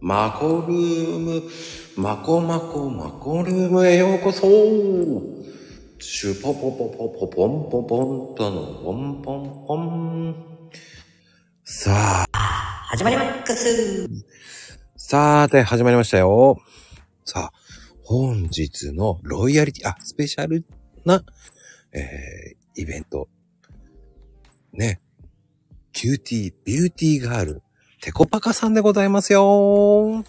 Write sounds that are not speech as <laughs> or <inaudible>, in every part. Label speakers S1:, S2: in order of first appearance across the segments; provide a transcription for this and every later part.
S1: マコルーム、マコマコマコルームへようこそシュポポポポポポンポポンとのポンポンポン。さあ、
S2: 始まりまックス
S1: さーて始まりましたよ。さあ、本日のロイヤリティ、あ、スペシャルな、えー、イベント。ね。キューティー、ビューティーガール、テコパカさんでございますよ。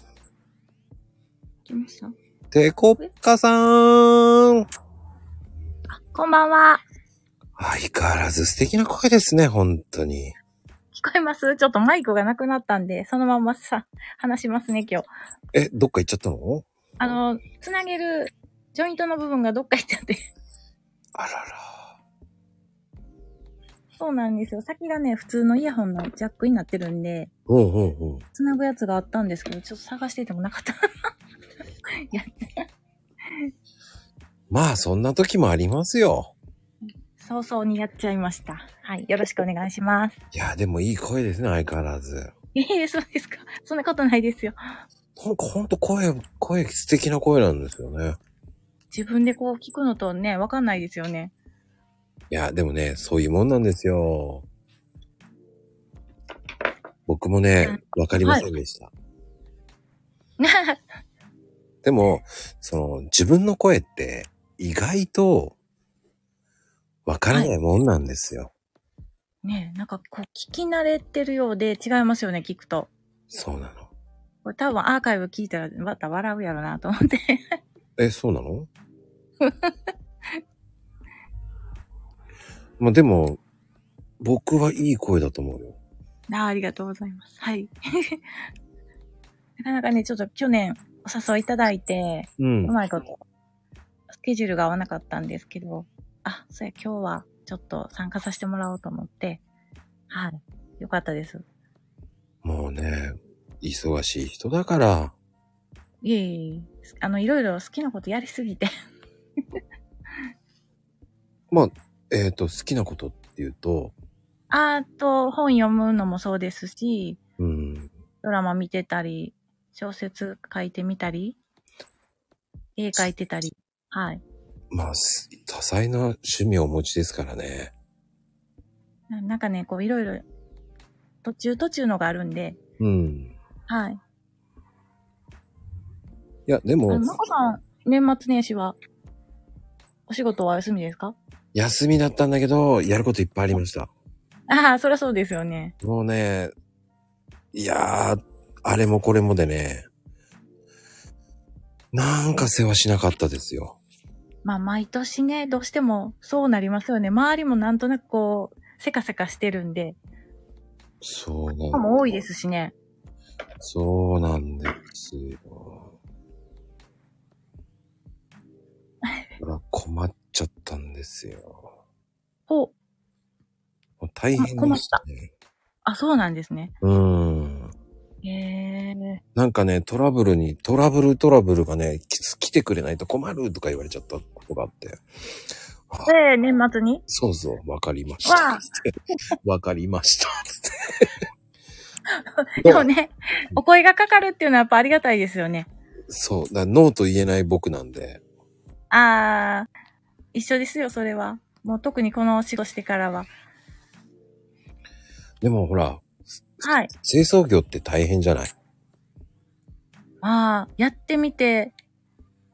S3: 来ました
S1: テコパカさん。
S3: こんばんは。
S1: 相変わらず素敵な声ですね、本当に。
S3: 聞こえますちょっとマイクがなくなったんで、そのままさ、話しますね、今日。
S1: え、どっか行っちゃったの
S3: あの、つなげる、ジョイントの部分がどっか行っちゃって。 <laughs>
S1: あらら。
S3: そうなんですよ。先がね、普通のイヤホンのジャックになってるんで、
S1: うんうんうん。
S3: つなぐやつがあったんですけど、ちょっと探しててもなかった。 <laughs>
S1: まあ、そんな時もありますよ。
S3: 早々にやっちゃいました。はい。よろしくお願いします。
S1: いや、でもいい声ですね、相変わらず。
S3: ええそうですか。そんなことないですよ。
S1: なんかほんと声、声、素敵な声なんですよね。
S3: 自分でこう聞くのとね、わかんないですよね。 <laughs>
S1: いや、でもね、そういうもんなんですよ。僕もね、わかりませんでした。でも、その、自分の声って、意外と、わからないもんなんですよ。
S3: ねえなんかこう聞き慣れてるようで違いますよね、聞くと。
S1: そうなの。
S3: これ多分アーカイブ聞いたらまた笑うやろなと思って。 <laughs>
S1: え、そうな <laughs> のまあでも、僕はいい声だと思うよ。
S3: あーありがとうございます。はい。 <laughs> なかなかね、ちょっと去年お誘いいただいて、
S1: うん
S3: うまいこと、スケジュールが合わなかったんですけど、あ、そうや、今日はちょっと参加させてもらおうと思って、はい。よかったです。
S1: もうね、忙しい人だから、
S3: いえいえいえ、あの、いろいろ好きなことやりすぎて。 <laughs>
S1: えっ、と、好きなことっていうと、
S3: あーと、本読むのもそうですし、
S1: うん、
S3: ドラマ見てたり、小説書いてみたり、絵描いてたり。はい。
S1: まあ、す多彩な趣味をお持ちですからね。
S3: ななんかね、こういろいろ、途中途中のがあるんで、
S1: うん。
S3: はい。
S1: いや、で
S3: あ
S1: も
S3: の、、まこさん、年末年始は、お仕事はお休みですか
S1: 休みだったんだけど、やることいっぱいありました。
S3: ああ、そりゃそうですよね。
S1: もうね、いやー、あれもこれもでね、なんか世話しなかったですよ。
S3: まあ、毎年ね、どうしてもそうなりますよね。周りもなんとなくこう、せかせかしてるんで、
S1: そうなん
S3: 人も多いですしね。
S1: そうなんですよ。ほら困っちゃったんですよ。
S3: ほう。
S1: もう大変でしたね。
S3: あ、そうなんですね。
S1: うん。
S3: へえ。
S1: なんかね、トラブルに、トラブルトラブルがね、き来てくれないと困るとか言われちゃったことがあって。あ
S3: で、年末に
S1: そうそう、わかりました。
S3: わあ
S1: <laughs> わかりま
S3: <laughs>
S1: した。
S3: でもね、お声がかかるっていうのはやっぱありがたいですよね。
S1: そう、だからノーと言えない僕なんで。
S3: あー、一緒ですよ、それは。もう特にこのお仕事してからは。
S1: でもほら、
S3: はい。
S1: 清掃業って大変じゃない
S3: まあ、やってみて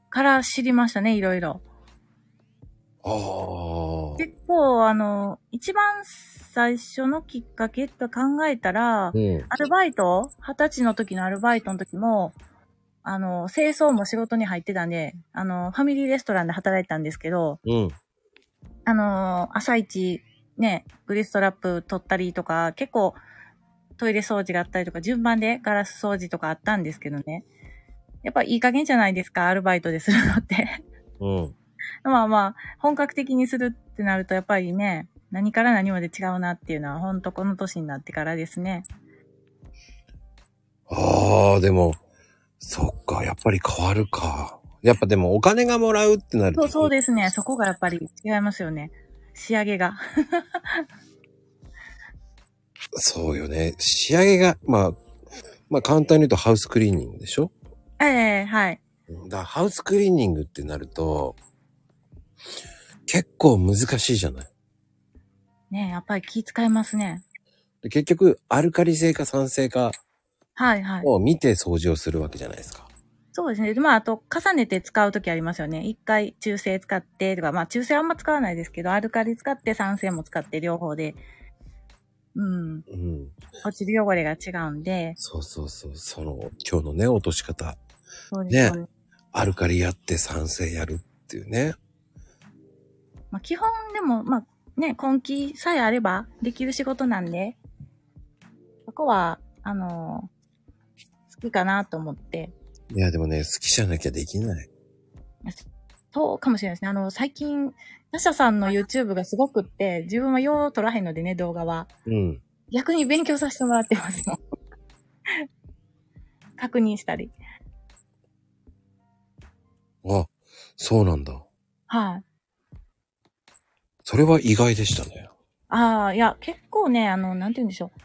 S3: から知りましたね、いろいろ。
S1: ああ。
S3: 結構、あの、一番最初のきっかけと考えたら
S1: う、ん。
S3: アルバイト二十歳の時のアルバイトの時も、あの、清掃も仕事に入ってたんで、あの、ファミリーレストランで働いてたんですけど、
S1: うん。
S3: あのー朝一、ね、グリストラップ取ったりとか、結構トイレ掃除があったりとか、順番でガラス掃除とかあったんですけどね。やっぱいい加減じゃないですか、アルバイトでするのって。 <laughs>
S1: うん。
S3: まあまあ、本格的にするってなると、やっぱりね、何から何まで違うなっていうのは、ほんとこの年になってからですね。
S1: ああ、でも、そっか、やっぱり変わるか。やっぱでもお金がもらうってなる
S3: そうそう
S1: で。
S3: ですね、そこがやっぱり違いますよね。仕上げが。
S1: そうよね。仕上げが、まあ、まあ簡単に言うとハウスクリーニングでしょ
S3: ええはい。
S1: うんだからハウスクリーニングってなると、結構難しいじゃない
S3: ねやっぱり気使いますね。
S1: で結局、アルカリ性か酸性か
S3: はいはい。
S1: を見て掃除をするわけじゃないですか。
S3: そうですね。まあ、あと、重ねて使うときありますよね。一回、中性使ってとか、まあ、中性あんま使わないですけど、アルカリ使って、酸性も使って、両方で。うん。
S1: うん。
S3: 落ちる汚れが違うんで。
S1: そうそうそう。その、今日のね、落とし方。
S3: そうですね。
S1: アルカリやって酸性やるっていうね。
S3: まあ、基本でも、まあ、ね、根気さえあれば、できる仕事なんで、そこは、あの好きかなと思って。
S1: いや、でもね、好きじゃなきゃできない。
S3: そうかもしれないですね。あの、最近、ナシャさんの YouTube がすごくって、自分はよう撮らへんのでね、動画は。
S1: うん。
S3: 逆に勉強させてもらってます <laughs> もん。確認したり。
S1: あ、そうなんだ。
S3: はい、
S1: それは意外でしたね。
S3: ああ、いや、結構ね、あの、なんて言うんでしょう。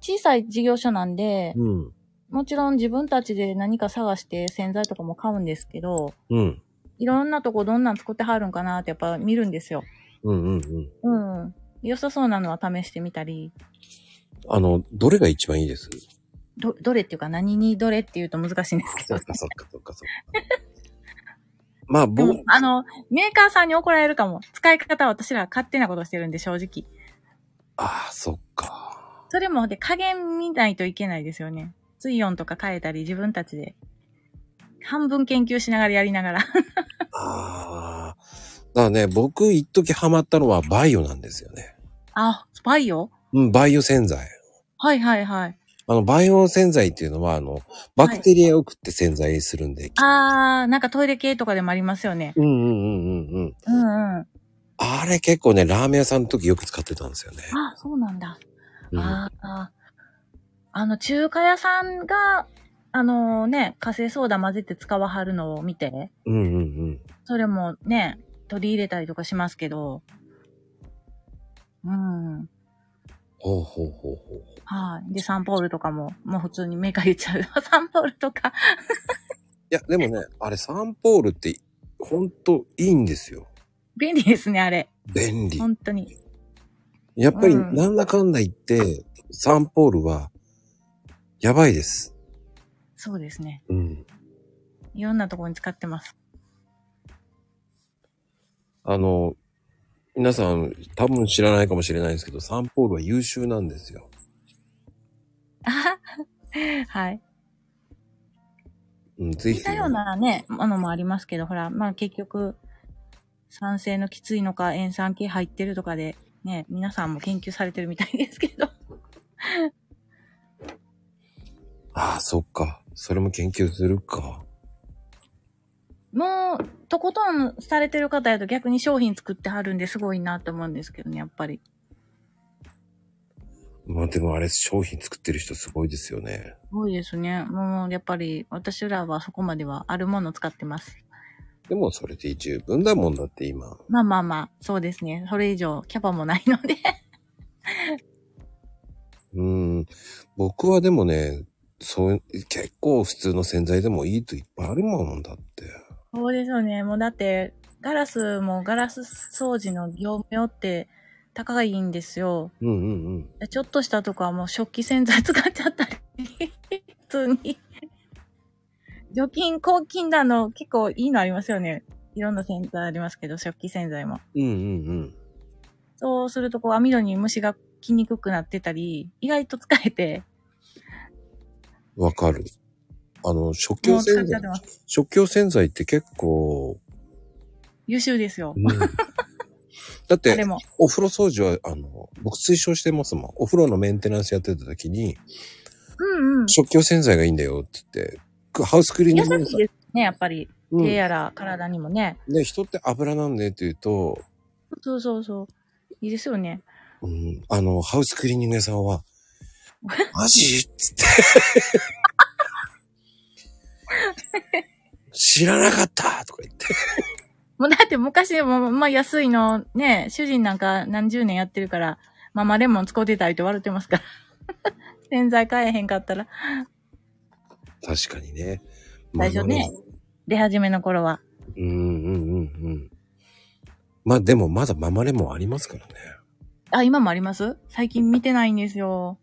S3: 小さい事業所なんで、
S1: うん。
S3: もちろん自分たちで何か探して洗剤とかも買うんですけど、
S1: うん。
S3: いろんなとこどんなん作ってはるんかなってやっぱ見るんですよ。
S1: うんうんうん。
S3: うん。良さそうなのは試してみたり、
S1: あの、どれが一番いいです
S3: ど、どれっていうか何にどれっていうと難しいんですけ
S1: そ
S3: ど
S1: っ。かそっかそっかそっか。
S3: <laughs>
S1: まあ、
S3: で
S1: 僕
S3: も、、あの、メーカーさんに怒られるかも。使い方は私ら勝手なことしてるんで、正直。
S1: ああ、そっか。
S3: それも、で、加減見ないといけないですよね。水温とか変えたり、自分たちで。半分研究しながらやりながら。
S1: ああ。だからね、僕、一時ハマったのはバイオなんですよね。
S3: <laughs> あ、スパイオ
S1: うん、バイオ洗剤。
S3: はいはいはい。
S1: あの、バイオ洗剤っていうのは、あの、バクテリアを食って洗剤にするんで。
S3: あー、なんかトイレ系とかでもありますよね。
S1: うんうんうんうんうん。
S3: うんうん。
S1: あれ結構ね、ラーメン屋さんの時よく使ってたんですよね。
S3: あ、そうなんだ。
S1: うん、
S3: ああ。あの、中華屋さんが、あのね、火星ソーダ混ぜて使わはるのを見て、
S1: うんうんうん。
S3: それもね、取り入れたりとかしますけど、うん。
S1: ほうほうほうほうほう。
S3: はい。で、サンポールとかも、もう普通にメーカー言っちゃう。 <laughs> サンポールとか。
S1: いや、でもね、あれサンポールって、ほんといいんですよ。
S3: 便利ですね、あれ。
S1: 便利。
S3: 本当に。
S1: やっぱり、
S3: うん
S1: なんだかんだ言って、サンポールは、やばいです。
S3: そうですね。
S1: うん。
S3: いろんなところに使ってます。 <laughs>
S1: あの、皆さん、多分知らないかもしれないですけど、サンポールは優秀なんですよ。
S3: あはははい。
S1: うん、ぜひ。
S3: 似たようなね、ものもありますけど、ほら、まあ結局、酸性のきついのか、塩酸系入ってるとかで、ね、皆さんも研究されてるみたいですけど。 <laughs>
S1: ああ、そっか。それも研究するか。
S3: もう、とことんされてる方やと逆に商品作ってはるんですごいなと思うんですけどね、やっぱり。
S1: まあでもあれ、商品作ってる人すごいですよね。
S3: すごいですね。もう、やっぱり、私らはそこまではあるものを使ってます。
S1: でもそれで十分だもんだって今。
S3: まあまあまあ、そうですね。それ以上、キャパもないので。
S1: うん。僕はでもね、そう、結構普通の洗剤でもいいといっぱいあるもんだって。
S3: そうですよね。もうだって、ガラスもガラス掃除の業務用って高いんですよ。
S1: うんうんうん。
S3: ちょっとしたとこはもう食器洗剤使っちゃったり、 <laughs> 普通に。除菌、抗菌だの、結構いいのありますよね。いろんな洗剤ありますけど、食器洗剤も。
S1: うんうんうん。
S3: そうすると、こう、網戸に虫が来にくくなってたり、意外と使えて、
S1: わかる。あの、食
S3: も
S1: 器
S3: う使
S1: 洗
S3: っちゃ
S1: 剤
S3: って、ます。
S1: 食器洗剤って結構、
S3: 優秀ですよ。
S1: うんだっ
S3: あれ
S1: て、
S3: も。
S1: お風呂掃除は、あの、僕推奨してますもん。お風呂のメンテナンスやってた時に、
S3: うんうん。
S1: 食器用洗剤がいいんだよって言ってく、ハウスクリーニ
S3: 優
S1: ング
S3: しいですね、やっぱり。
S1: うん
S3: 手やら体にもね。
S1: で、人って油なんでって言うと、
S3: そうそうそう。いいですよね。
S1: うん、あの、ハウスクリーニング屋さん
S3: <laughs>
S1: は、マジっつって。知らなかったとか言って。
S3: もうだって昔も、まあ安いのね、主人なんか何十年やってるから、ママレモン使うてたりと笑ってますから。 <laughs> 洗剤買えへんかったら。
S1: 確かにね。
S3: 最初ね、出始めの頃は。
S1: うんうんうんうん。まあでもまだママレモンありますからね。
S3: あ、今もあります最近見てないんですよ。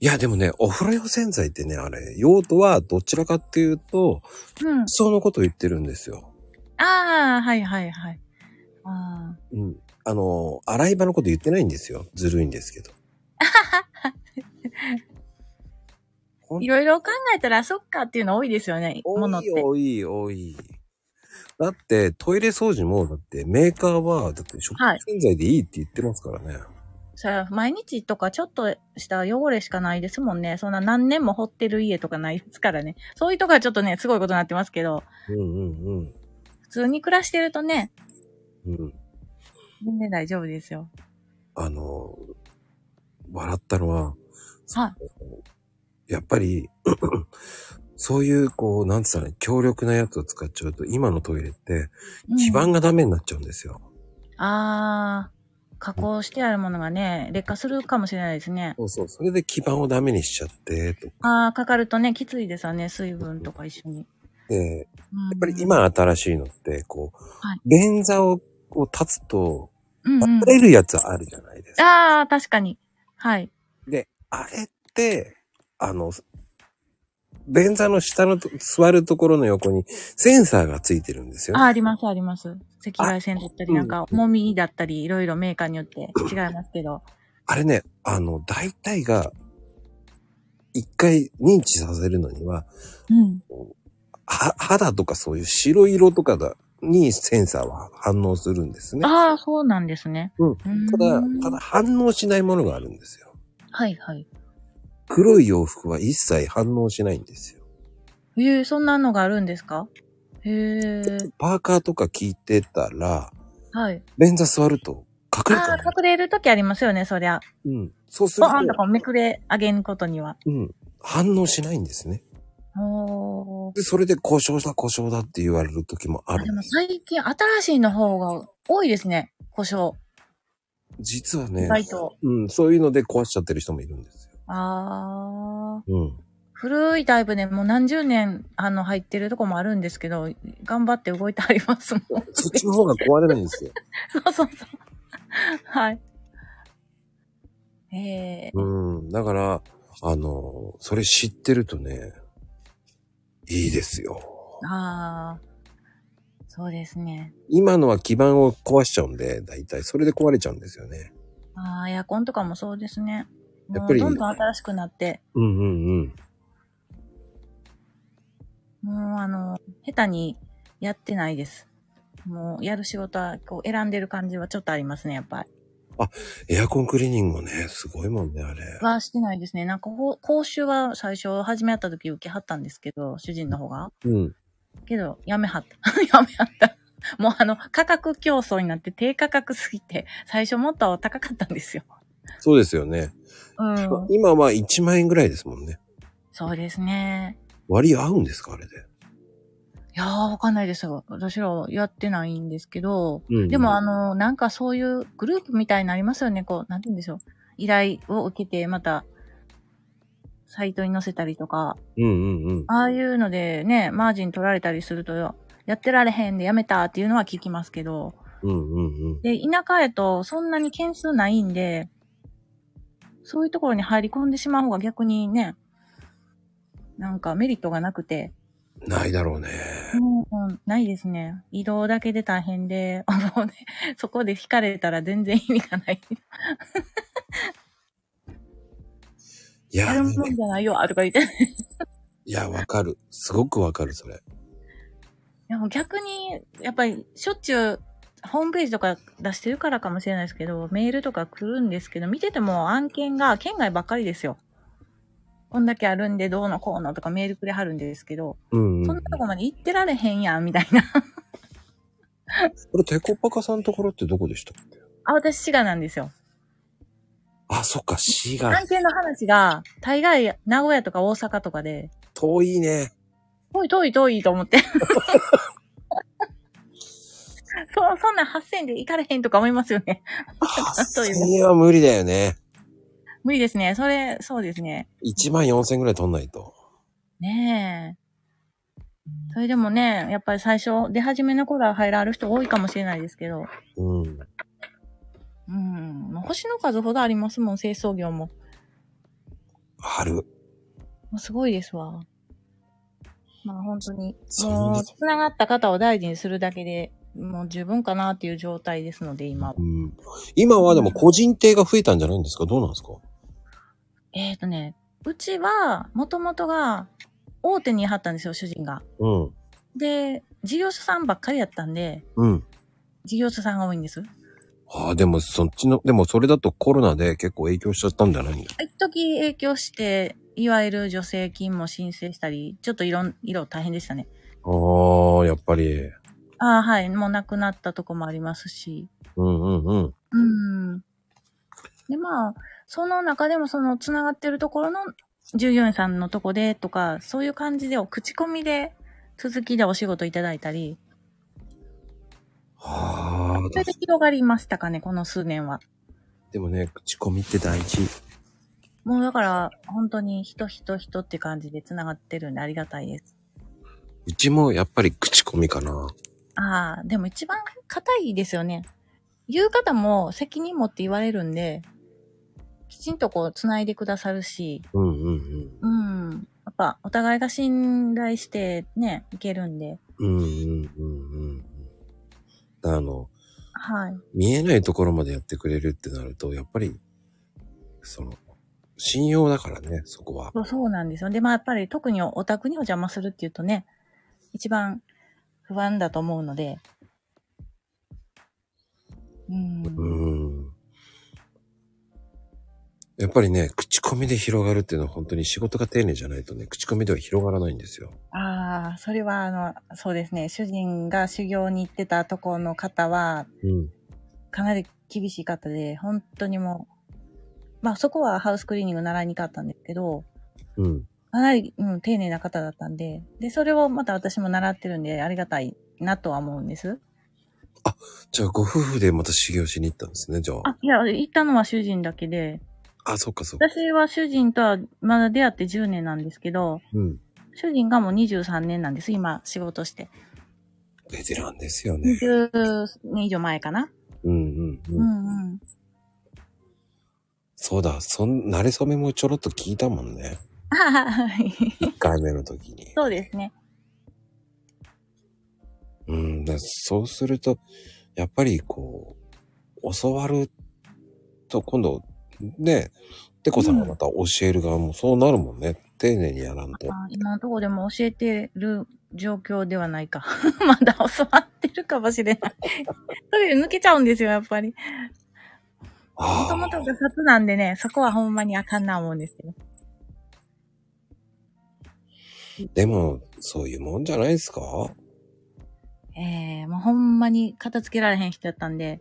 S1: いやでもね、お風呂用洗剤ってね、あれ、用途はどちらかっていうと、
S3: うん。
S1: そのことを言ってるんですよ。
S3: ああ、はいはいはい。あ
S1: うん。あの、洗い場のこと言ってないんですよ。ずるいんですけど。
S3: <laughs>
S1: ほ
S3: あ。
S1: ん
S3: いろいろ考えたら、そっかっていうの多いですよね、もの
S1: 多
S3: っ
S1: い
S3: て。
S1: 多い多い。だって、トイレ掃除も、だってメーカーは、だって食器
S3: はい
S1: 洗剤でいいって言ってますからね。
S3: それは毎日とかちょっとした汚れしかないですもんね。そんな何年も掘ってる家とかないですからね。そういうとこはちょっとね、すごいことになってますけど、
S1: うんうんうん。
S3: 普通に暮らしてるとね、
S1: うん。
S3: 全然大丈夫ですよ。
S1: あの、笑ったのは、
S3: は
S1: やっぱり、 <laughs> そういう、こう、なんつったら、強力なやつを使っちゃうと、今のトイレって、
S3: い。
S1: 基
S3: うん
S1: 盤がダメになっちゃうんですよ。
S3: あー、加工してあるものがね、劣化するかもしれないですね。
S1: そうそう。それで基盤をダメにしちゃって、とか。
S3: あー、かかるとね、きついですよね、水分とか一緒に。
S1: で、や
S3: う
S1: っ
S3: ん
S1: ぱり、今新しいのって、こう、
S3: はい
S1: 便座を、を立つと、
S3: うんうん
S1: 溢れるやつあるじゃないですか。
S3: あー、確かに。はい。
S1: で、あれって、あの、便座の下のと座るところの横にセンサーがついてるんですよ。
S3: あー、あります、あります。赤外線だったり、なんか、
S1: うん
S3: 重みだったり、いろいろメーカーによって違いますけど。
S1: あれね、あの、大体が、一回認知させるのには、
S3: うん。
S1: は、肌とかそういう白色とかだ、にセンサーは反応するんですね。
S3: ああ、そうなんですね。
S1: うん
S3: うーん
S1: ただ、ただ反応しないものがあるんですよ。
S3: はいはい。
S1: 黒い洋服は一切反応しないんですよ。
S3: えー、そんなのがあるんですかへえ。
S1: パーカーとか聞いてたら、
S3: はい。
S1: 便座座ると隠れ
S3: あ
S1: た
S3: あ、隠れるときありますよね、そりゃ。
S1: うん。そうする
S3: ご
S1: と、
S3: 飯とかをめくれ上げんことには。
S1: うん。反応しないんですね。
S3: おー。
S1: で、それで故障だ故障だって言われる時もあ
S3: で
S1: る。
S3: も最近新しいの方が多いですね、故障。
S1: 実は
S3: 意
S1: ね、
S3: 外と。
S1: うん、そういうので壊しちゃってる人もいるんです
S3: ああ。
S1: よ。うん。
S3: 古いタイプでもう何十年、あの、入ってるとこもあるんですけど、頑張って動いてありますもん。
S1: そっちの方が壊れないんですよ。
S3: そうそうそう。はい。え
S1: <laughs>
S3: ー、
S1: うん。だから、あの、それ知ってるとね、いいですよ。
S3: ああ、そうですね。
S1: 今のは基盤を壊しちゃうんで、だいたいそれで壊れちゃうんですよね。
S3: ああ、エアコンとかもそうですね。
S1: やっ
S3: もう
S1: ぱり
S3: どんどん新しくなって、
S1: うんうんうん。
S3: もうあの、下手にやってないです。もうやる仕事はこう選んでる感じはちょっとありますね、やっぱり。
S1: エアコンクリーニングもね、すごいもんね、あれ。
S3: はしてないですね。なんかこう講習は最初始めあった時受けはったんですけど、主人の方が。
S1: うん。
S3: けど、やめはった。 <laughs> やめはった。もうあの、価格競争になって低価格すぎて、最初もっと高かったんですよ。
S1: そうですよね。
S3: うん。
S1: 今は1万円ぐらいですもんね。
S3: そうですね。
S1: 割合合うんですか、あれで。
S3: いやー、わかんないですよ。私らはやってないんですけど、
S1: うん
S3: でもあの、なんかそういうグループみたいになりますよね。こう、なんて言うんでしょう。依頼を受けて、また、サイトに載せたりとか、
S1: うんうんうん。
S3: ああいうのでね、マージン取られたりすると、やってられへんでやめたっていうのは聞きますけど、
S1: うんうんうん。
S3: で、田舎へとそんなに件数ないんで、そういうところに入り込んでしまう方が逆にね、なんかメリットがなくて、
S1: ないだろうね。
S3: もう、ないですね。移動だけで大変で、 <laughs> あのね、そこで引かれたら全然意味がない。
S1: いや、
S3: やるもんじゃないよ、とか言って。い
S1: いや、わかる。すごくわかる、それ。
S3: やもう逆に、やっぱり、しょっちゅう、ホームページとか出してるからかもしれないですけど、メールとか来るんですけど、見てても案件が県外ばっかりですよ。こんだけあるんでどうのこうのとかメールくれはるんですけど、
S1: うん、うん。
S3: そんなとこまで行ってられへんやん、みたいな。
S1: これ、テコパカさんのところってどこでしたっけ
S3: あ、私、滋賀なんですよ。
S1: あ、そっか、市が
S3: 案件の話が、大概、名古屋とか大阪とかで、
S1: 遠いね。
S3: 遠い遠い遠いと思って。 <laughs> そう、そんなん8000で行かれへんとか思いますよね。
S1: あ、
S3: そういう
S1: 千円は無理だよね。
S3: 無理ですね。それ、そうですね。
S1: 1万4千ぐらい取んないと。
S3: ねえ。それでもね、やっぱり最初、出始めの頃は入られる人多いかもしれないですけど。
S1: うん。
S3: うん。まあ星の数ほどありますもん、清掃業も。
S1: ある。
S3: もうすごいですわ。まあ本当に、
S1: そうなん
S3: も
S1: で
S3: う、
S1: す
S3: つながった方を大事にするだけで、もう十分かなっていう状態ですので、今は。
S1: うん。今はでも個人艇が増えたんじゃないんですかどうなんですか
S3: えっ、ー、とね、うちは、もともとが、大手に入ったんですよ、主人が。
S1: うん。
S3: で、事業者さんばっかりだったんで、
S1: うん。
S3: 事業者さんが多いんです。
S1: ああ、でもそっちの、でもそれだとコロナで結構影響しちゃったんじゃないんだ。
S3: 一時影響して、いわゆる助成金も申請したり、ちょっといろん、色大変でしたね。
S1: ああ、やっぱり。
S3: ああ、はい。もうなくなったとこもありますし。
S1: うんうんうん。
S3: うん。で、まあ、その中でもその、つながってるところの従業員さんのとこでとか、そういう感じで、口コミで、続きでお仕事いただいたり、
S1: あ
S3: そ
S1: あ
S3: れ、で広がりましたかね、この数年は。
S1: でもね、口コミって大事。
S3: もうだから、本当に人人人って感じで繋がってるんでありがたいです。
S1: うちもやっぱり口コミかな。
S3: ああ、でも一番硬いですよね。言う方も責任持って言われるんで、きちんとこう繋いでくださるし、
S1: うんうん
S3: うん。やっぱお互いが信頼してね、いけるんで。
S1: うん。うんうんうんうん。あの、
S3: はい。
S1: 見えないところまでやってくれるってなると、やっぱり、その、信用だからね、そこは。
S3: そうそうなんですよ。で、まあやっぱり特にお宅にお邪魔するっていうとね、一番不安だと思うので。うん。
S1: うん。やっぱりね、口コミで広がるっていうのは本当に仕事が丁寧じゃないとね、口コミでは広がらないんですよ。
S3: ああ、それはあの、そうですね。主人が修行に行ってたところの方は、
S1: うん。
S3: かなり厳しい方で、本当にもう、まあそこはハウスクリーニング習いに行かったんですけど、
S1: うん。
S3: かなり、うん、丁寧な方だったんで、で、それをまた私も習ってるんで、ありがたいなとは思うんです。
S1: じゃあ、ご夫婦でまた修行しに行ったんですね、じゃあ。
S3: あ、いや、行ったのは主人だけで、
S1: あ、そっかそっか。
S3: 私は主人とはまだ出会って10年なんですけど、
S1: うん。
S3: 主人がもう23年なんです、今、仕事して。
S1: ベテランですよね。
S3: 20年以上前かな。
S1: うんうん
S3: う
S1: うん。
S3: んうん。
S1: そうだ、そん、慣れ初めもちょろっと聞いたもんね。
S3: はい。
S1: 1回目の時に。
S3: <laughs> そうですね。
S1: うん、だそうすると、やっぱりこう、教わると今度、ね、てこさんがまた教える側もそうなるもんね。丁寧にやらんと。
S3: あ今のところでも教えてる状況ではないか。 <laughs> まだ教わってるかもしれない。 <laughs> それ抜けちゃうんですよ、やっぱり。もとも
S1: あ
S3: とが雑なんでね、そこはほんまにあかんな思うんですけど。
S1: あ、でも、そういうもんじゃないですか
S3: ええもうほんまに片付けられへん人やったんで、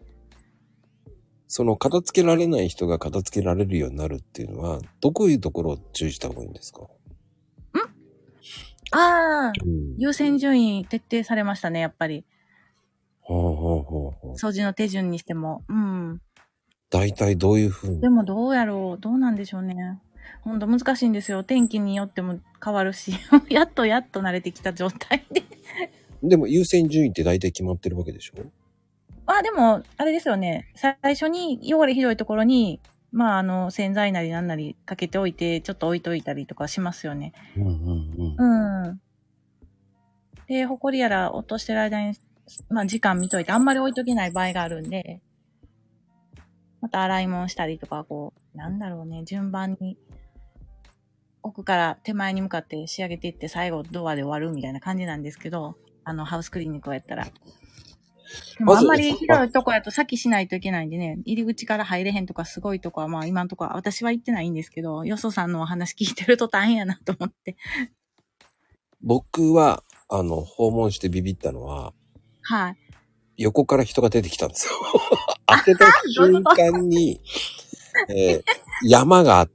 S1: その、片付けられない人が片付けられるようになるっていうのは、どこいうところを注意した方がいいんですか
S3: ああ、
S1: うん。
S3: 優先順位徹底されましたね、やっぱり。
S1: ほうほうほうほう。
S3: 掃除の手順にしても。うん。
S1: 大体どういうふうに
S3: で。もどうやろう、どうなんでしょうね。ほんと難しいんですよ。天気によっても変わるし、 <laughs> やっとやっと慣れてきた状態で。 <laughs>
S1: でも、優先順位って大体決まってるわけでしょ
S3: まあでも、あれですよね。最初に汚れひどいところに、まああの、洗剤なりなんなりかけておいて、ちょっと置いといたりとかしますよね。
S1: うんうんうん。
S3: うん。で、ほこりやら落としてる間に、まあ時間見といて、あんまり置いとけない場合があるんで、また洗い物したりとか、こう、なんだろうね、順番に、奥から手前に向かって仕上げていって、最後ドアで終わるみたいな感じなんですけど、あの、ハウスクリーニングをやったら。で
S1: ま
S3: もあ
S1: ず
S3: んまり広いとこやと先しないといけないんでね、入り口から入れへんとかすごいとこは、まあ今のとこは私は行ってないんですけど、よそさんのお話聞いてると大変やなと思って。
S1: 僕は、あの、訪問してビビったのは、
S3: はい。
S1: 横から人が出てきたんですよ。 <laughs> 開けた瞬間に、えー山が、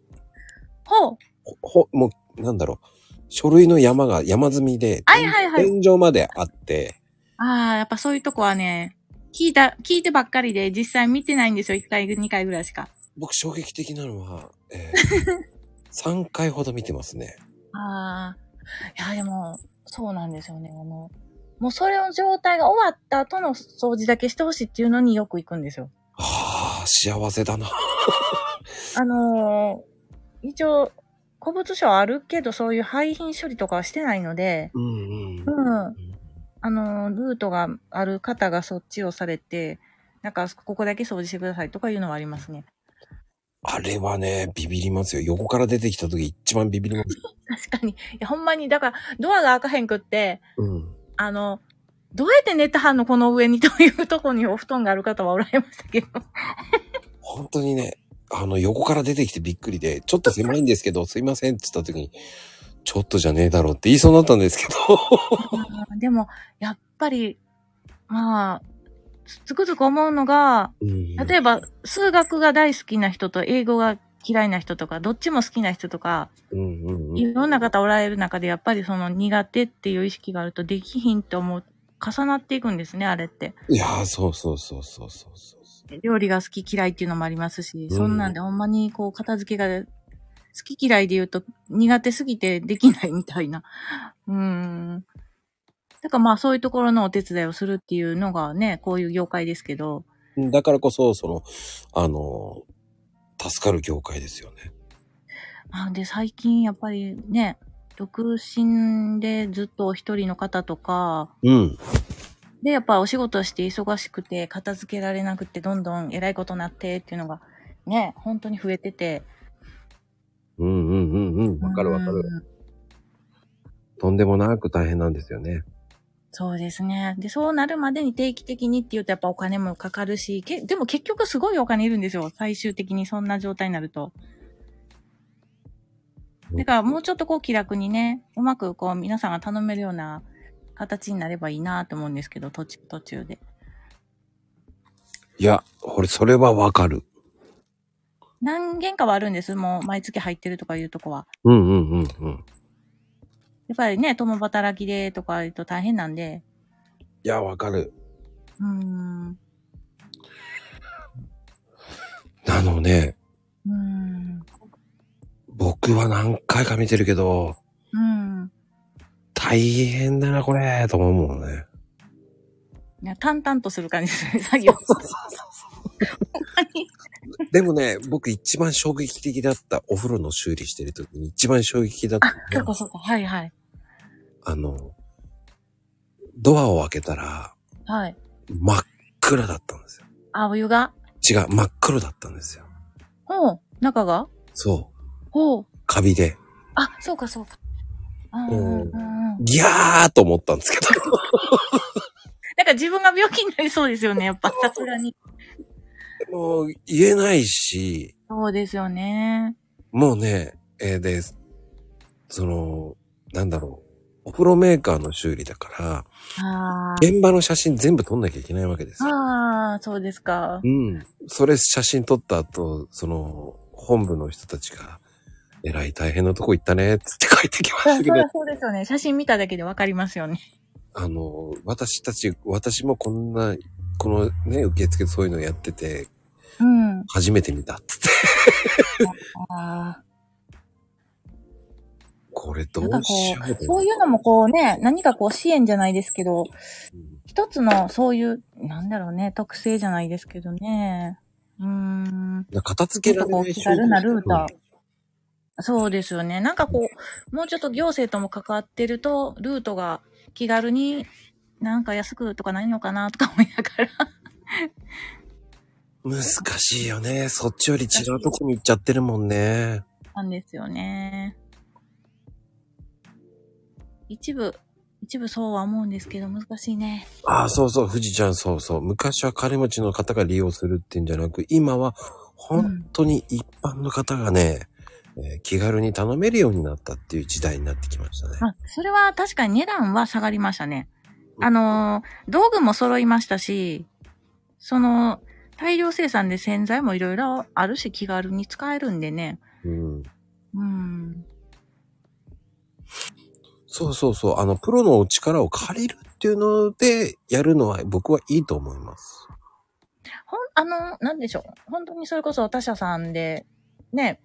S3: ほう。
S1: ほ、もう、なんだろう、書類の山が山積みで、
S3: はいはいはい
S1: 天井まであって、
S3: ああ、やっぱそういうとこはね、聞いた、聞いてばっかりで実際見てないんですよ。1回、2回ぐらいしか。
S1: 僕衝撃的なのは、え
S3: <laughs>
S1: ー、3回ほど見てますね。
S3: ああ。いや、でも、そうなんですよね。あの、もうそれの状態が終わった後の掃除だけしてほしいっていうのによく行くんですよ。
S1: はあ、幸せだな。
S3: あのー一応、古物商あるけど、そういう廃品処理とかはしてないので、
S1: うんうん。
S3: うん。あのールートがある方がそっちをされて、なんか、ここだけ掃除してくださいとかいうのはありますね。
S1: あれはね、ビビりますよ。横から出てきた時一番ビビります。
S3: 確かに。いや、ほんまに、だから、ドアが開かへんくって、
S1: うん。
S3: あの、どうやって寝てはんのこの上にというとこにお布団がある方はおられましたけど。
S1: 本当にね、あの、横から出てきてびっくりで、ちょっと狭いんですけど、 <laughs> すいませんって言った時に、ちょっとじゃねえだろうって言いそうになったんですけど。
S3: でも、やっぱり、まあ、つくづく思うのが、例えば、数学が大好きな人と英語が嫌いな人とか、どっちも好きな人とか、
S1: うんうんうん。
S3: いろんな方おられる中で、やっぱりその苦手っていう意識があるとできひんと思う。重なっていくんですね、あれって。
S1: いやー、そうそうそうそうそうそうそう。
S3: 料理が好き嫌いっていうのもありますし、
S1: うん
S3: そんなんでほんまにこう片付けが、好き嫌いで言うと苦手すぎてできないみたいな。 <laughs> うーん。だからまあそういうところのお手伝いをするっていうのがね、こういう業界ですけど、
S1: だからこそ、その、あの、助かる業界ですよね。
S3: あで、最近やっぱりね、独身でずっとお一人の方とか、
S1: うん。
S3: で、やっぱお仕事して忙しくて、片付けられなくて、どんどん偉いことになってっていうのが、ね、本当に増えてて。
S1: うんうんうんうん。わかるわか
S3: う
S1: る。
S3: ん
S1: とんでもなく大変なんですよね。
S3: そうですね。で、そうなるまでに定期的にっていうと、やっぱお金もかかるし、けでも結局すごいお金いるんですよ。最終的にそんな状態になると。だからもうちょっとこう気楽にね、うまくこう皆さんが頼めるような形になればいいなと思うんですけど、途中途中で。
S1: いや、俺、それはわかる。
S3: 何件かはあるんです。もう毎月入ってるとかいうとこは。
S1: うんうんうんうん。
S3: やっぱりね、共働きでとか言うと大変なんで。
S1: いや、わかる。
S3: うーん。う
S1: あのね、
S3: ーん。
S1: 僕は何回か見てるけど、
S3: うん。
S1: 大変だな、これ、と思うもんね。
S3: いや、淡々とする感じですね、作業。
S1: でもね、僕一番衝撃的だった、お風呂の修理してる時に一番衝撃だった
S3: そう
S1: のは
S3: か、そうか。はい、はい。
S1: あの、ドアを開けたら、
S3: はい。
S1: 真っ暗だったんですよ。
S3: あ、お湯が
S1: 違う、真っ黒だったんですよ。
S3: ほう。中が
S1: そう。
S3: ほう。
S1: カビで、
S3: あ、そうか、そうか。あ
S1: う
S3: ー
S1: ん
S3: うんなん
S1: ギャーと思ったんですけど。 <laughs>
S3: か自分が病気になりそうですよね、や <laughs> っぱ、さすがに。
S1: もう言えないし、
S3: そうですよね。
S1: もうね、えーで、その、なんだろう。お風呂メーカーの修理だから、
S3: あー
S1: 現場の写真全部撮んなきゃいけないわけですよ。
S3: あー、そうですか。
S1: うん。それ写真撮った後、その、本部の人たちが、えらい大変なとこ行ったね、つって帰ってきまし
S3: そ
S1: た
S3: う <laughs>
S1: けど、
S3: そうですよね。写真見ただけでわかりますよね。
S1: あの、私たち、私もこんな、このね、受付そういうのやってて、
S3: うん。
S1: 初めて見たっつって。
S3: あ
S1: これど
S3: あ。
S1: う
S3: なんか
S1: しよ
S3: こ
S1: う
S3: う、
S1: と
S3: そう
S1: 思って
S3: いうのもこうね、何かこう支援じゃないですけど、一つのそういう、なんだろうね、特性じゃないですけどね。うーん。
S1: 片付けられない
S3: ちょっとこう気軽なルー
S1: ー。
S3: ターそうですよね。なんかこう、もうちょっと行政とも関わってると、ルートが気軽になんか安くとかないのかなとか思いながら。
S1: 難しいよね。そっちより違うとこに行っちゃってるもんね。
S3: なんですよね。一部、一部そうは思うんですけど、難しいね。
S1: ああ、そうそう、富士ちゃん、そうそう。昔は金持ちの方が利用するっていうんじゃなく、今は本当に一般の方がね、えー気軽に頼めるようになったっていう時代になってきましたね。
S3: あ、それは確かに値段は下がりましたね。あのー道具も揃いましたし、その、大量生産で洗剤もいろいろあるし、気軽に使えるんでね。
S1: うん。
S3: うん。
S1: そうそうそう。あの、プロのお力を借りるっていうので、やるのは僕はいいと思います。
S3: ほん、あの、なんでしょう。本当にそれこそ他社さんで、ね、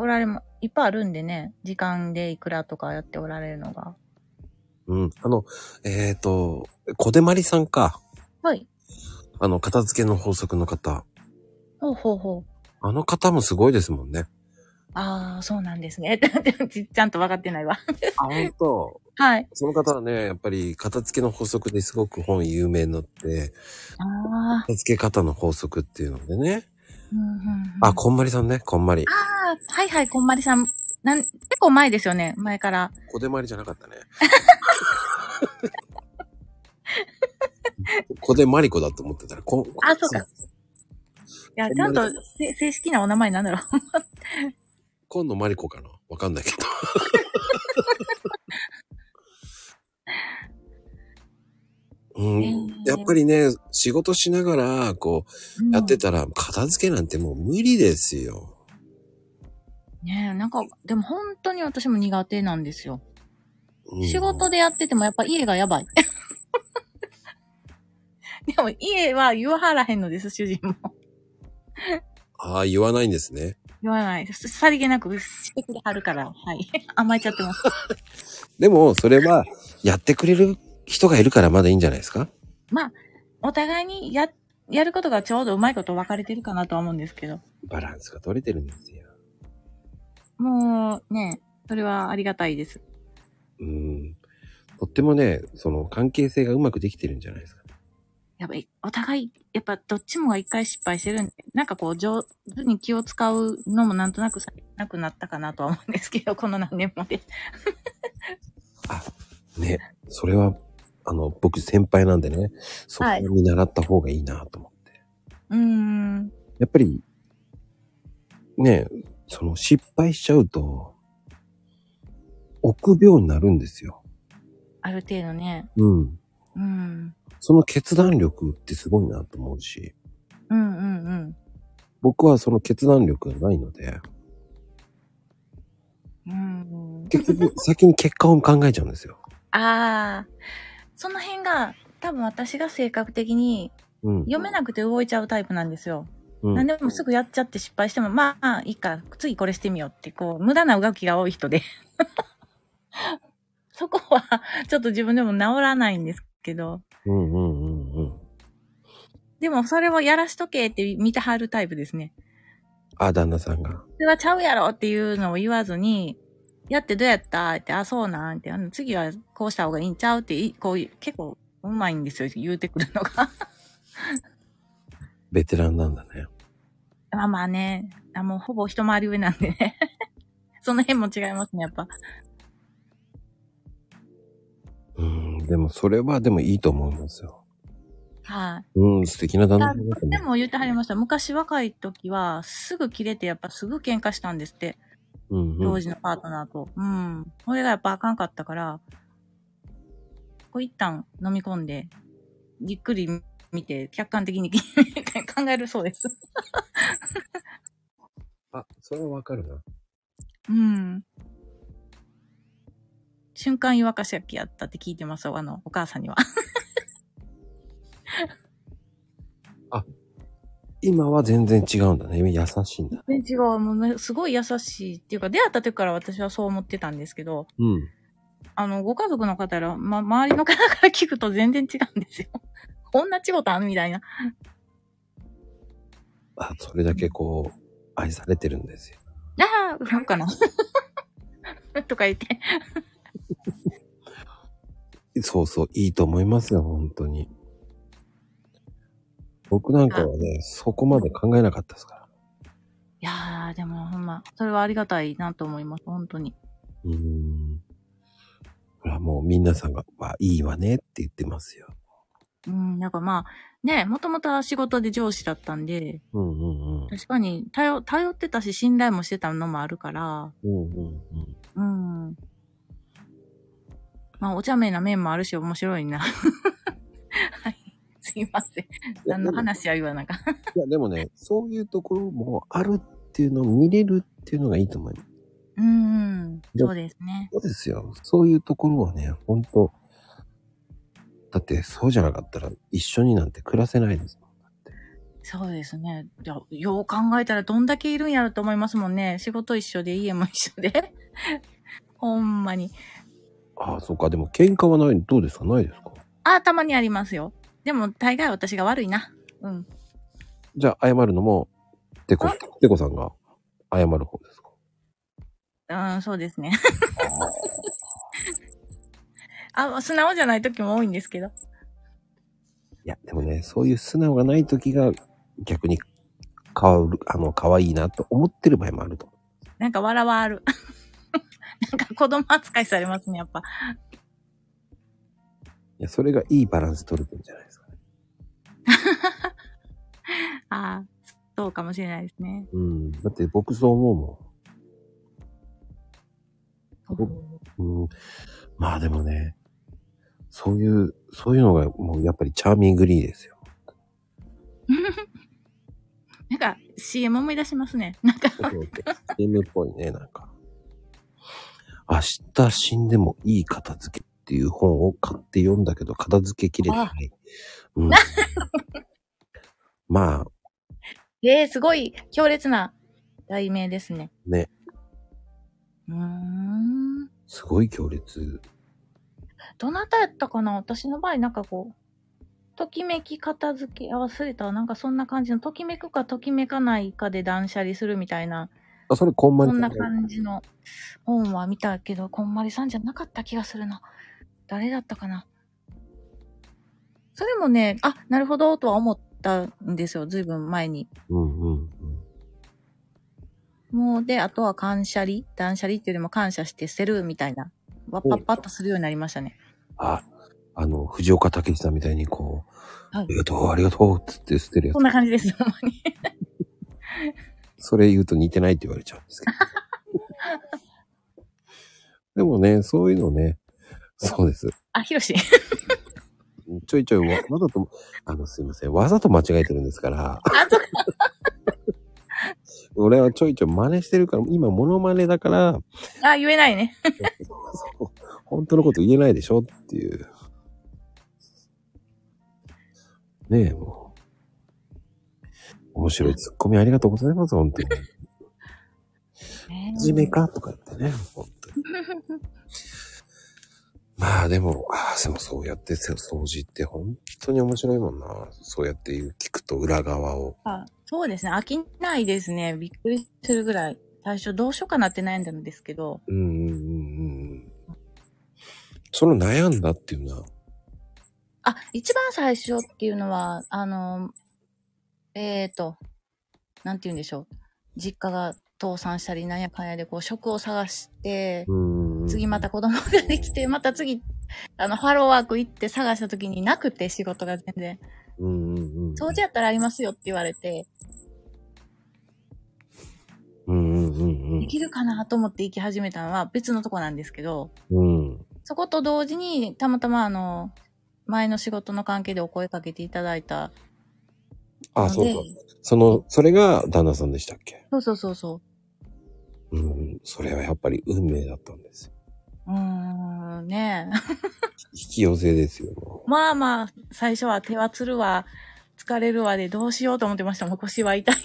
S3: おられも、いっぱいあるんでね、時間でいくらとかやっておられるのが。
S1: うん。あの、えっ、と、小手まりさんか。
S3: はい。
S1: あの、片付けの法則の方。
S3: ほうほうほう。
S1: あの方もすごいですもんね。
S3: ああ、そうなんですね。 <laughs> ちちゃんと分かってないわ。
S1: あ、本当。
S3: はい。
S1: その方はね、やっぱり片付けの法則ですごく本有名になって、
S3: ああ、
S1: 片付け方の法則っていうのでね。
S3: うんうんうん。
S1: あ、こんまりさんね、こんまり。
S3: あーはいはい、こんまりさん。なん、結構前ですよね、前から。
S1: 小手まりじゃなかった
S3: <laughs>
S1: ね。小手まり子だと思ってたら、こん
S3: あそうか。いや、
S1: こん
S3: ち
S1: ま
S3: ゃ
S1: り
S3: ん
S1: さ
S3: と
S1: ん
S3: せ正式なお名前なんだろう。
S1: 今度マリコかなわかんない
S3: <laughs>
S1: けど。うん、やっぱりね、仕事しながら、こう、やってたら、片付けなんてもう無理ですよ。
S3: うんねえ、なんか、でも本当に私も苦手なんですよ。
S1: うん
S3: 仕事でやっててもやっぱ家がやばい。 <laughs> でも家は言わはらへんのです、主人も。
S1: ああ、言わないんですね。
S3: 言わない。ささりげなくしてくれはるから、はい。 <laughs> 甘えちゃってます。
S1: でも、それは、やってくれる人がいるからまだいいんじゃないですか
S3: お互いにや、やることがちょうどうまいこと分かれてるかなとは思うんですけど。
S1: バランスが取れてるんですよ。
S3: もう、ねそれはありがたいです。
S1: うん。とってもね、その関係性がうまくできてるんじゃないですか。
S3: やっぱり、お互い、やっぱどっちもが一回失敗してるんで、なんかこう、上手に気を使うのもなんとなくさなくなったかなとは思うんですけど、この何年もで。
S1: ね、それは、あの、僕先輩なんでね、そこ
S3: はい
S1: を見習った方がいいなと思って。
S3: うーん。
S1: やっぱり、ね、その失敗しちゃうと、臆病になるんですよ。
S3: ある程度ね。
S1: うん。
S3: うん。
S1: その決断力ってすごいなと思うし、
S3: うんうんうん。
S1: 僕はその決断力がないので、
S3: うんうん。
S1: 結局先に結果を考えちゃうんですよ。
S3: ああ。その辺が、多分私が性格的に
S1: うん。
S3: 読めなくて動いちゃうタイプなんですよ。
S1: うん
S3: 何でもすぐやっちゃって失敗しても、まあ、いいか、次これしてみようって、こう、無駄な動きが多い人で。 <laughs> そこは、ちょっと自分でも治らないんですけど。
S1: うんうんうんうん。
S3: でも、それをやらしとけって見てはるタイプですね。
S1: あ、旦那さんが。
S3: それはちゃうやろっていうのを言わずに、やってどうやったって、あ、そうなんって、あの次はこうした方がいいんちゃうって、いこういう、結構、うまいんですよ、言うてくるのが。 <laughs>
S1: ベテランなんだね。
S3: まあまあね、あもうほぼ一回り上なんでね。 <laughs> その辺も違いますね、やっぱ。
S1: うん。でもそれはでもいいと思いますよ。
S3: はい。
S1: うん、素敵な旦那さ
S3: あ
S1: んだと
S3: で
S1: 思
S3: も言ってはりました。昔若い時は、すぐ切れて、やっぱすぐ喧嘩したんですって。
S1: う。うん、う
S3: 同
S1: ん。
S3: 時のパートナーと。うん。それがやっぱあかんかったから、こう一旦飲み込んで、じっくり見て、客観的に <laughs> 考えるそうです。
S1: あ、それはわかるな。
S3: うん。瞬間湯沸かし焼きやったって聞いてますよ、あの、お母さんには。
S1: 今は全然違うんだね。優しいんだ。
S3: 全然違う。もうね、すごい優しいっていうか、出会った時から私はそう思ってたんですけど、
S1: うん。
S3: あの、ご家族の方ら、ま、周りの方から聞くと全然違うんですよ。 <laughs> こんなちごたんみたいな。
S1: あ、それだけこう、愛されてるんですよ。
S3: ああ、なんかな。 <laughs> とか言って。
S1: そうそう、いいと思いますよ、本当に。僕なんかはね、そこまで考えなかったですから。
S3: いやー、でもほんま、それはありがたいなと思います、本当に。
S1: うーん。ほら、もうみんなさんが、まあ、いいわねって言ってますよ。
S3: うん、なんかまあ、ね、もともとは仕事で上司だったんで、
S1: うんうんうん。
S3: 確かに頼、頼ってたし、信頼もしてたのもあるから、
S1: うんうんうん。
S3: うん。まあ、お茶目な面もあるし、面白いな。 <laughs> はい。すいません。何の話は言わなかった。
S1: いや、でもね、そういうところもあるっていうのを見れるっていうのがいいと思います。
S3: うんうん、そうですね。
S1: そうですよ。そういうところはね、ほんと。だって、そうじゃなかったら一緒になんて暮らせないですもん。だって
S3: そうですね。いや、よう考えたらどんだけいるんやろと思いますもんね。仕事一緒で、家も一緒で。 <laughs> ほんまに。
S1: ああ、そっか。でも喧嘩はない、どうですかないですか
S3: あ、たまにありますよ。でも、大概私が悪いな。うん。
S1: じゃあ謝るのも、てこ
S3: あ、
S1: てこさんが謝る方ですか
S3: うん、そうですね。あ、素直じゃない時も多いんですけど。
S1: いや、でもね、そういう素直がない時が逆に変わる、あの、可愛いなと思ってる場合もあると。
S3: なんか笑わある。 <laughs> なんか子供扱いされますね、やっぱ。
S1: いや、それがいいバランス取れてるんじゃないですかね。
S3: ああ、そうかもしれないですね。
S1: うん。だって僕そう思うもん。うん、まあでもね、そういう、そういうのがもうやっぱりチャーミングリーですよ。
S3: <laughs> なんか CM 思い出しますね。なんか、
S1: CM っぽいね、なんか。明日死んでもいい片付けっていう本を買って読んだけど、片付けきれてない。うん、まあ
S3: えー、すごい強烈な題名ですね。
S1: ね、
S3: うーん。
S1: すごい強烈。
S3: どなたやったかな私の場合、なんかこう、ときめき片付け、あ、忘れた。なんかそんな感じの、ときめくかときめかないかで断捨離するみたいな、
S1: あ、それこんま
S3: そ
S1: り
S3: ん
S1: さ
S3: なん
S1: じゃない
S3: 感じの本は見たけど、こんまりさんじゃなかった気がするな。誰だったかなそれもね、あ、なるほど、とは思ったんですよ。ずいぶん前に。
S1: うんうんうん。
S3: もう、で、あとは感謝離断捨離っていうよりも感謝して捨てるみたいな。わっぱっぱっとするようになりましたね。
S1: あ、あの、藤岡武史さんみたいにこう、
S3: はい
S1: ありがとう、ありがとうっつって捨てるやつ
S3: そん。な感じです、ほんまに。
S1: それ言うと似てないって言われちゃうんですけど。
S3: <laughs>
S1: でもね、そういうのね、そうです。
S3: あ、ひろし。 <laughs>
S1: ちょいちょいわわざと、あの、すいません。わざと間違えてるんですから、
S3: あ、そうか。
S1: <laughs> 俺はちょいちょい真似してるから、今モノマネだから、
S3: あ、言えないね。
S1: そう <laughs> 本当のこと言えないでしょっていう。ねえ、もう。面白いツッコミありがとうございます、本当に。いじめかとか言ってね、本当に。まあでも、ああ、でもそうやってせ掃除って本当に面白いもんな。そうやって言う聞くと裏側を。
S3: あそうですね。飽きないですね。びっくりするぐらい。最初どうしようかなって悩んだんですけど、
S1: うんうんうんうんうん。その悩んだっていうのは、
S3: あ、一番最初っていうのは、あの、えーと、なんて言うんでしょう。実家が倒産したり、なんやかんやで、こう、職を探して、
S1: うんうん
S3: 次また子供ができて、 <laughs> また次、あの、ハローワーク行って探した時になくて、仕事が全然。
S1: うんうんうん。
S3: 掃除やったらありますよって言われて、
S1: うんうんうん
S3: できるかなと思って行き始めたのは別のとこなんですけど、
S1: うん。うん。
S3: そこと同時に、たまたまあの、前の仕事の関係でお声かけていただいたの
S1: あ、
S3: で、
S1: そうか。その、それが旦那さんでしたっけ
S3: そうそうそうそ
S1: うん。それはやっぱり運命だったんですよ。
S3: う。うーん、ねえ。 <laughs>
S1: 引き寄せですよ、もう。
S3: まあまあ、最初は手はつるわ、疲れるわでどうしようと思ってましたもん。腰は痛いし。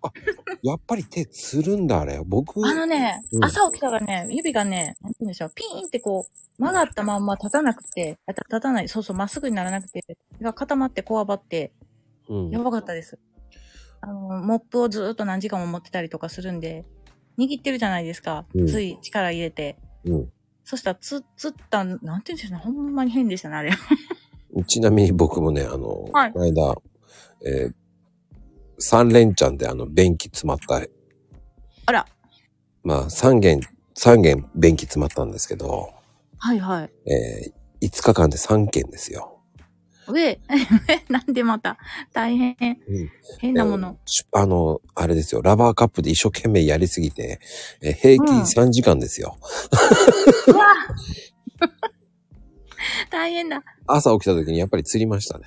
S3: <laughs>
S1: やっぱり手つるんだ、あれ。僕、
S3: あのね、
S1: うん
S3: 朝起きたらね、指がね、なんて言うんでしょう、ピーンってこう、曲がったまんま立たなくて、あ立たない、そうそう、まっすぐにならなくて、手が固まってこわばって、
S1: うん
S3: やばかったです。あの、モップをずーっと何時間も持ってたりとかするんで、握ってるじゃないですか
S1: うん。
S3: つい力入れて。
S1: う
S3: そしたら、つ、つった、なんて言うんでしょうね。ほんまに変でしたね、あれ。
S1: ん、ちなみに僕もね、あの、
S3: はい
S1: この間、えー、三連チャンであの、便器詰まった。
S3: あら。
S1: まあ、三件、三件便器詰まったんですけど、
S3: はいはい。
S1: えー、5日間で3件ですよ。
S3: 上、 <laughs> なんでまた。大変。
S1: うん
S3: 変なもの。
S1: しあの、あれですよ、ラバーカップで一生懸命やりすぎて、えー平均
S3: うん
S1: 3時間ですよ。
S3: うわ <laughs> 大変だ。
S1: 朝起きた時にやっぱり釣りましたね。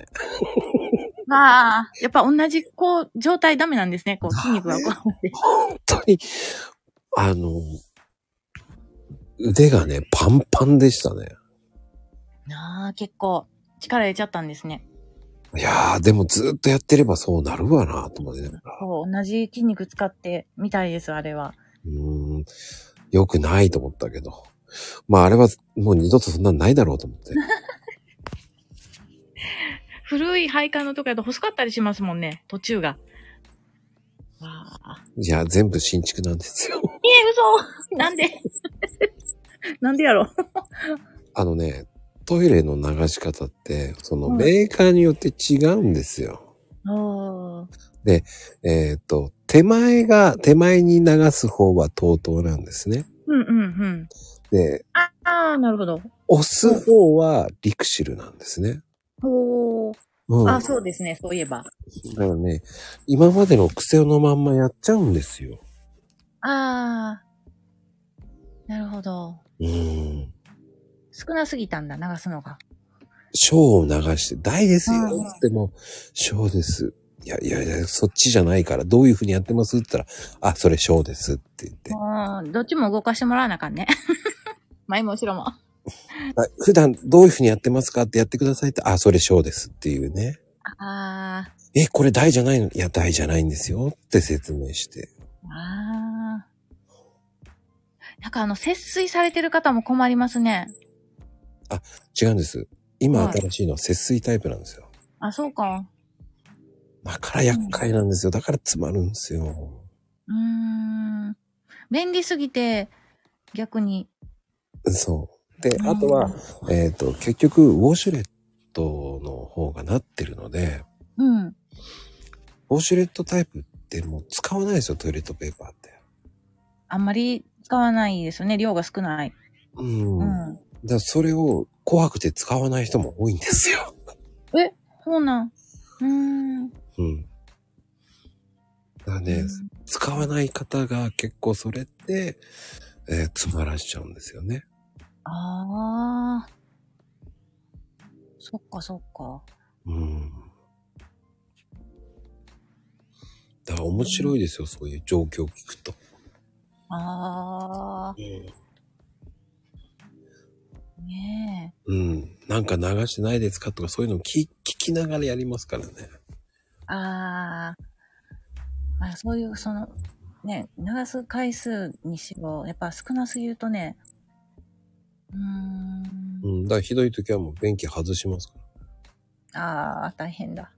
S3: まあ、やっぱ同じ、こう、状態ダメなんですね。こう、筋肉がこう。
S1: 本当に、あの、腕がね、パンパンでしたね。
S3: なあ、結構、力入れちゃったんですね。
S1: いやー、でもずっとやってればそうなるわな、と思って、ね、
S3: そう、同じ筋肉使ってみたいです、あれは。
S1: うーん、良くないと思ったけど。まああれはもう二度とそんなんないだろうと思って。
S3: 古い配管のとこやと細かったりしますもんね、途中が。わあ。
S1: いや、全部新築なんですよ。
S3: え嘘なんで <laughs> なんでやろ
S1: あのね、トイレの流し方って、その
S3: うん
S1: メーカーによって違うんですよ。
S3: あ
S1: えっ、と、手前が、手前に流す方は TOTO なんですね。
S3: うんうんうん。
S1: で、
S3: ああ、なるほど。
S1: 押す方はリクシルなんですね。
S3: おー。
S1: うん。
S3: あ、そうですね、そういえば。
S1: だからね、今までの癖のまんまやっちゃうんですよ。
S3: ああ。なるほど。
S1: うん。
S3: 少なすぎたんだ、流すのが。
S1: 小を流して、大ですよ
S3: うん
S1: つっても、小です。いやいやいや、そっちじゃないから、どういうふうにやってますって言ったら、あ、それ小ですって言って。
S3: ああ、どっちも動かしてもらわなあかんね。 <laughs> 前も後ろも。
S1: あ普段どういうふうにやってますかってやってくださいって、あ、それ小ですっていうね。
S3: ああ、
S1: え、これ大じゃないのいや、大じゃないんですよって説明して。
S3: ああ。なんかあの、節水されてる方も困りますね。
S1: 違うんです。今
S3: はい
S1: 新しいのは節水タイプなんですよ。
S3: あ、そうか。
S1: だから厄介なんですよ。だから詰まるんですよ。
S3: うーん。便利すぎて、逆に。
S1: そう。で、あとは、えっ、と、結局、ウォシュレットの方がなってるので、
S3: うん。
S1: ウォシュレットタイプってもう使わないですよ、トイレットペーパーって。
S3: あんまり使わないですよね。量が少ない。
S1: うん。
S3: う
S1: だか
S3: ん。
S1: らそれを怖くて使わない人も多いんですよ。
S3: そうなん。うーん。
S1: うん。だからね、使わない方が結構それって、えー詰まらしちゃうんですよね。
S3: ああ。そっかそっか。
S1: うん。だから面白いですよ、そういう状況を聞くと。
S3: ああ。ねえ。
S1: うん。なんか流してないですかとかそういうのを聞聞きながらやりますからね。
S3: ああ。まあそういう、その、ね、流す回数にしろ、やっぱ少なすぎるとね、うーん。
S1: うん。だからひどい時はもう便器外しますから。
S3: ああ、大変だ。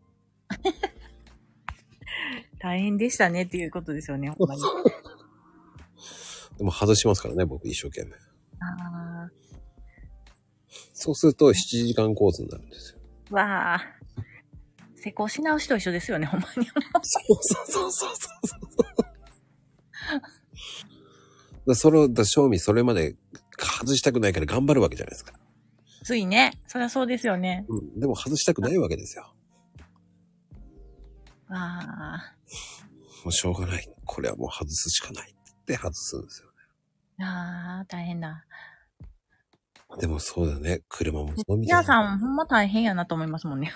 S3: <laughs> 大変でしたねっていうことですよね、ほんまに。
S1: でも外しますからね、僕一生懸命。
S3: <laughs> あ
S1: そうすると7時間コースになるんですよ。
S3: あ、わあ。施工し直しと一緒ですよね、ほんまに。
S1: そうそうそうそうそうそう。だからその、だ賞味それまで外したくないから頑張るわけじゃないですか。
S3: ついね。そりゃそうですよね。
S1: うん。でも外したくないわけですよ。
S3: わあ。
S1: もうしょうがない。これはもう外すしかないって外すんですよ。
S3: ああ、大変だ。
S1: でもそうだね。車もそうみたいな。
S3: 皆さん、ほんま大変やなと思いますもんね。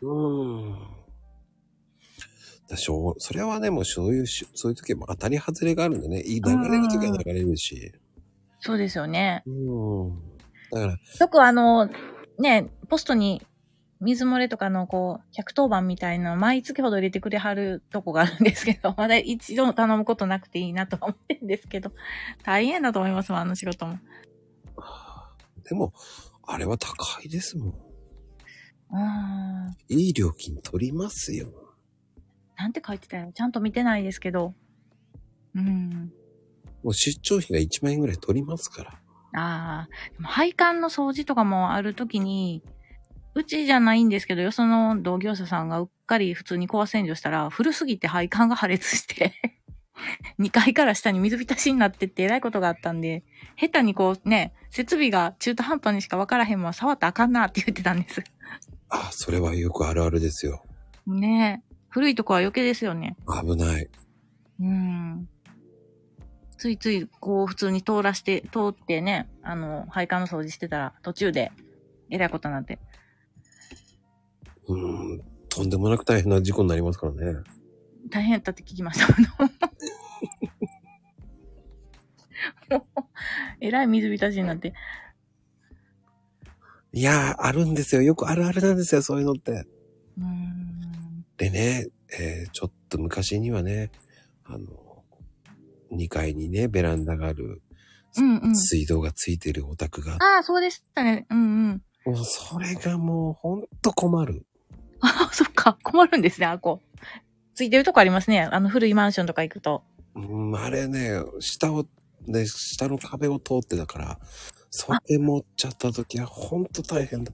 S1: うん。だしょうそれはね、もうそういうし、そういう時も当たり外れがあるんでね、いい流れる時は流れるし。
S3: そうですよね。
S1: うん。だから、
S3: よくあの、ね、ポストに水漏れとかのこう、110番みたいなの毎月ほど入れてくれはるとこがあるんですけど、 <laughs> まだ一度も頼むことなくていいなとは思ってるんですけど、 <laughs> 大変だと思いますもん、あの仕事も。
S1: でも、あれは高いですもん。
S3: うーん。
S1: いい料金取りますよ。
S3: なんて書いてたよ。ちゃんと見てないですけど。うん。
S1: もう出張費が1万円ぐらい取りますから。
S3: ああ、でも配管の掃除とかもあるときに、うちじゃないんですけど、よその同業者さんがうっかり普通に壊洗浄したら、古すぎて配管が破裂して、2階から下に水浸しになってってえらいことがあったんで、下手にこうね、設備が中途半端にしか分からへんもん触ったらあかんなって言ってたんです。
S1: あ、それはよくあるあるですよ。
S3: ねえ。古いとこは余計ですよね。
S1: 危ない。
S3: うん。ついつい、こう、普通に通らして、通ってね、あの、配管の掃除してたら、途中で、えらいことになって。
S1: うん。とんでもなく大変な事故になりますからね。
S3: 大変だったって聞きました。 <laughs> もうえらい水浸しになって。
S1: いやー、あるんですよ。よくあるあるなんですよ、そういうのって。
S3: うん。
S1: でね、えーちょっと昔にはね、あの、2階にね、ベランダがある、
S3: うんうん。
S1: 水道がついてるお宅があっ
S3: ああ、そうでしたね。うんうん。
S1: て、もうそれがもうほんと困る。
S3: あ、そっか。困るんですね、あこう。ついてるとこありますね。あの古いマンションとか行くと。
S1: うん、あれね、下を、ね、下の壁を通ってだから、それ持っちゃった時はほんと大変だ。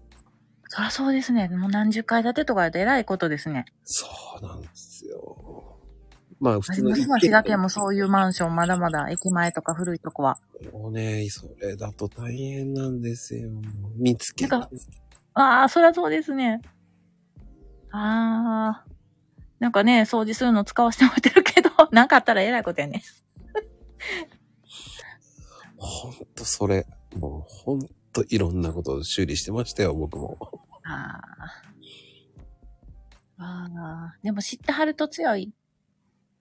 S3: そりゃそうですね。もう何十階建てとかだと偉いことですね。
S1: そうなんですよ。まあ普通の
S3: 私も滋賀県もそういうマンション、まだまだ駅前とか古いとこは。
S1: もうね、それだと大変なんですよ。見つけ
S3: なんかああ、そりゃそうですね。ああ。なんかね、掃除するの使わせてもらってるけど、 <laughs> なんかあったら偉いことやね。
S1: ほんとそれ、もうほんといろんなことを修理してましたよ、僕も。
S3: ああ。ああ。でも知ってはると強い。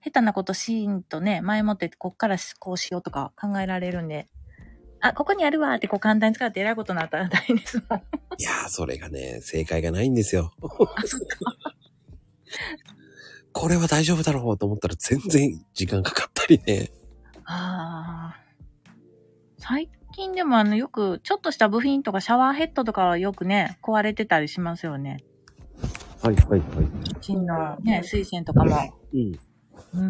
S3: 下手なことしーんとね、前もってこっからしこうしようとか考えられるんで。あ、ここにあるわーってこう簡単に使って偉いことになったら大変ですもん。
S1: いやー、それがね、正解がないんですよ。これは大丈夫だろうと思ったら全然時間かかったりね。
S3: <laughs> ああ。最近でもあのよく、ちょっとした部品とかシャワーヘッドとかはよくね、壊れてたりしますよね。
S1: はいはいはい。
S3: キッチンのね、水栓とかも。
S1: うん。
S3: うー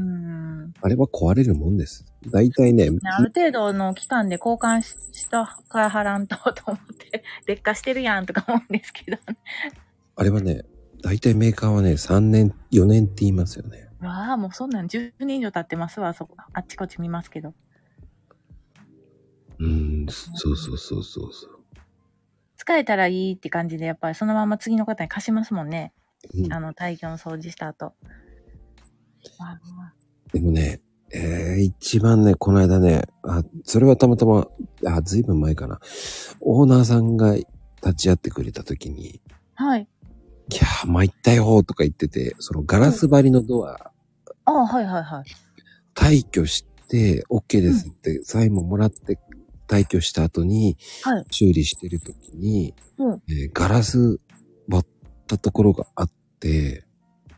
S3: ん。
S1: あれは壊れるもんです。大体ね、
S3: ねある程度の期間で交換ししたからはらんとと思って、 <laughs> 劣化してるやんとか思うんですけど、ね。
S1: あれはね、大体メーカーはね、3年、4年って言いますよね。
S3: わあ、もうそんなん10年以上経ってますわ、そこ。あっちこっち見ますけど。
S1: うん、そうそうそうそうそう。
S3: 使えたらいいって感じで、やっぱりそのまま次の方に貸しますもんね。
S1: うん
S3: あの、体験を掃除した後。わあ
S1: でもね、えー、一番ね、この間ね、あ、それはたまたま、あ、ずいぶん前かな。オーナーさんが立ち会ってくれた時に、
S3: はい。
S1: いやー、参ったよーとか言ってて、そのガラス張りのドア、
S3: ああ、はいはいはい。
S1: 退去して、OK ですって、サインももらって、退去した後に、
S3: はい
S1: 修理してる時に、
S3: うん
S1: えーガラス割ったところがあって、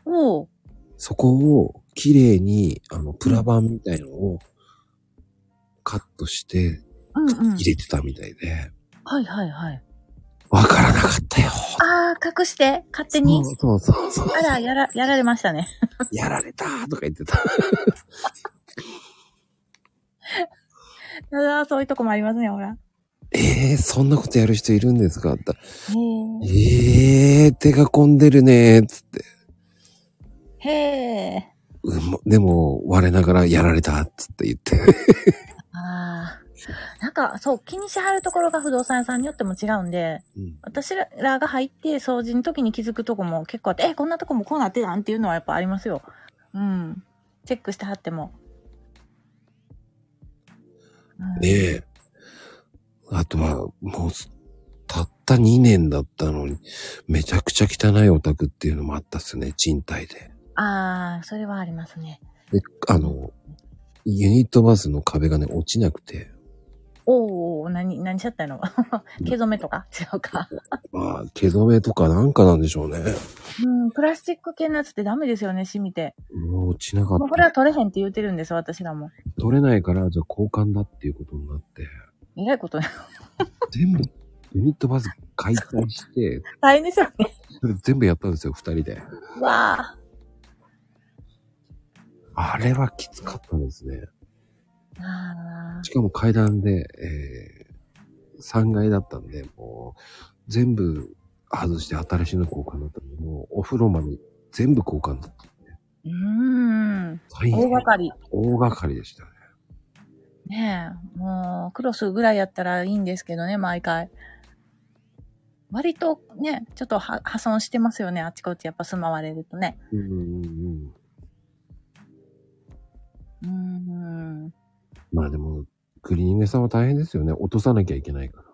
S3: おお。
S1: そこを綺麗に、あの、プラ板みたいのをカットして、
S3: うんうん。
S1: 入れてたみたいで、
S3: はいはいはい。
S1: わからなかったよ。
S3: ああ、隠して、勝手に。
S1: そうそうそうそう。
S3: あら、やら、やられましたね。 <laughs>
S1: やられたとか言ってた。
S3: ああ、そういうとこもありますね、ほら。
S1: えー、そんなことやる人いるんですかって言ったら
S3: へえ。
S1: えー、手が込んでるねーっつって。
S3: へえ。
S1: うんもでも、我ながらやられたっつって言って。
S3: ああ。なんか、そう、気にしはるところが不動産屋さんによっても違うんで、
S1: うん
S3: 私らが入って掃除の時に気づくとこも結構あって、え、こんなとこもこうなってたんっていうのはやっぱありますよ。うん。チェックしてはっても。うん
S1: ねえ。あとは、もう、たった2年だったのに、めちゃくちゃ汚いオタクっていうのもあったっすね、賃貸で。
S3: ああ、それはありますね。
S1: で、あの、ユニットバスの壁がね、落ちなくて。
S3: おーおー、何、何しちゃったの <laughs> 毛染めとか <laughs> 違うか。
S1: まあ、毛染めとかなんかなんでしょうね。
S3: うん、プラスチック系のやつってダメですよね、染みて。
S1: もう落ちなかっ
S3: もうこれ
S1: た。
S3: は取れへんって言うてるんです、私らも。
S1: 取れないから、じゃあ交換だっていうことになって。
S3: えらいことね。
S1: 全部、ユニットバス解体して、
S3: 大変ですよね。
S1: それ全部やったんですよ、二人で。
S3: わあ。
S1: あれはきつかったですね。
S3: あ
S1: しかも階段で、えー、3階だったんで、もう、全部外して新しいの交換だったんで、もう、お風呂まで全部交換だったんで。
S3: ーうーん。
S1: 大
S3: 大
S1: 変。
S3: 掛かり。
S1: 大掛かりでしたね。
S3: ねえ。もう、クロスぐらいやったらいいんですけどね、毎回。割とね、ちょっとは破損してますよね、あちこちやっぱ住まわれるとね。
S1: うんうんうん。
S3: うーん。
S1: まあでも、クリーニング屋さんは大変ですよね。落とさなきゃいけないから。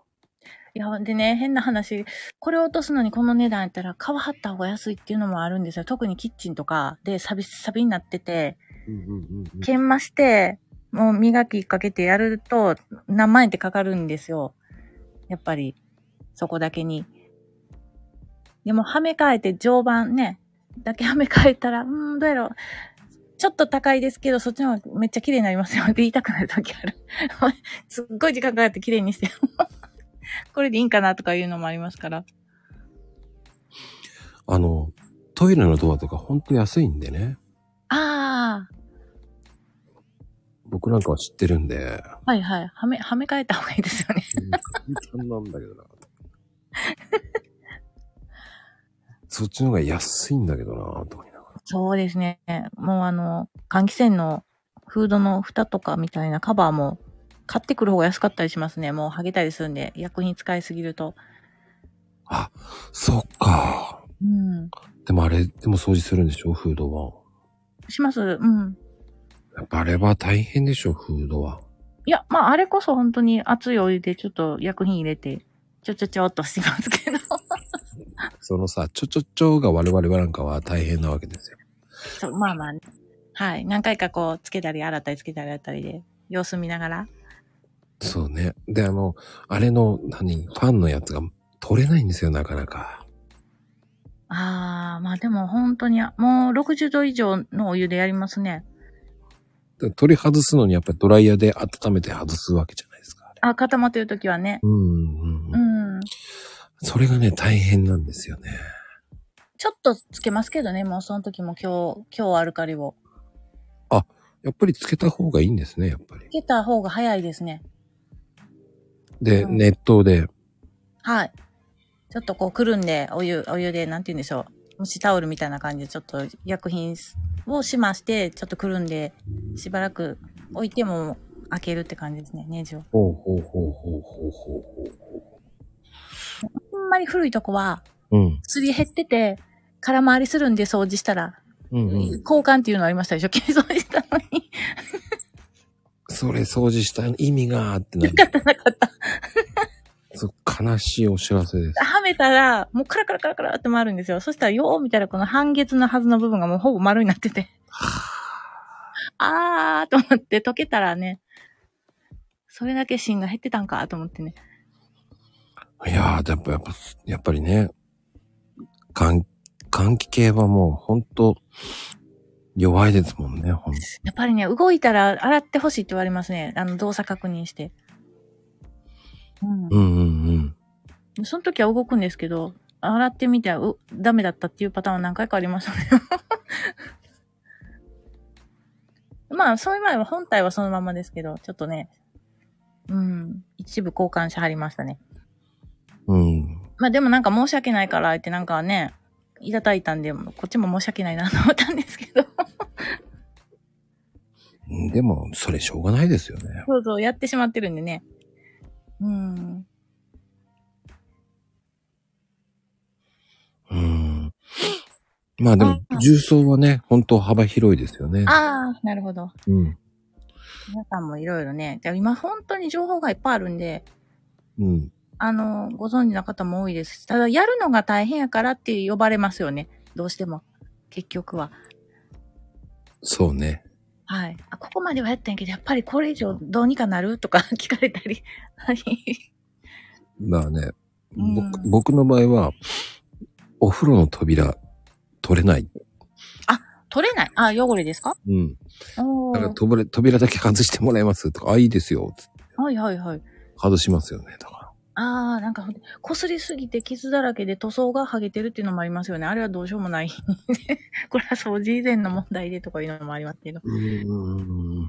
S3: いや、ほんでね、変な話、これを落とすのにこの値段やったら、皮張った方が安いっていうのもあるんですよ。特にキッチンとかでサビサビになってて、
S1: うんうんうんうん
S3: 研磨して、もう磨きかけてやると、何万円ってかかるんですよ。やっぱり、そこだけに。でも、はめ替えて常磐ね、だけ雨変えたら、うーん、どうやろう。ちょっと高いですけど、そっちの方がめっちゃ綺麗になりますよって <laughs> 言いたくなる時ある。 <laughs> すっごい時間かかって綺麗にして。 <laughs> これでいいんかなとかいうのもありますから。
S1: あの、トイレのドアとかほんと安いんでね。
S3: あ
S1: 僕なんかは知ってるんで。
S3: あ、はいはい。はめ、はめ替えた方がいいですよね。
S1: 簡単なんだけどな。そっちの方が安いんだけどな、と思いながら。
S3: そうですね。もうあの、換気扇のフードの蓋とかみたいなカバーも買ってくる方が安かったりしますね。もう剥げたりするんで、薬品使いすぎると。
S1: あ、そっか。
S3: うん。
S1: でもあれ、でも掃除するんでしょ、フードは。
S3: しますうん。
S1: やっぱあれは大変でしょ、フードは。
S3: いや、まあ、あれこそ本当に熱いお湯でちょっと薬品入れて、ちょちょちょっとしますけど。 <laughs>
S1: そのさ、ちょちょちょが我々はなんかは大変なわけですよ。
S3: そう、まあまあ、ね、はい。何回かこう、つけたり、洗ったり、つけたり、洗ったりで、様子見ながら。
S1: そうね。で、あの、あれの、何、ファンのやつが取れないんですよ、なかなか。
S3: ああ、まあでも本当に、もう60度以上のお湯でやりますね。
S1: で取り外すのにやっぱりドライヤーで温めて外すわけじゃないですか。あれ
S3: あ、固まってる時はね。
S1: うんうん
S3: う
S1: うん。
S3: ん。
S1: それがね、大変なんですよね。
S3: ちょっとつけますけどね、もうその時も今日、今日アルカリを。
S1: やっぱりつけた方がいいんですね、やっぱり
S3: つ。けた方が早いですね。
S1: で、
S3: うん
S1: 熱湯で、
S3: はい。ちょっとこうくるんで、お湯、お湯で、なんて言うんでしょう。蒸しタオルみたいな感じで、ちょっと薬品をしまして、ちょっとくるんで、しばらく置いても開けるって感じですね、ネジを。
S1: ほうほうほうほうほうほうほうほ
S3: あんまり古いとこは、
S1: う。うん。
S3: すり減ってて、空回りするんで掃除したら、
S1: うんうん。
S3: 交換っていうのありましたでしょ <laughs> 消掃除したのに。 <laughs>
S1: それ掃除した意味があってなる。
S3: なかった。
S1: そう悲しいお知らせです。
S3: はめたら、もうカラカラカラカラって回るんですよ。そしたら、よーみたいなこの半月のはずの部分がもうほぼ丸になってて。あーと思って溶けたらね、それだけ芯が減ってたんかと思ってね。
S1: いやー、でもやっぱ、やっぱりね、換換気系はもうほんと弱いですもんね、ほんと
S3: やっぱりね、動いたら洗ってほしいって言われますね。あの、動作確認して。う
S1: うんうんうん。
S3: ん。その時は動くんですけど、洗ってみてはう、ダメだったっていうパターンは何回かありましたね。 <laughs> まあ、そういう前は本体はそのままですけど、ちょっとね、うん、一部交換しはりましたね。
S1: うん。
S3: まあでもなんか申し訳ないからってなんかね、いただいたんで、こっちも申し訳ないなと思ったんですけど。 <laughs>
S1: うんでも、それしょうがないですよね。
S3: そうそう、やってしまってるんでね。うん。
S1: うん。まあでも、重曹はね、ほんと幅広いですよね。
S3: ああ、なるほど。
S1: うん。
S3: 皆さんもいろいろね。で今本当に情報がいっぱいあるんで、
S1: うん。
S3: あの、ご存知な方も多いですし、ただやるのが大変やからって呼ばれますよね。どうしても。結局は。
S1: そうね。
S3: はい。あ、ここまではやったんやけど、やっぱりこれ以上どうにかなるとか <laughs> 聞かれたり。はい。
S1: まあね、
S3: うん
S1: 僕僕の場合は、お風呂の扉、取れない。
S3: 取れない。あ、汚れですか
S1: うん。
S3: お
S1: だから
S3: ー。
S1: 扉、扉だけ外してもらえますとか、あ、いいですよ。つって
S3: はいはいはい。
S1: 外しますよね。だか
S3: ああ、なんか、こすりすぎて傷だらけで塗装が剥げてるっていうのもありますよね。あれはどうしようもない。 <laughs> これは掃除以前の問題でとかいうのもありますけど。
S1: ら。うん。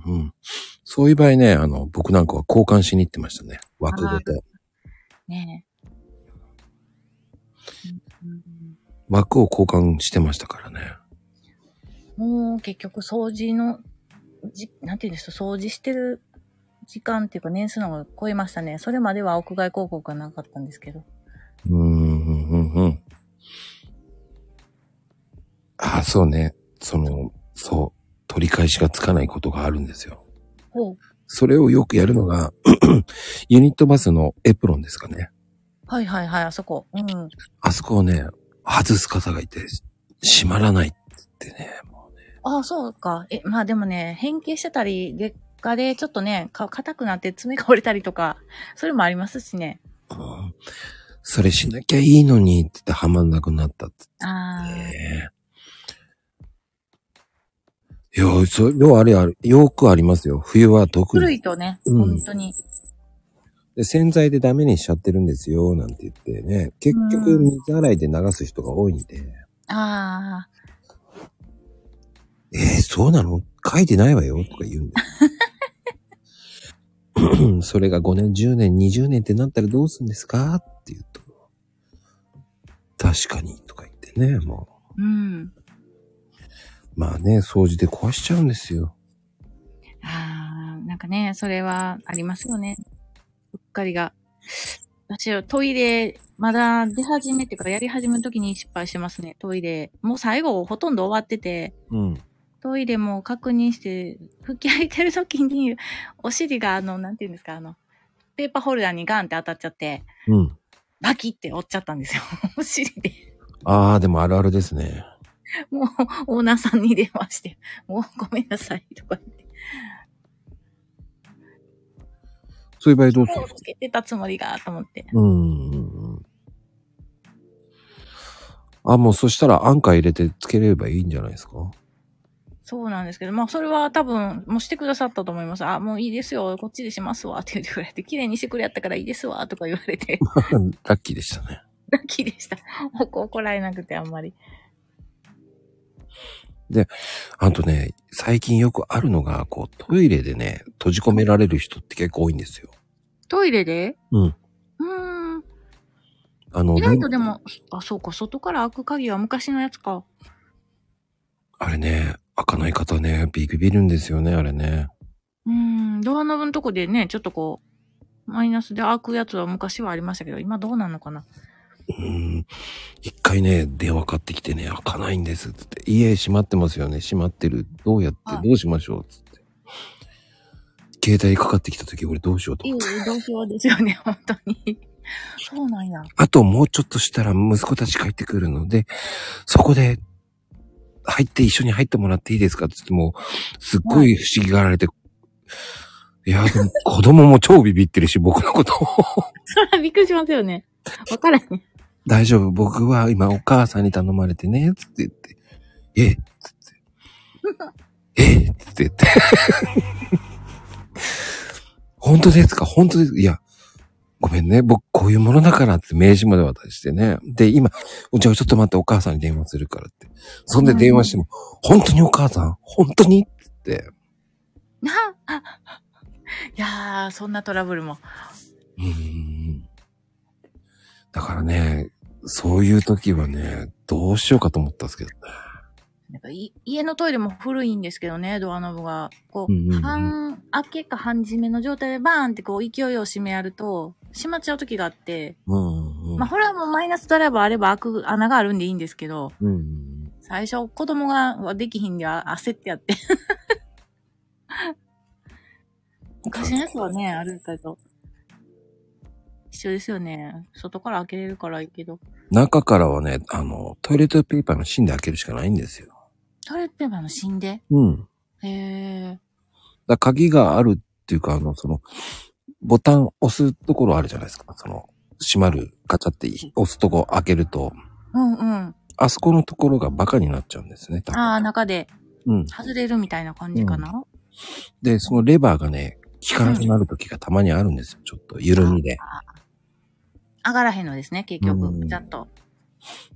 S1: うんそういう場合ね、あの、僕なんかは交換しに行ってましたね。枠ごと。
S3: ねえ。
S1: 枠を交換してましたからね。
S3: もう結局掃除の、じなんていうんですか、掃除してる時間っていうか年数の方が超えましたね。それまでは屋外広告がなかったんですけど。
S1: うん、うん、うん、うん。あ、そうね。その、そう。取り返しがつかないことがあるんですよ。
S3: ほう。
S1: それをよくやるのが、 <clears throat> ユニットバスのエプロンですかね。
S3: はいはいはい、あそこ。うん。
S1: あそこをね、外す方がいて、閉まらないってね。も
S3: ああ、そうか。え、まあでもね、変形してたり、劣化でちょっとね、か硬くなって爪が折れたりとか、それもありますしね。
S1: ううんそれしなきゃいいのにって言ってはまんなくなったって
S3: ああ、
S1: ね。いや、それ、要はあれある、よくありますよ。冬は特
S3: 古
S1: に。
S3: いとね、
S1: うん
S3: 本当に。
S1: で洗剤でダメにしちゃってるんですよ、なんて言ってね。結局、
S3: うん
S1: 水洗いで流す人が多いんで。
S3: ああ、
S1: えー、そうなの書いてないわよとか言うんだよ。 <laughs> それが5年、10年、20年ってなったらどうすんですかって言うと。確かに、とか言ってね、も
S3: うん。
S1: う。まあね、掃除で壊しちゃうんですよ。
S3: ああ、なんかね、それはありますよね。うっかりが。私はトイレ、まだ出始めっていうか、やり始めの時に失敗してますね、トイレ。もう最後ほとんど終わってて、
S1: うん。
S3: トイレも確認して、拭き上げてる時に、お尻があの、なんていうんですか、あの、ペーパーホルダーにガンって当たっちゃって、
S1: うん。
S3: バキって折っちゃったんですよ。 <laughs> お尻で。
S1: ああ、でもあるあるですね。
S3: もう、オーナーさんに電話して、もうごめんなさい、とか言って。
S1: そういう場合どうするんで
S3: もう
S1: すか
S3: つけてたつもりが、と思って。
S1: うんうんうん。あ、もうそしたら安価入れてつければいいんじゃないですか
S3: そうなんですけど、まあ、それは多分、もうしてくださったと思います。あ、もういいですよ、こっちでしますわ、って言ってくれて、綺麗にしてくれやったからいいですわ、とか言われて、
S1: <laughs>
S3: <laughs>
S1: ラッキーでしたね。
S3: ラッキーでした。怒怒られなくて、あんまり。
S1: あとね、最近よくあるのが、こう、トイレでね、閉じ込められる人って結構多いんですよ。
S3: トイレで
S1: うん。
S3: うーん。
S1: あの、
S3: 意外と
S1: ね
S3: でも、あ、そうか、外から開く鍵は昔のやつか。
S1: あれね、開かない方ね、ビビるんですよね、あれね。
S3: うーん、ドアノブのとこでね、ちょっとこう、マイナスで開くやつは昔はありましたけど、今どうなんのかな。
S1: うーん。一回ね、電話かかってきてね、開かないんですっつって、家閉まってますよね、閉まってる。どうやって
S3: は、い
S1: どうしましょうっつって。携帯かかってきた時、俺どうしようと
S3: いい
S1: 思って。
S3: 同票ですよね、本当に。 <laughs> そうなんや。
S1: あともうちょっとしたら息子たち帰ってくるので、そこで、入って一緒に入ってもらっていいですかって言っても、すっごい不思議がられて、い、や、でも子供も超ビビってるし、僕のことを。
S3: そら <laughs> びっくりしますよね。わからへん。
S1: 大丈夫、僕は今お母さんに頼まれてね、つって言って、えっつって、えっつって言って、 <laughs> 本当ですか本当ですいや、ごめんね、僕こういうものだからって名刺まで渡してね。で、今、じゃあちょっと待ってお母さんに電話するからって。そんで電話しても、本当にお母さん本当につって、
S3: なあ。いやー、そんなトラブルも。
S1: うーん。だからね、そういう時はね、どうしようかと思ったんですけどね。
S3: なんかい家のトイレも古いんですけどね、ドアノブが。こう、
S1: うんうんうん
S3: 半開けか半閉めの状態でバーンってこう勢いを締めやると、閉まっちゃう時があって、
S1: うんうんうん
S3: まあ、これはもうマイナスドライバーあれば開く穴があるんでいいんですけど、
S1: うん。
S3: 最初子供がはできひんであ焦ってやって。 <laughs> 昔のやつはね、あるけど。一緒ですよね。外から開けれるからいいけど。
S1: 中からはね、あの、トイレットペーパーの芯で開けるしかないんですよ。
S3: トイレットペーパーの芯で
S1: うん。だか
S3: へえ。
S1: ら鍵があるっていうか、あの、その、ボタン押すところあるじゃないですか。その、閉まる、ガチャって押すとこ開けると、
S3: うんうん。あ
S1: あそこのところがバカになっちゃうんですね。多分
S3: あー、中で
S1: うん。
S3: 外れるみたいな感じかな。
S1: で、そのレバーがね、効かなくなる時がたまにあるんですよ。ちょっと緩みで。
S3: 上がらへんのですね、結
S1: う
S3: 局。
S1: ん
S3: ちゃんと。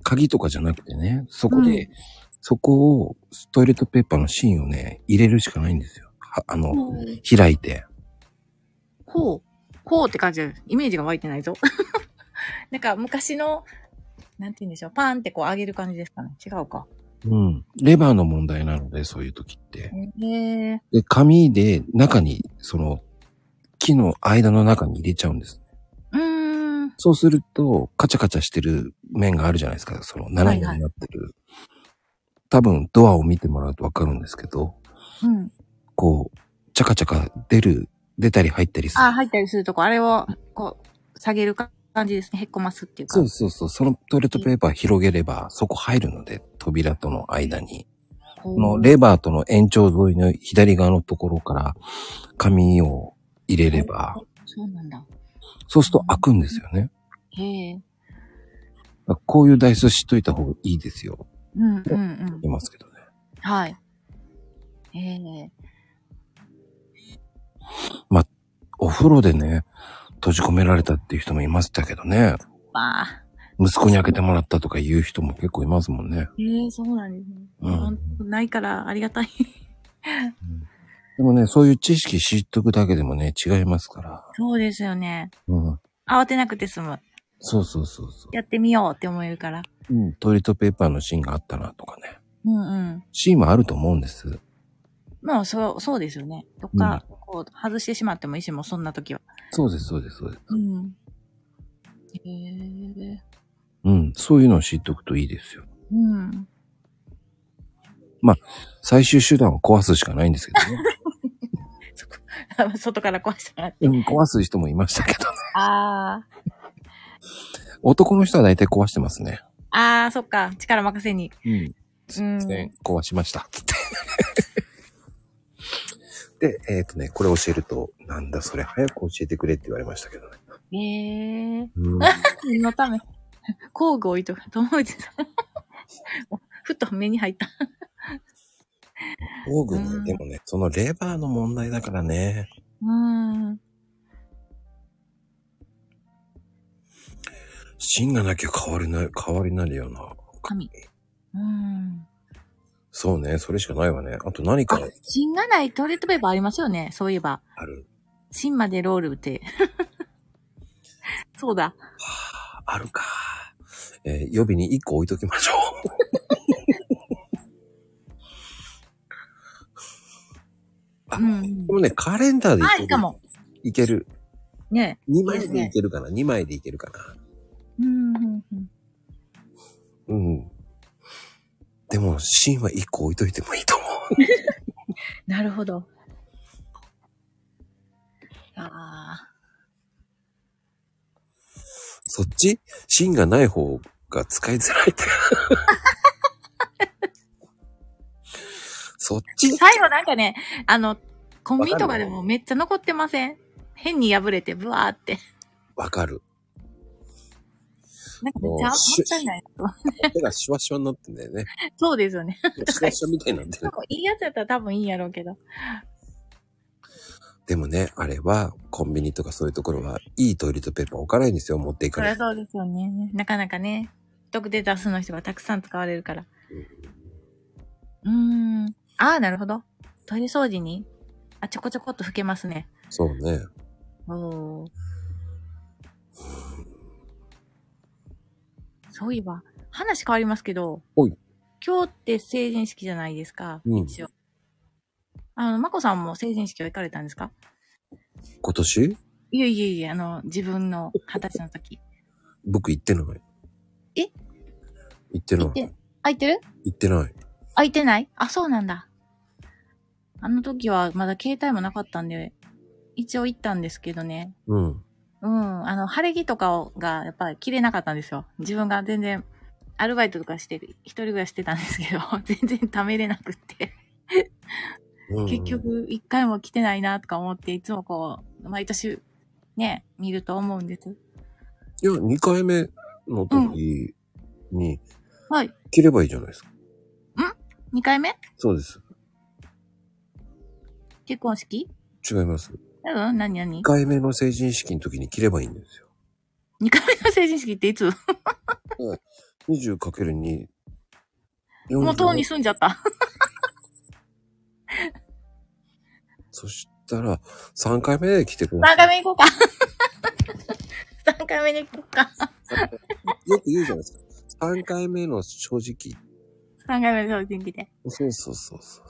S1: 鍵とかじゃなくてね、そこで、
S3: う
S1: そこを、トイレットペーパーの芯をね、入れるしかないんですよ。はあの、
S3: うん
S1: 開いて。
S3: こう。こうって感じで、イメージが湧いてないぞ。 <laughs> なんか昔の、なんて言うんでしょう。パーンってこう上げる感じですかね。違うか。
S1: うん。レバーの問題なので、そういう時って。
S3: へえ。
S1: で、紙で中に、その、木の間の中に入れちゃうんです。
S3: うーん。
S1: そうすると、カチャカチャしてる面があるじゃないですか。その、斜めになってる。多分、ドアを見てもらうとわかるんですけど、
S3: うん。
S1: こう、チャカチャカ出る、出たり入ったりする。
S3: あ、入ったりするとこ、あれを、こう、下げる感じですね。へっこますっていうか。
S1: そうそうそう。そのトイレットペーパー広げれば、そこ入るので、扉との間に。
S3: こ
S1: この
S3: レ
S1: レバーとの延長沿いの左側のところから、紙を入れれば、
S3: そうなんだ。
S1: そうすると開くんですよね。
S3: へえ。
S1: だからこういうダイスしといた方がいいですよ。
S3: うんうんうん。
S1: 言いますけどね。
S3: はい。ええ
S1: お風呂でね、閉じ込められたっていう人もいましたけどね。
S3: まあ、
S1: 息子に開けてもらったとか言う人も結構いますもんね。
S3: ええそうなんですね。
S1: うん
S3: ほんとないからありがたい。
S1: でもね、そういう知識知っとくだけでもね、違いますから。
S3: そうですよね。
S1: うん。
S3: 慌てなくて済む。
S1: そうそうそうそう。
S3: やってみようって思えるから。
S1: うん、トイレットペーパーの芯があったなとかね。
S3: うんうん。
S1: 芯はあると思うんです。
S3: まあ、そう、そうですよね。どっか、こう、外してしまってもいいし、もうそんな時は。
S1: そうです、そうです、そうです。
S3: うん。ええ
S1: うん、そういうのを知っとくといいですよ。
S3: うん。 <laughs>
S1: 最終手段は壊すしかないんですけどね。
S3: そこ、外から壊してもらって。
S1: <laughs> うん、壊す人もいましたけどね。
S3: あ
S1: 男の人は大体壊してますね。
S3: あ。ああ、そっか。力任せに。
S1: うん。
S3: うん。
S1: ね、壊しました。 <laughs> つって。で、えっ、とね、これ教えると、なんだそれ、早く教えてくれって言われましたけどね。
S3: ええ
S1: うん、
S3: 何のため工具置いとく。友内さん。 <laughs> ふと目に入った。
S1: 工具も、
S3: うん
S1: でもね、そのレバーの問題だからね。
S3: うん。
S1: 芯がなきゃ変わりない、変わりなるような。
S3: 神。うん。
S1: そうね、それしかないわね。あと何か
S3: 芯がないトイレットペーパーありますよね。そういえば。
S1: ある。
S3: 芯までロールって。 <laughs> そうだ。
S1: はあ、あるか。えー予備に1個置いときましょう。あ
S3: うん
S1: で。もね、カレンダーでい
S3: あ、
S1: け
S3: い
S1: る
S3: いかも。
S1: いける。
S3: ね
S1: 2枚でいけるかな、?2 枚でいけるかな
S3: うんうんうん。
S1: うん。でも、芯は1個置いといてもいいと思う。
S3: なるほど。ああ。
S1: そっち芯がない方が使いづらいって。そっち
S3: 最後なんかね、あの、コンビニとかでもめっちゃ残ってません変に破れて、ブワーって。
S1: わかる。
S3: なんかめっちゃもったいないなと。
S1: 手がシワシワになってんだよね。
S3: そうですよね。
S1: シワシワみたいになって
S3: <laughs> なん
S1: る。
S3: かいいやつやったら多分いいんやろうけど。
S1: でもね、あれは、コンビニとかそういうところは、いいトイレットペーパー置かないんですよ、持ってい
S3: そ
S1: か
S3: り
S1: れ
S3: ゃ
S1: て。
S3: そうですよね。なかなかね、特定多数の人がたくさん使われるから。うーん。ああ、なるほど。トイレ掃除にあ、ちょこちょこっと拭けますね。
S1: そうね。
S3: おーそういえば、話変わりますけど、
S1: おい
S3: 今日って成人式じゃないですか、
S1: うん
S3: 一応。あの、まこさんも成人式は行かれたんですか
S1: 今年
S3: いえいえいえ、あの、自分の二十歳の時。
S1: 僕行ってない。
S3: え
S1: 行ってない。
S3: 行って空いてる
S1: 行ってない。
S3: 空いてないあ、そうなんだ。あの時はまだ携帯もなかったんで、一応行ったんですけどね。
S1: うん。
S3: うん。あの、晴れ着とかをが、やっぱり着れなかったんですよ。自分が全然、アルバイトとかして、一人暮らししてたんですけど、 <laughs> 全然貯めれなくって。
S1: うん
S3: 結。局、一回も着てないなとか思って、いつもこう、毎年、ね、見ると思うんです。
S1: いや、2回目の時に、
S3: はい。
S1: 切ればいいじゃないですか。
S3: 二回目
S1: そうです。
S3: 結婚式
S1: 違います。
S3: うん何
S1: 1
S3: 何
S1: 回目の成人式の時に切ればいいんですよ。
S3: 二回目の成人式っていつ
S1: 20×2。
S3: もうとうに
S1: に
S3: 住んじゃった。
S1: そしたら、3回目で来てくださ
S3: 三
S1: い。
S3: 回目行こう <laughs> か。三回目に行こうか。
S1: よく言うじゃないですか。3回目の正直。
S3: 三回目の天気で。
S1: そうそうそうそう。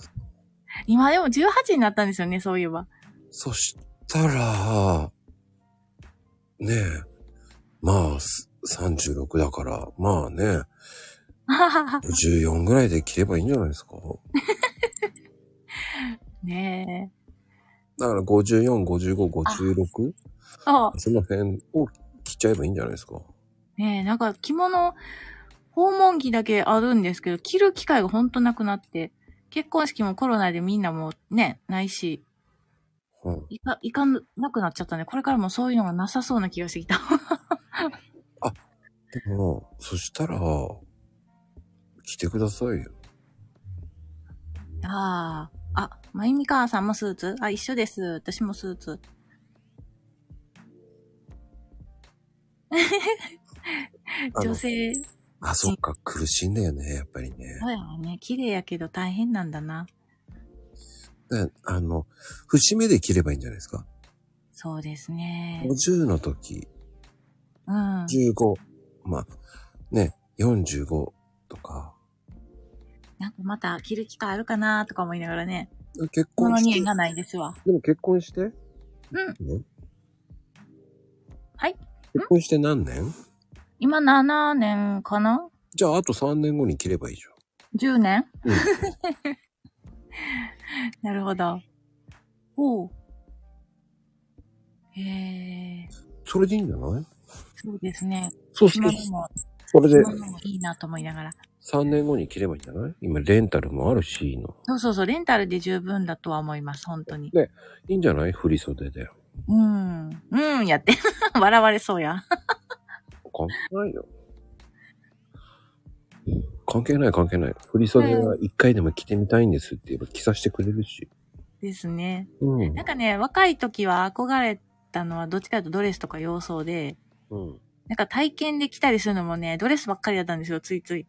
S3: 今でも18になったんですよね、そういえば。 <laughs>
S1: そしたら、ねえ、まあ、す36だから、まあね、14ぐらいで切ればいいんじゃないですか。
S3: ね
S1: だから54、55、56?
S3: え。そう。
S1: その辺を切っちゃえばいいんじゃないですか。
S3: ねえ、なんか着物、訪問着だけあるんですけど、着る機会がほんとなくなって、結婚式もコロナでみんなもうね、ないし、
S1: うん、
S3: いか、いかなくなっちゃったね。これからもそういうのがなさそうな気がしてきた。 <laughs>
S1: でも、そしたら、来てくださいよ。
S3: ああ。あ、まゆみかーさんもスーツあ、一緒です。私もスーツ。
S1: あの
S3: 女性、
S1: あ、そっか、苦しいんだよね、やっぱりね。
S3: そうやわね。綺麗やけど大変なんだな。
S1: であの、節目で切ればいいんじゃないですか。
S3: そうですね。
S1: 50の時、
S3: うん。
S1: 15、まあ、ね、45とか、
S3: なんかまた着る機会あるかなとか思いながらね。
S1: 結
S3: こ
S1: 婚
S3: の
S1: し
S3: に
S1: て
S3: 縁、がないですわ。
S1: でも結婚して
S3: うん。
S1: ね
S3: はい。
S1: 結婚して何年
S3: 今7年かな
S1: じゃあ、あと3年後に切ればいいじ
S3: ?10 年
S1: うん
S3: <laughs> なるほど。おう。へえ、
S1: ゃん。それでいいんじゃない
S3: そうですね。
S1: そうする
S3: 今
S1: と
S3: で、も、
S1: それで
S3: 今でもいいなと思いながら。
S1: 3年後に切ればいいんじゃない今、レンタルもあるし、の。
S3: そうそうそう、レンタルで十分だとは思います、本当に。
S1: いいんじゃない振り袖で。
S3: うん。うん、やって。 <laughs> 笑われそうや。
S1: 関係ないよ。関係ない関係ない。振り袖は一回でも着てみたいんですって言えば着させてくれるし。
S3: ですね。
S1: うん
S3: なん。かね、若い時は憧れたのは、どっちかというとドレスとか洋装で、
S1: うん。
S3: なんか体験で着たりするのもね、ドレスばっかりだったんですよ、ついつい。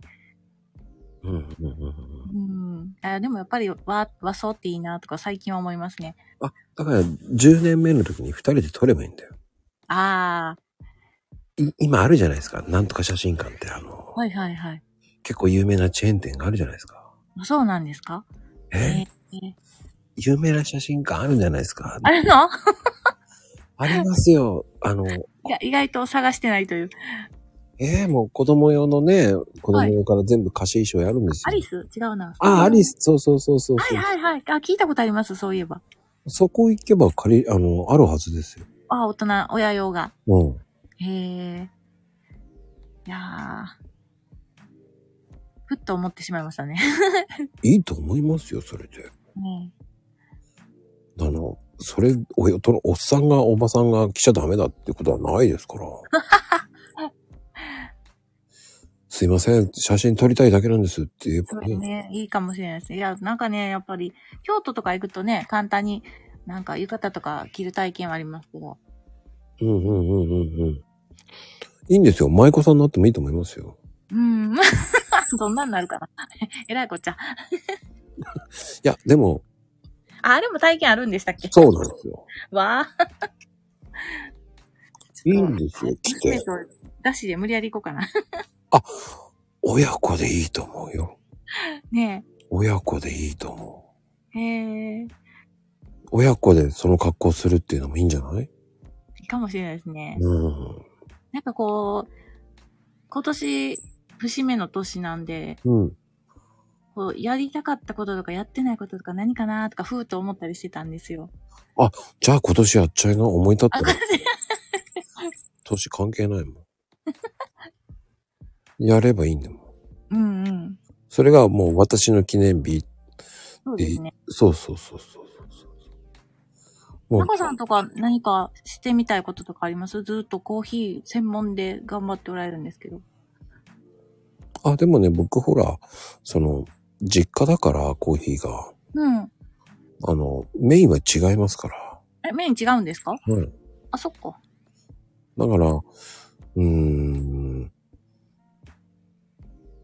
S1: うん。うんうんうん。
S3: うん。あでもやっぱり和、和装っていいなとか最近は思いますね。
S1: あ、だから10年目の時に2人で撮ればいいんだよ。
S3: あ
S1: い今あるじゃないですか。なんとか写真館ってあの
S3: あ、、はいはいはい。
S1: 結構有名なチェーン店があるじゃないですか。
S3: そうなんですか
S1: え
S3: えー
S1: 有名な写真館あるじゃないですか。
S3: ある
S1: <laughs>
S3: の
S1: ありますよ。あの、
S3: いや意外と探してないという。
S1: えー、もう子供用のね、子供用から全部貸し衣装やるんです
S3: ア
S1: よ。
S3: リス違うな。
S1: あ、アリス、そうそうそうそう
S3: は
S1: そ。
S3: いうはいはい。あ、聞いたことあります、そういえば。
S1: そこ行けば借り、あの、あるはずですよ。
S3: あ、大人、親用が。
S1: うん。
S3: へえ。いやーふっと思ってしまいましたね。 <laughs>
S1: いいと思いますよ、それで。
S3: ね
S1: あの、それ、およとのおっさんが、おばさんが来ちゃダメだってことはないですから。 <laughs> すいません、写真撮りたいだけなんですって言え
S3: そ
S1: ば
S3: れ
S1: ね。
S3: ね、いいかもしれないですね。いや、なんかね、やっぱり、京都とか行くとね、簡単に、なんか浴衣とか着る体験はありますけど。
S1: うんうんうんうんうん。いいんですよ。舞妓さんになってもいいと思いますよ。
S3: うん。 <laughs> そんなんなるかな。 <laughs> えらいこっちゃ。
S1: いや、でも、
S3: あ、でも体験あるんでしたっけ
S1: そうなんですよ。
S3: わあ。
S1: いいんですよ、来て。
S3: だしで無理やり行こうかな。 <laughs>
S1: 親子でいいと思うよ。
S3: ね
S1: 親子でいいと思
S3: え。へえ。
S1: う。親子でその格好するっていうのもいいんじゃない
S3: いいかもしれないですね。
S1: うん。
S3: なんかこう、今年、節目の年なんで、
S1: うん。
S3: こう、やりたかったこととかやってないこととか何かなとか、ふーと思ったりしてたんですよ。
S1: じゃあ今年やっちゃいな、思い立 <laughs> った
S3: あ、
S1: ら、年関係ないもん。 <laughs> やればいいんだもん。
S3: うんうん。
S1: それがもう私の記念日。
S3: そうですね。
S1: そうそうそうそうそうそう。も
S3: タ
S1: う
S3: コさんとか何かしてみたいこととかありますずーっとコーヒー専門で頑張っておられるんですけど。
S1: あ、でもね、僕ほら、その、実家だから、コーヒーが。
S3: うん。
S1: あの、メインは違いますから。
S3: え、メイン違うんですか
S1: うん。
S3: あ、そっか。
S1: だから、うーん。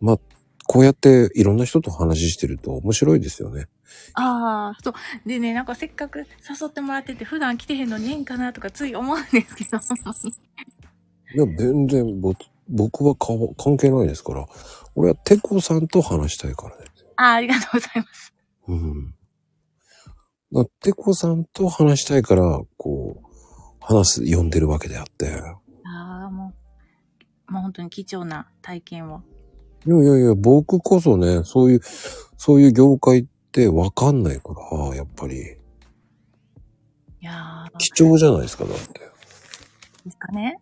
S1: まあ、こうやっていろんな人と話してると面白いですよね。
S3: ああ、そう。でね、なんかせっかく誘ってもらってて、普段来てへんのにええんかなとかつい思うんですけど。 <laughs>
S1: いや、全然僕、僕はかわ関係ないですから。俺はテコさんと話したいからね。
S3: ああ、ありがとうございます。
S1: うん。だテコさんと話したいから、こう、話す、読んでるわけであって。いや
S3: ああ、もう、もう本当に貴重な体験を。
S1: いやいや、僕こそね、そういう、そういう業界ってわかんないから、やっぱり。
S3: いやー、
S1: 貴重じゃないですか、だって。
S3: ですかね。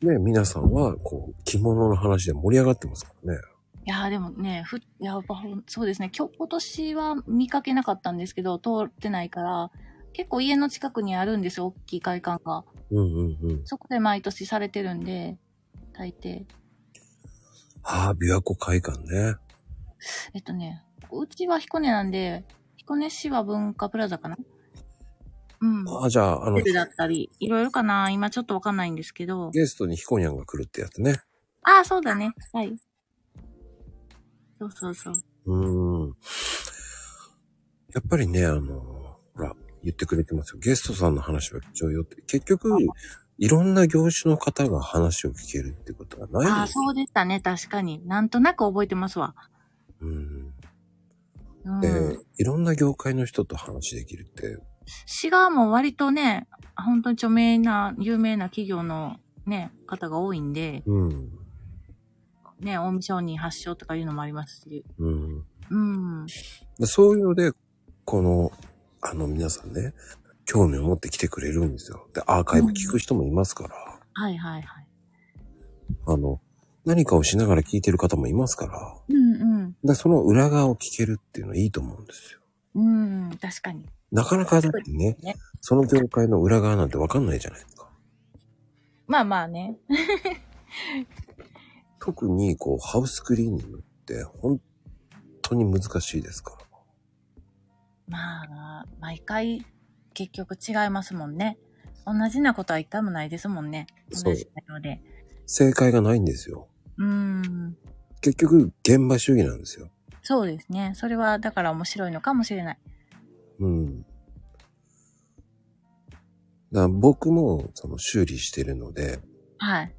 S1: ね、皆さんは、こう、着物の話で盛り上がってますからね。
S3: いやー、でもね、ふ、やっぱほん、そうですね。今日、今年は見かけなかったんですけど、通ってないから、結構家の近くにあるんですよ、大きい会館が。
S1: うんうんうん。
S3: そこで毎年されてるんで、大抵。
S1: ああ、琵琶湖会館ね。
S3: えっとね、うちは彦根なんで、彦根市は文化プラザかなうん。ホ
S1: あ、じゃあ、あの
S3: テ、ルだったり、いろいろかな今ちょっとわかんないんですけど。
S1: ゲストにヒコニャンが来るってやつね。
S3: ああ、そうだね。はい。そうそうそう。
S1: うーん。やっぱりね、あの、ほら、言ってくれてますよ。ゲストさんの話は貴重よって。結局、いろんな業種の方が話を聞けるってことはない
S3: あ
S1: ん
S3: あ、
S1: です
S3: そうでしたね。確かに。なんとなく覚えてますわ。
S1: うん。
S3: うん。
S1: で、いろんな業界の人と話できるって、
S3: シガーも割とね、本当に著名な、有名な企業のね、方が多いんで、
S1: うん。
S3: ね、大見商人発祥とかいうのもありますし。
S1: うん。
S3: うん。
S1: でそういうので、この、あの皆さんね、興味を持って来てくれるんですよ。で、アーカイブ聞く人もいますから、
S3: はいはいはい。
S1: あの、何かをしながら聞いてる方もいますから、
S3: うん
S1: で、その裏側を聞けるっていうのはいいと思うんですよ。
S3: うん。うん、確かに。
S1: なかなかだってね
S3: ね、
S1: その業界の裏側なんてわかんないじゃないですか。
S3: まあまあね。
S1: 特にこう、ハウスクリーニングって本当に難しいですから。
S3: まあ、毎回、結局違いますもんね。同じなことは一回もないですもんね。
S1: そう
S3: 同じなので。
S1: 正解がないんですよ。
S3: うん。
S1: 結局、現場主義なんですよ。
S3: そうですね。それは、だから面白いのかもしれない。
S1: うん。だから僕も、その、修理してるので、
S3: はい。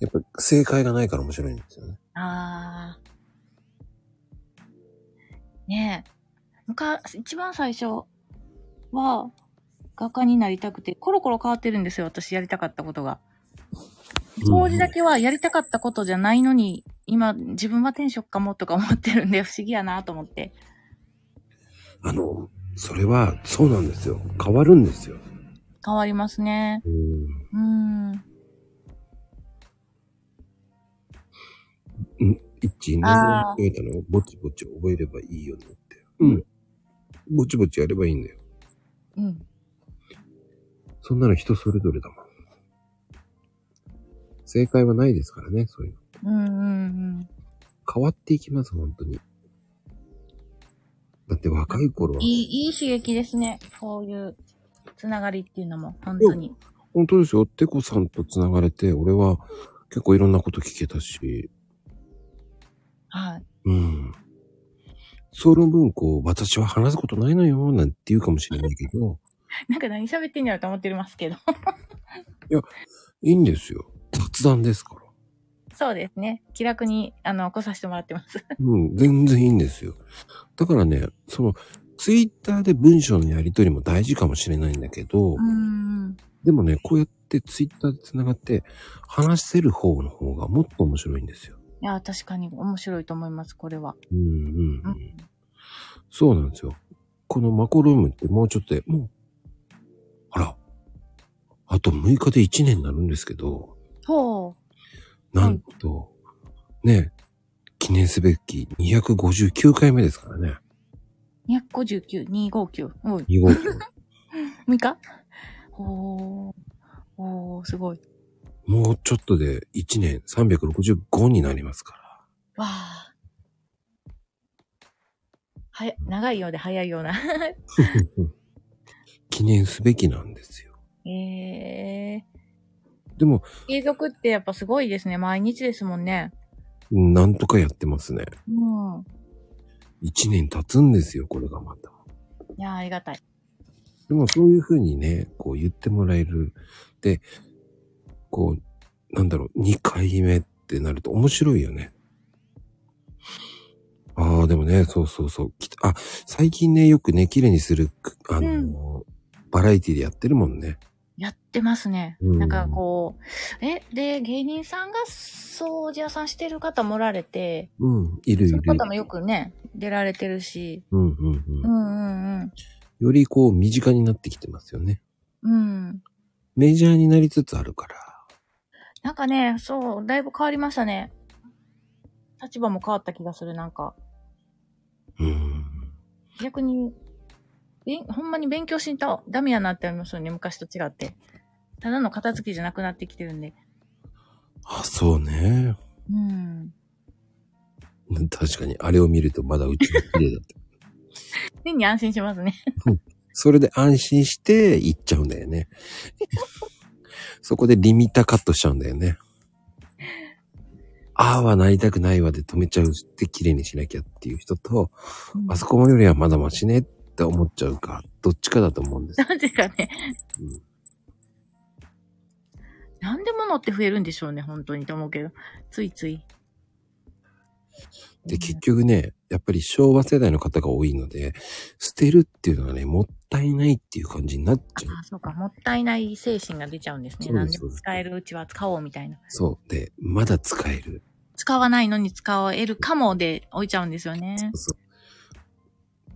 S1: やっぱ正解がないから面白いんですよね。
S3: ああ。ねえ。昔、一番最初は、画家になりたくて、コロコロ変わってるんですよ。私やりたかったことが。掃除だけはやりたかったことじゃないのに、今、自分は天職かもとか思ってるんで、不思議やなと思って。
S1: あの、それは、そうなんですよ。変わるんですよ。
S3: 変わりますね。
S1: うん。
S3: うーん。
S1: 一、何年
S3: あー
S1: 聞こえたのぼちぼち覚えればいいよねって。うん。ぼちぼちやればいいんだよ。
S3: うん。
S1: そんなの人それぞれだもん。正解はないですからね、そういうの。
S3: うんうん
S1: 変わっていきます、本当に。だって若い頃
S3: う
S1: は
S3: ん。、いい、いい刺激ですね。こういうつながりっていうのも、本当に。
S1: 本当ですよ。てこさんと繋がれて、俺は結構いろんなこと聞けたし、
S3: はい。
S1: うん。その分、こう、私は話すことないのよ、なんて言うかもしれないけど、
S3: なんか何喋ってんやろと思ってますけど。
S1: いいんですよ。雑談ですから。
S3: そうですね。気楽に、あの、来させてもらってます。
S1: うん、全然いいんですよ。だからね、その、ツイッターで文章のやりとりも大事かもしれないんだけど、
S3: ん。
S1: でもね、こうやってツイッターで繋がって話せる方の方がもっと面白いんですよ。
S3: いや、確かに面白いと思います、これは。
S1: うんうん、う。
S3: うんん。
S1: そうなんですよ。このマコルームってもうちょっとで、もう、あら、あと6日で1年になるんですけど、
S3: ほ
S1: なんと、ね、記念すべき259回目ですからね。
S3: う。259、259。おい、
S1: 2号機は
S3: 6日ほう。おー、すごい。
S1: もうちょっとで1年365になりますから。
S3: わあ。はや、長いようで早いよう <laughs> な。
S1: <laughs> 記念すべきなんですよ。
S3: ええ
S1: でも、
S3: 継続ってやっぱすごいですね。毎日ですもんね。
S1: なんとかやってますね。
S3: うん。
S1: 1年経つんですよ、これがまた。
S3: いやあ、ありがたい。
S1: でもそういうふうにね、こう言ってもらえる。で、こう、なんだろう、2回目ってなると面白いよね。ああ、でもね、そうそうそう。きあ、最近ね、よくね、綺麗にする、くあのー、バラエティでやってるもんね。
S3: やってますね。
S1: うん
S3: なんかこう、え、で、芸人さんが掃除屋さんしてる方もおられて、
S1: うん、いるい
S3: そ
S1: る
S3: の。方もよくね、出られてるし、
S1: うんうん
S3: う
S1: うん。
S3: んうん
S1: よりこう、身近になってきてますよね。
S3: うん。うん。
S1: メジャーになりつつあるから。
S3: なんかね、そう、だいぶ変わりましたね。立場も変わった気がする、なんか。
S1: うん。
S3: 逆に、べんほんまに勉強しんとダメやなって思いますよね、昔と違って。ただの片付けじゃなくなってきてるんで。
S1: あ、そうね。
S3: うん。
S1: 確かに、あれを見るとまだうちに綺麗だって。
S3: 変に安心しますね。
S1: <laughs> それで安心して行っちゃうんだよね。 <laughs> そこでリミッターカットしちゃうんだよね。ああはなりたくないわで止めちゃうって綺麗にしなきゃっていう人と、あそこよりはまだマシねって思っちゃうか、どっちかだと思うんです。
S3: なんでかね
S1: うん。
S3: なんで物って増えるんでしょうね、本当にと思うけど。ついつい。
S1: で、結局ね、やっぱり昭和世代の方が多いので、捨てるっていうのはね、もったいないっていう感じになっちゃう。
S3: あ、そうか。もったいない精神が出ちゃうんですね。
S1: そう
S3: 何
S1: です
S3: でも使えるうちは使おうみたいな。
S1: そう。で、まだ使える。
S3: 使わないのに使えるかもで置いちゃうんですよね。
S1: そう。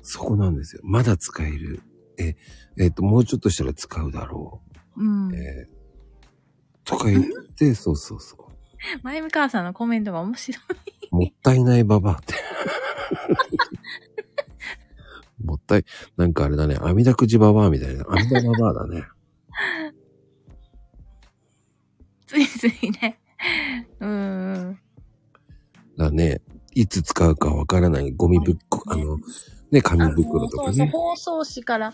S1: そこなんですよ。まだ使える。え、えっ、と、もうちょっとしたら使うだろ
S3: うん
S1: う。。えーとか言って、そうそうそ
S3: まゆみ母さんのコメントが面白い。
S1: う。もったいないババア
S3: <laughs>
S1: って。もったい、なんかあれだね、網みだくじババアみたいな。網みだババアだね。
S3: ついついね。うんうん。
S1: だね、いつ使うかわからないゴミ袋、
S3: は
S1: あ
S3: い
S1: の、ね、紙
S3: あ
S1: 袋と
S3: そ
S1: か
S3: うそう、
S1: ね。
S3: 包装紙から、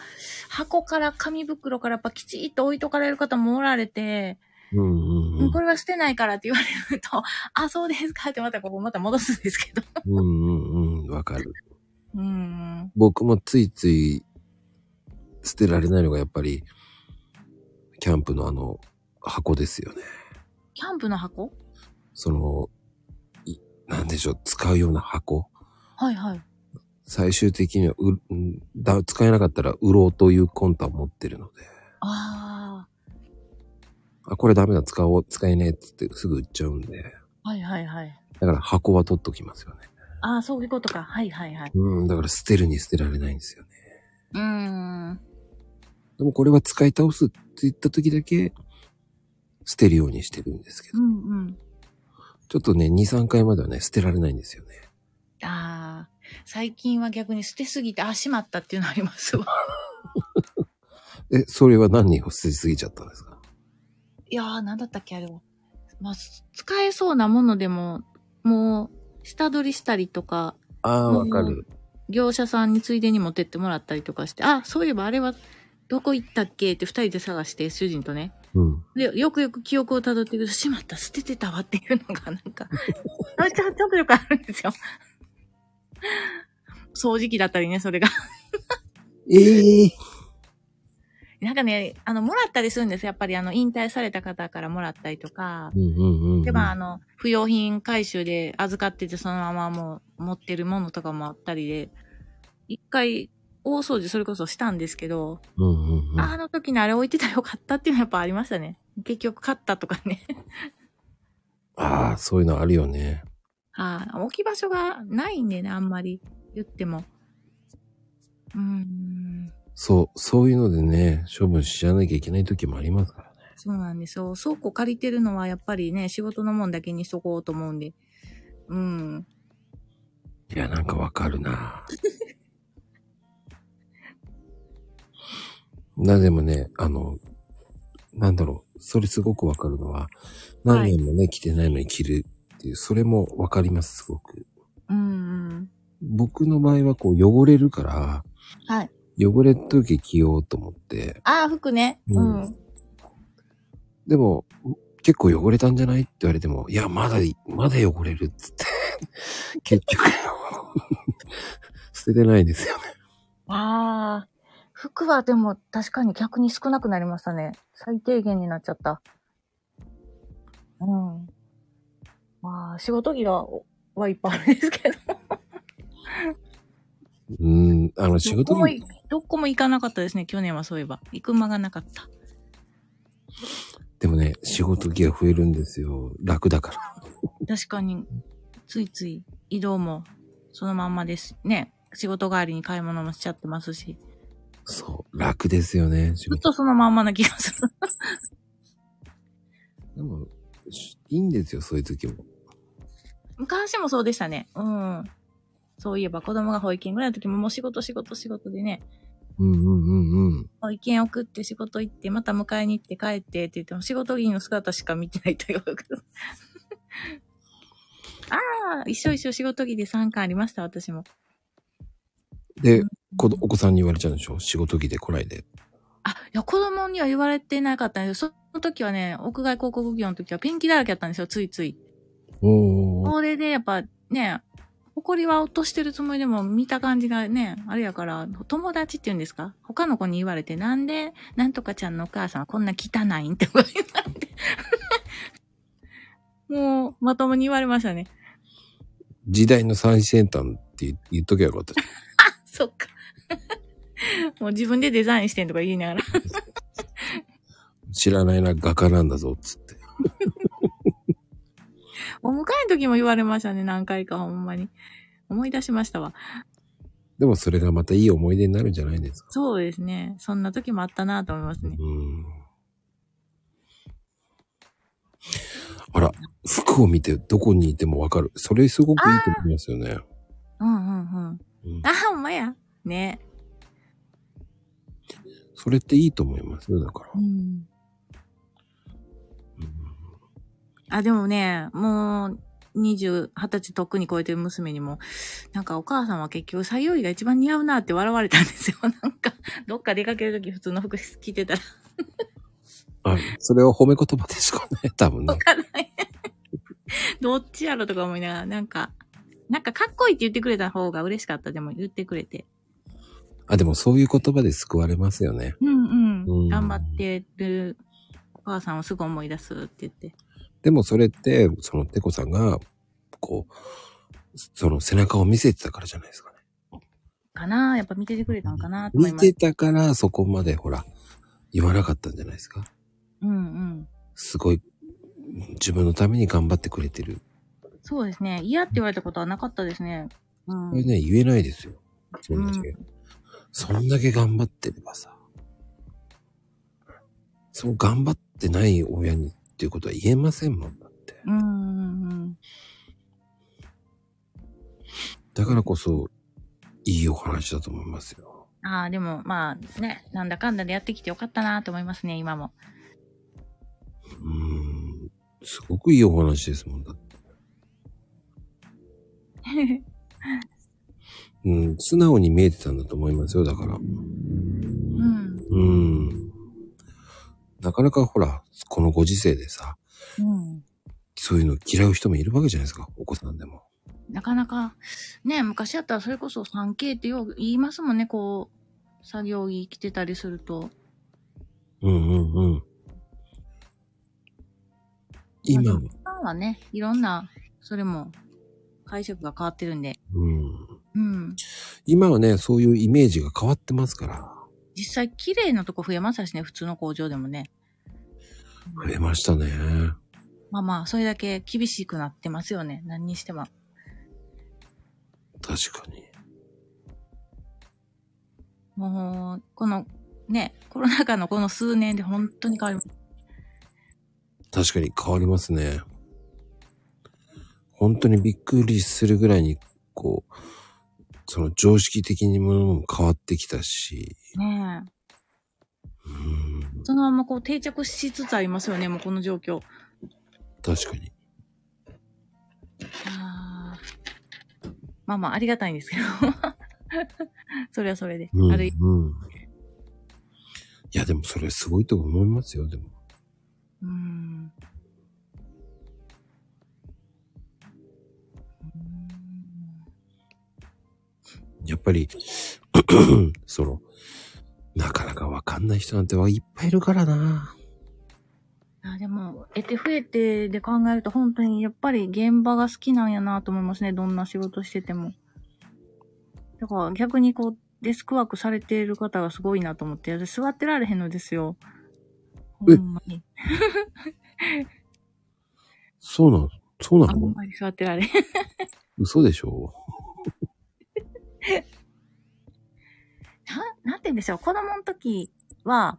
S3: 箱から紙袋からやっぱきちっと置いとかれる方もおられて、
S1: うんうんうん
S3: こ。れは捨てないからって言われると、 <laughs> あ、そうですかってまたここまた戻すんですけど。
S1: うんうんうん。わかる。
S3: うん。
S1: 僕もついつい捨てられないのがやっぱり、キャンプのあの、箱ですよね。
S3: キャンプの箱
S1: その、いなんでしょう、使うような箱。
S3: はいはい。
S1: 最終的にはう、うんだ使えなかったら売ろうという魂胆を持ってるので、
S3: あ
S1: あ、これダメだ、使おう、使えねえって言ってすぐ売っちゃうんで、
S3: あ。はいはいはい。
S1: だから箱は取っときますよね。
S3: ああ、そういうことか。はいはいはい。
S1: うん、だから捨てるに捨てられないんですよね。
S3: うーん。
S1: でもこれは使い倒すって言った時だけ、捨てるようにしてるんですけど
S3: う、ん
S1: ちょっとね、2、3回まではね、捨てられないんですよね。
S3: うん。ああ。最近は逆に捨てすぎて、あ、しまったっていうのありますわ。
S1: え、それは何を捨てすぎちゃったんですか
S3: <laughs> いやー、なんだったっけ、あれは。まあ、す使えそうなものでも、もう、下取りしたりとか、
S1: ああ、
S3: うん
S1: わかる。
S3: 業者さんについでに持ってってもらったりとかして、あ、そういえばあれは、どこ行ったっけって二人で探して、主人とね。
S1: うん。
S3: で、よくよく記憶をたどっていくと、しまった、捨ててたわっていうのが、なんか、めっちゃちょくちょくあるんですよ。掃除機だったりね、それが。
S1: ええ
S3: なんかね、あの、もらったりするんですよやっぱり、あの、引退された方からもらったりとか。
S1: うんうんうんうん。
S3: で、まあ、あの、不用品回収で預かってて、そのままもう持ってるものとかもあったりで、一回、大掃除それこそしたんですけど、
S1: うんうんうん。
S3: ああの時にあれ置いてたらよかったっていうのはやっぱありましたね。結局買ったとかね。
S1: ああ、そういうのあるよね。
S3: ああ、置き場所がないんでね、あんまり言っても。うーん、
S1: そう、そういうのでね、処分しちゃわなきゃいけない時もありますからね。
S3: そうなんですよ。倉庫借りてるのはやっぱりね、仕事のもんだけにしとこうと思うんで。うん。
S1: いや、なんかわかるな。 <laughs> な、でもね、あの、なんだろう、それすごくわかるのは、何年もね、着てないのに着るっていう、それもわかります、すごく。
S3: うん、うん。
S1: 僕の場合はこう汚れるから、
S3: はい。
S1: 汚れた時着ようと思って、
S3: ああ、服ね。うん。
S1: うんでも、結構汚れたんじゃないって言われても、いや、まだい、まだ汚れるっつって、 <laughs> 結局、捨ててないですよね。
S3: ああ。服はでも確かに逆に少なくなりましたね。最低限になっちゃった。うん。まあ、仕事着が、はいっぱいあるんですけど。
S1: うん、あの、仕
S3: ど
S1: 事も
S3: こも、い、どこも行かなかったですね、去年はそういえば。行く間がなかった。
S1: でもね、仕事着が増えるんですよ。楽だから。
S3: 確かに、ついつい移動もそのまんまです。ね。仕事帰りに買い物もしちゃってますし。
S1: そう、楽ですよね、仕
S3: ずっ
S1: 事。
S3: とそのまんまな気がする。 <laughs>
S1: でも、しいいんですよ、そういう時も。
S3: 昔もそうでしたね。うん。そういえば子供が保育園ぐらいの時ももう仕事仕事仕事でね。
S1: うんうんうんうん。
S3: 保育園送って仕事行って、また迎えに行って帰ってって言っても仕事着の姿しか見てないというか。あ一緒一緒仕事着で3巻ありました、私も。
S1: で、このお子さんに言われちゃうんでしょ仕事着で来ないで。
S3: あ、いや、子供には言われてなかったんですよ。その時はね、屋外広告業の時はペンキだらけだったんですよ、ついつい。
S1: おー。
S3: それで、やっぱね、埃は落としてるつもりでも見た感じがね、あれやから、友達って言うんですか他の子に言われて、なんで、なんとかちゃんのお母さんはこんな汚いんって言われて。 <laughs> もう、まともに言われましたね。
S1: 時代の最先端って言言っとけばよかった。
S3: そっか。 <laughs> もう自分でデザインしてんとか言いながら。
S1: 知らないな、画家なんだぞ、つって。
S3: お迎えの時も言われましたね、何回かほんまに。思い出しましたわ。
S1: でもそれがまたいい思い出になるんじゃないですか。
S3: そうですね。そんな時もあったなと思います
S1: う
S3: ね。
S1: ん。あら、服を見てどこにいてもわかる。それすごくいいと思いますよね。
S3: うんうんうん。
S1: うん
S3: あ、ほんまや。ね。
S1: それっていいと思いますよ、だから。
S3: うん。
S1: うん
S3: あ、でもね、もう、二十、二十歳とっくに超えてる娘にも、なんかお母さんは結局採用医が一番似合うなって笑われたんですよ。なんか、どっか出かける時普通の服着てた <laughs> ら、
S1: あ、それは褒め言葉ですかね、 <laughs> 多分ね
S3: わ。かんない。どっちやろとか思いながら、なんか、なんかかっこいいって言ってくれた方が嬉しかった。でも言ってくれて。
S1: あ、でもそういう言葉で救われますよね。
S3: うん
S1: う
S3: うんん。頑張ってるお母さんをすぐ思い出すって言って。
S1: でもそれって、そのテコさんが、こう、その背中を見せてたからじゃないですかね。
S3: かなやっぱ見ててくれたんかなと思い
S1: 見
S3: ま
S1: て。
S3: す
S1: たからそこまでほら、言わなかったんじゃないですか。
S3: うんうん。
S1: すごい、自分のために頑張ってくれてる。
S3: そうですね。嫌って言われたことはなかったですね。うん。
S1: これね、言えないですよ。そんだけ。
S3: うん
S1: そんだけ頑張ってればさ。そう頑張ってない親にっていうことは言えませんもんだって。
S3: うんうんうん。
S1: だからこそ、いいお話だと思いますよ。
S3: ああ、でもまあね、なんだかんだでやってきてよかったなと思いますね、今も。
S1: うーん。すごくいいお話ですもんだって。うん。素直に見えてたんだと思いますよ、だから。
S3: うん。
S1: うん。なかなかほら、このご時世でさ、
S3: うん。
S1: そういうの嫌う人もいるわけじゃないですか、お子さんでも。
S3: なかなか、ね、昔やったらそれこそ 3K ってよう言いますもんね、こう、作業着着てたりすると。
S1: うんうんうん。今は、
S3: 今はね、いろんな、それも解釈が変わってるんで。
S1: うん。
S3: うん。
S1: 今はね、そういうイメージが変わってますから、
S3: 実際綺麗なとこ増えましたしね、普通の工場でもね。
S1: 増えましたね。
S3: まあまあ、それだけ厳しくなってますよね。何にしても。
S1: 確かに。
S3: もう、この、ね、コロナ禍のこの数年で本当に変わります。
S1: 確かに変わりますね。本当にびっくりするぐらいに、こう、その常識的にものも変わってきたし、
S3: ねえ
S1: うん、
S3: そのままこう定着しつつありますよね、もうこの状況。
S1: 確かに。
S3: あーまあまあ、ありがたいんですけど。 <laughs> それはそれで。
S1: うん、
S3: ある
S1: うん。いや、でもそれすごいと思いますよ、でも。
S3: うん。
S1: やっぱり、 <clears throat> その、なかなかわかんない人なんてはいっぱいいるからな。
S3: あでも、得て増えてで考えると本当にやっぱり現場が好きなんやなと思いますね。どんな仕事してても。だから逆にこう、デスクワークされている方がすごいなと思って、私座ってられへんのですよ。ほんまに。
S1: そうなのそうな
S3: あん
S1: の
S3: まり座ってられへん。 <laughs>
S1: 嘘でしょ
S3: な、なんて言うんでしょう。子供の時は、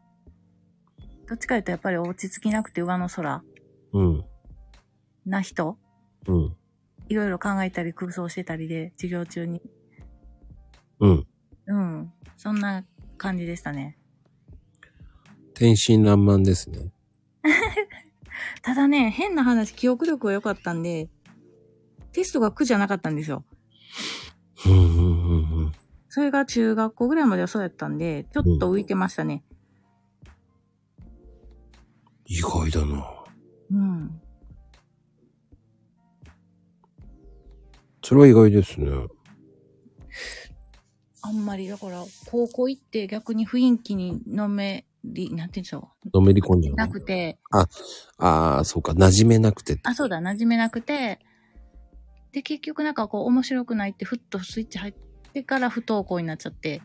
S3: どっちか言うとやっぱり落ち着きなくて上の空
S1: うん、
S3: な人、
S1: うん、
S3: いろいろ考えたり空想してたりで、授業中に。
S1: うん。
S3: うん。そんな感じでしたね。
S1: 天真爛漫ですね。
S3: ただね、変な話、記憶力が良かったんで、テストが苦じゃなかったんですよ。
S1: うんうんうんうん。
S3: それが中学校ぐらいまではそうやったんで、ちょっと浮いてましたね。
S1: 意外だな。
S3: うん。
S1: それは意外ですね。
S3: あんまり、だから、高校行って逆に雰囲気にのめり、なんて言うんでしょ
S1: のめり込んじゃ
S3: う。
S1: う
S3: な
S1: ね。
S3: くて、
S1: ああ、そうか。馴染めなくて。
S3: あ、そうだ、馴染めなくて、で、結局なんかこう、面白くないって、ふっとスイッチ入ってから不登校になっちゃって、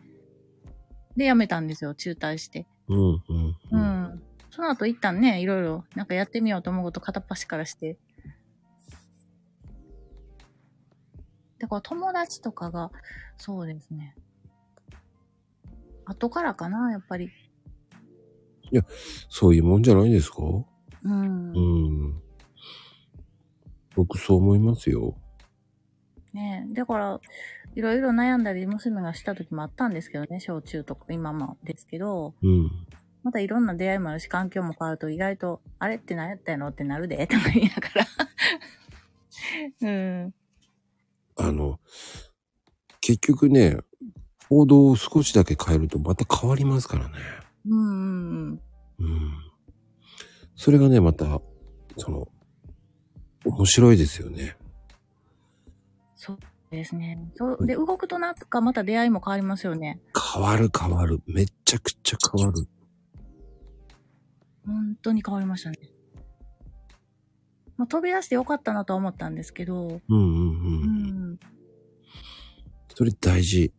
S3: で、やめたんですよ、中退して。
S1: うんうん
S3: う
S1: うん。
S3: ん。その後一旦ね、いろいろ、なんかやってみようと思うこと片っ端からして。だから友達とかが、そうですね。後からかな、やっぱり。
S1: そういうもんじゃないですかう
S3: うん。
S1: ん。僕そう思いますよ。
S3: ねえだから、いろいろ悩んだり、娘がした時もあったんですけどね、小中とか、今もですけど、
S1: うん。
S3: またいろんな出会いもあるし、環境も変わると意外と、あれって何やったんやろってなるで、とか言いながら。 <laughs> うん。
S1: あの、結局ね、行動を少しだけ変えるとまた変わりますからね。
S3: うんうんうん。
S1: うん。それがね、また、その、面白いですよね。
S3: そうですね。そう、で、動くとなんかまた出会いも変わりますよね。
S1: 変わる変わる。めちゃくちゃ変わる。
S3: 本当に変わりましたね。まあ、飛び出してよかったなとは思ったんですけ
S1: う
S3: ど、
S1: んうんうん。
S3: うん。
S1: それ大事。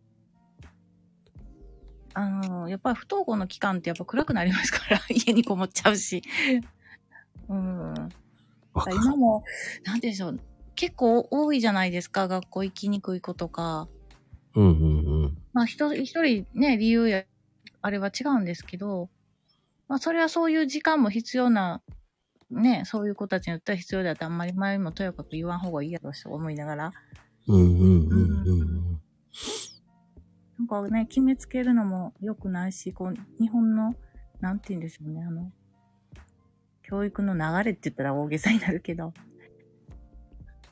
S3: あの、やっぱり不登校の期間ってやっぱ暗くなりますから、 <laughs> 家にこもっちゃうし。うん。だ
S1: わか
S3: か
S1: らる。
S3: 今も、なんて言うんでしょう。結構多いじゃないですか、学校行きにくい子とか。
S1: うんうんうん。
S3: まあ、人、一人ね、理由や、あれは違うんですけど、まあ、それはそういう時間も必要な、ね、そういう子たちにとっては必要だってあんまり前もとやかく言わん方がいいやろうし思いながら、
S1: うんうんうんうんうん。
S3: なんかね、決めつけるのも良くないし、こう、日本の、なんて言うんでしょうね、あの、教育の流れって言ったら大げさになるけど、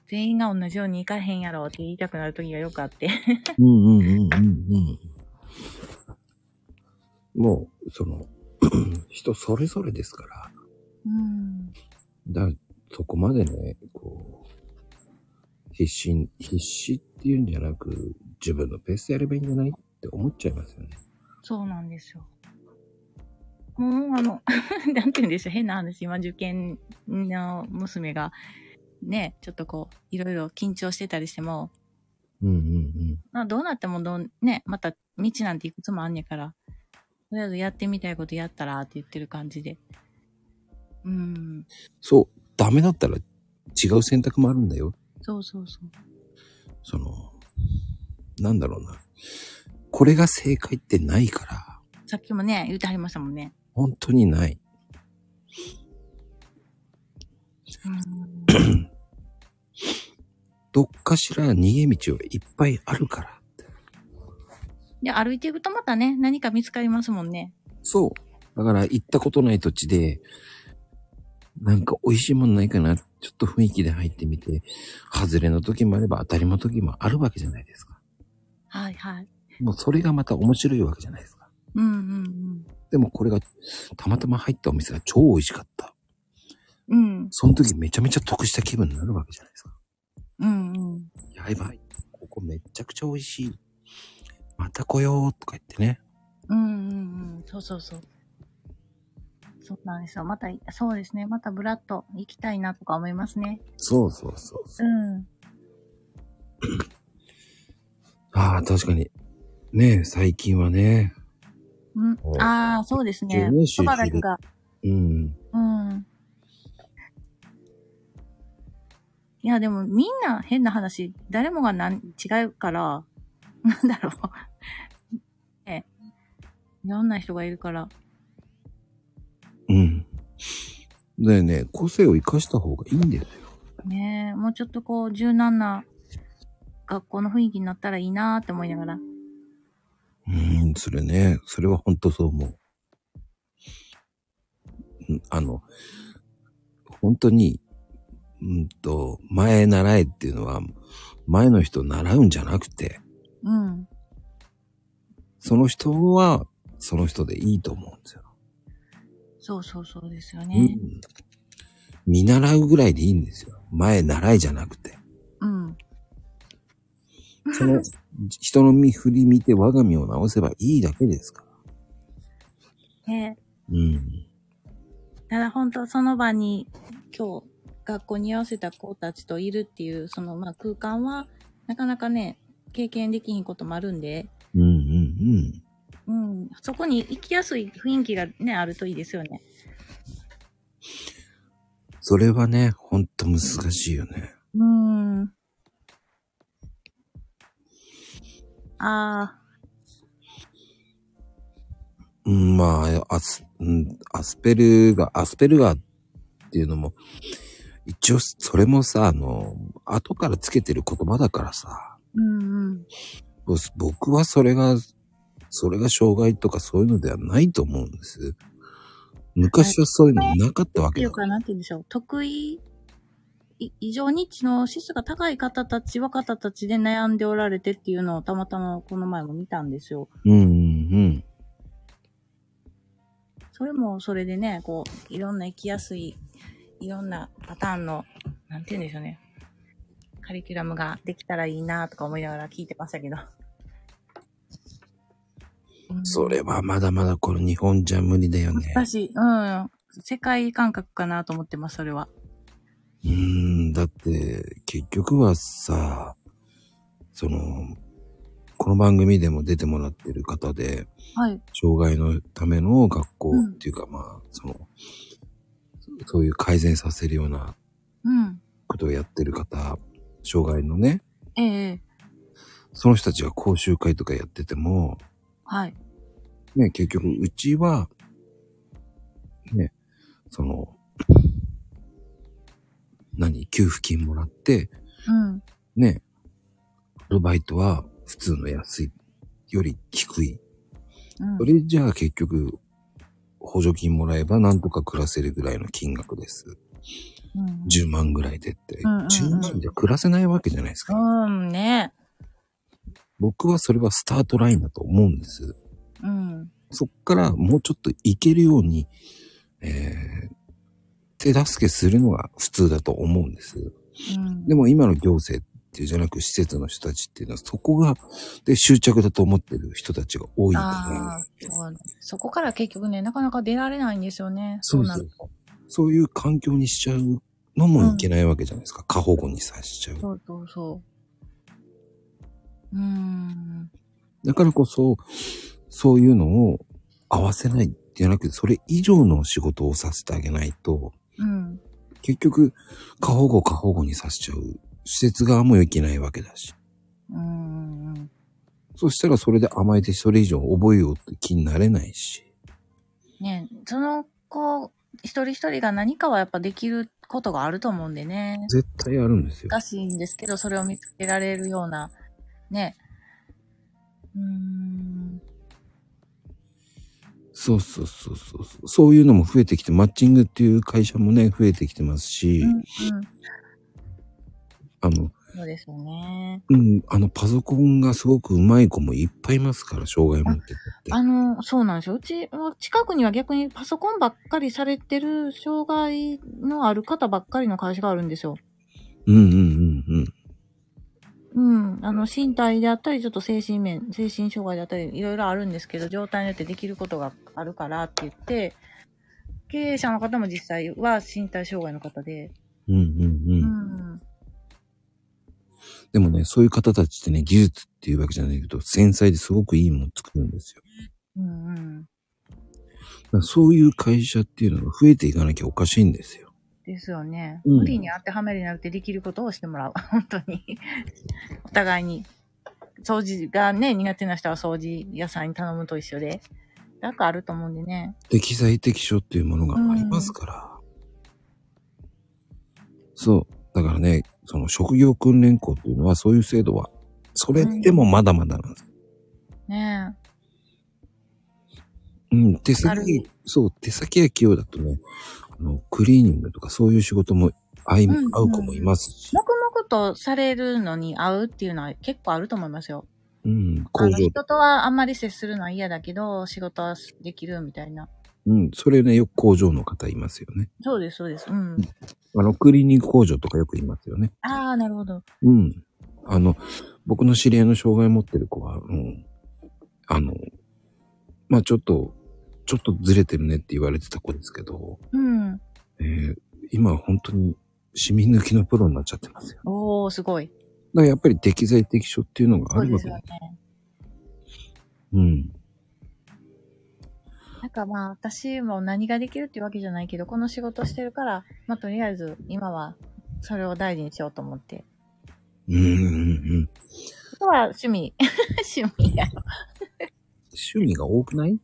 S3: 全員が同じように行かへんやろって言いたくなる時がよくあって。
S1: うんうんうんうんうん。もう、その、 <clears throat> 人それぞれですから。
S3: うん。
S1: だそこまでね、こう、必死に、必死っていうんじゃなく、自分のペースでやればいいんじゃないって思っちゃいますよね。
S3: そうなんですよ。もう、あの、 <laughs> なんて言うんでしょう、変な話、今、受験の娘が、ね、ちょっとこう、いろいろ緊張してたりしても、
S1: うんうん
S3: まあ、どうなってもどう、ね、また、道なんていくつもあんねやから、とりあえずやってみたいことやったら、って言ってる感じで。うん、
S1: うん。そう、ダメだったら違う選択もあるんだよ。
S3: そうそうそう。
S1: その、なんだろうな。これが正解ってないから、
S3: さっきもね、言ってはりましたもんね。
S1: 本当にない。
S3: うん、
S1: どっかしら逃げ道はいっぱいあるからって。
S3: で、歩いていくとまたね、何か見つかりますもんね。
S1: そう。だから行ったことない土地で、なんか美味しいもんないかな、ちょっと雰囲気で入ってみて、外れの時もあれば当たりの時もあるわけじゃないですか。
S3: はいはい。
S1: もうそれがまた面白いわけじゃないですか。
S3: うんうん
S1: でもこれが、たまたま入ったお店が超美味しかった。
S3: うん。うん、
S1: その時めちゃめちゃ得した気分になるわけじゃないですか。
S3: うんうん。
S1: やばい。ここめちゃくちゃ美味しい。また来ようとか言ってね。
S3: うんうんうん、そうそうそう。そうなんですよ。また、そうですね。またブラッと行きたいなとか思いますね。
S1: そうそうそうそう。
S3: うん。
S1: ああ、確かに。ねえ、最近はね。
S3: うん、ああ、そうですね
S1: そうね。集
S3: そ
S1: 中
S3: ばだけが。
S1: うん。
S3: うん。いや、でもみんな変な話、誰もがなん違うから、 <laughs> なんだろう。 <laughs> ね。いろんな人がいるから。
S1: うん。だよね、個性を生かした方がいいんだよね。
S3: ねえ、もうちょっとこう、柔軟な学校の雰囲気になったらいいなーって思いながら。
S1: うん、それね、それは本当そう思う。うんあの、本当に、うんと、前習えっていうのは、前の人習うんじゃなくて、
S3: うん。
S1: その人は、その人でいいと思うんですよ。
S3: そうそうそうですよ
S1: う
S3: ね。
S1: ん。見習うぐらいでいいんですよ。前習いじゃなくて。
S3: うん。
S1: その、人の見振り見て我が身を直せばいいだけですから。
S3: ね
S1: うん。
S3: ただ本当その場に今日学校に合わせた子たちといるっていうそのまあ空間はなかなかね、経験できひんこともあるんで、
S1: うんうん
S3: うん、そこに行きやすい雰囲気がね、あるといいですよね。
S1: うん。それはね、ほんと難しいよね。
S3: うん。ああ、
S1: うん、まあ、アス、うん、アスペルが、アスペルガーっていうのも、一応、それもさ、あの、後からつけてる言葉だからさ、
S3: うんうん。
S1: ぼ僕はそれが、それが障害とかそういうのではないと思うんです。昔はそういうのなかったわ
S3: って
S1: け
S3: い
S1: だ
S3: う
S1: か
S3: か、なんて言うんでしょう。得意、い異常に知能指数が高い方たち、若方たちで悩んでおられてっていうのをたまたまこの前も見たんですよ。
S1: ら。うんうん
S3: それもそれでね、こう、いろんな生きやすい、いろんなパターンの、なんて言うんでしょうね。カリキュラムができたらいいなとか思いながら聞いてましたけど。
S1: うん。それはまだまだこの日本じゃ無理だよね。
S3: だし、うん。世界感覚かなと思ってます、それは。
S1: うーん、だって、結局はさ、その、この番組でも出てもらってる方で、
S3: はい。
S1: 障害のための学校
S3: う
S1: っ
S3: ん
S1: ていうか、まあ、その、そういう改善させるような
S3: うん。
S1: ことをやってる方、障害のね、
S3: ええ
S1: その人たちが講習会とかやってても、
S3: はい。
S1: ね、結局、うちは、ね、その、何、給付金もらって、
S3: うん。
S1: ね、アルバイトは普通の安いより低い。
S3: うん
S1: そ。れじゃあ結局、補助金もらえばなんとか暮らせるぐらいの金額です。
S3: うん
S1: 10万ぐらいでって。
S3: うんうんうん
S1: 10万じゃ暮らせないわけじゃないですか。
S3: うんね。
S1: 僕はそれはスタートラインだと思うんです。
S3: うん。
S1: そっからもうちょっといけるように、えー、手助けするのが普通だと思うんです。
S3: うん
S1: でも今の行政っていうじゃなく施設の人たちっていうのはそこが、で執着だと思ってる人たちが多いから、
S3: ああ、そうそこから結局ね、なかなか出られないんですよね。
S1: そう
S3: な
S1: そ
S3: の
S1: う。そういう環境にしちゃうのもいけないわけじゃないですか。過保護にさせちゃう。
S3: そうそうそう。うーん。
S1: だからこそ、そういうのを合わせないじゃなくて、それ以上の仕事をさせてあげないと、
S3: うん。
S1: 結局、過保護過保護にさせちゃう。施設側もいけないわけだし。
S3: うん。うん
S1: そしたらそれで甘えてそれ以上覚えようって気になれないし。
S3: ねその子、一人一人が何かはやっぱできることがあると思うんでね。
S1: 絶対あるんですよ。
S3: 難しいんですけど、それを見つけられるような、ね。うーん。
S1: そうそうそうそうそう。そういうのも増えてきて、マッチングっていう会社もね、増えてきてますし、
S3: うん。うん。
S1: あの、
S3: そうですよね。
S1: うん、あの、パソコンがすごく上手い子もいっぱいいますから、障害持ってたって。
S3: あの、そうなんですよ。うち、近くには逆にパソコンばっかりされてる障害のある方ばっかりの会社があるんですよ。
S1: うんうんうんうん。
S3: うん。あの、身体であったり、ちょっと精神面、精神障害であったり、いろいろあるんですけど、状態によってできることがあるからって言って、経営者の方も実際は身体障害の方で。
S1: うんうんうん。
S3: うん。
S1: でもね、そういう方たちってね、技術っていうわけじゃないけど、繊細ですごくいいもの作るんですよ。
S3: うんうん。
S1: だからそういう会社っていうのが増えていかなきゃおかしいんですよ。
S3: ですよね。
S1: うん
S3: 無理に当てはめるになくてできることをしてもらう。 <laughs> 本当に。お互いに。掃除がね、苦手な人は掃除屋さんに頼むと一緒で。なんかあると思うんでね。
S1: 適材適所っていうものがありますから。そう。だからね、その職業訓練校っていうのは、そういう制度は、それでもまだまだなんです。
S3: ね
S1: うん、手
S3: ある
S1: 先、そう、手先が器用だとね、あの、クリーニングとかそういう仕事も会い
S3: うんうん
S1: 会う子もいますし、
S3: 黙々とされるのに合うっていうのは結構あると思いますよ。
S1: うん、
S3: あ
S1: 工
S3: の
S1: 場、
S3: 人とはあんまり接するのは嫌だけど、仕事はできるみたいな。
S1: うん、それね、よく工場の方いますよね。
S3: そうです、そうです。うん。
S1: あの、クリーニング工場とかよくいますよね。
S3: ああ、なるほど。
S1: うん。あの、僕の知り合いの障害持ってる子は、うん。あの、まあちょっと、ちょっとずれてるねって言われてた子ですけど、
S3: うん。
S1: えー今本当に、シミ抜きのプロになっちゃってますよ。だか
S3: おー、すごい。
S1: らやっぱり適材適所っていうのが
S3: そ
S1: あ
S3: う
S1: るわ
S3: で
S1: け
S3: すよ
S1: だ
S3: ね。
S1: うん。
S3: なんかまあ、私も何ができるっていうわけじゃないけど、この仕事してるから、まあとりあえず今はそれを大事にしようと思って。
S1: うんうんうん。
S3: あとは趣味。 <laughs> 趣味や。
S1: 趣味が多くない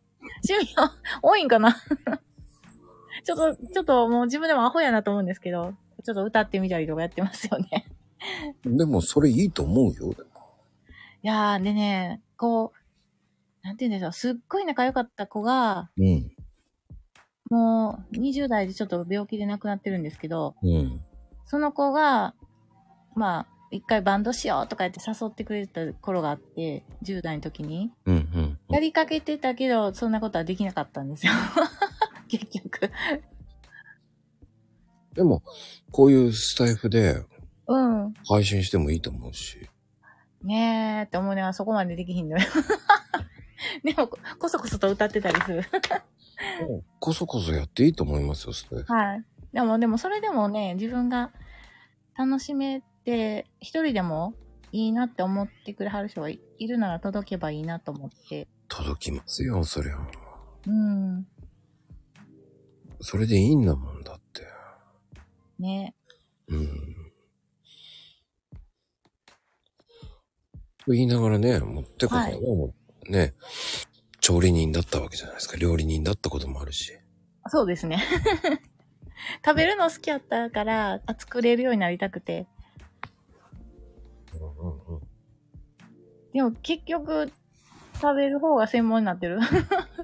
S3: 趣味が多いんかな <laughs> ちょっと、ちょっともう自分でもアホやなと思うんですけど、ちょっと歌ってみたりとかやってますよね。 <laughs>
S1: でもそれいいと思うよ。
S3: いやー、でね、こう、なんて言うんでしょう、すっごい仲良かった子が、
S1: うん。
S3: もう20代でちょっと病気で亡くなってるんですけど、
S1: うん。
S3: その子が、まあ、一回バンドしようとか言って誘ってくれた頃があって、10代の時に。
S1: うんうん。
S3: やりかけてたけど、そんなことはできなかったんですよ。 <laughs> 結局。
S1: でも、こういうスタイフで
S3: うん。
S1: 配信してもいいと思うし。
S3: ねえって思うのはそこまでできひんのよ。 <laughs> でも、ここそこそと歌ってたりする。
S1: こそこそやっていいと思いますよ、スタイフ。
S3: はい。でも、でもそれでもね、自分が楽しめて、一人でもいいなって思ってくれはる人がいいるなら届けばいいなと思って。
S1: 届きますよ、そりゃ。
S3: うん。
S1: それでいいんだもんだって。
S3: ね
S1: うん。と言いながらね、持ってことは
S3: はい
S1: もうね、調理人だったわけじゃないですか。料理人だったこともあるし。
S3: そうですね。 <laughs> 食べるの好きやったから、あ作れるようになりたくて。
S1: うんうんうん。
S3: でも結局、食べる方が専門になってる。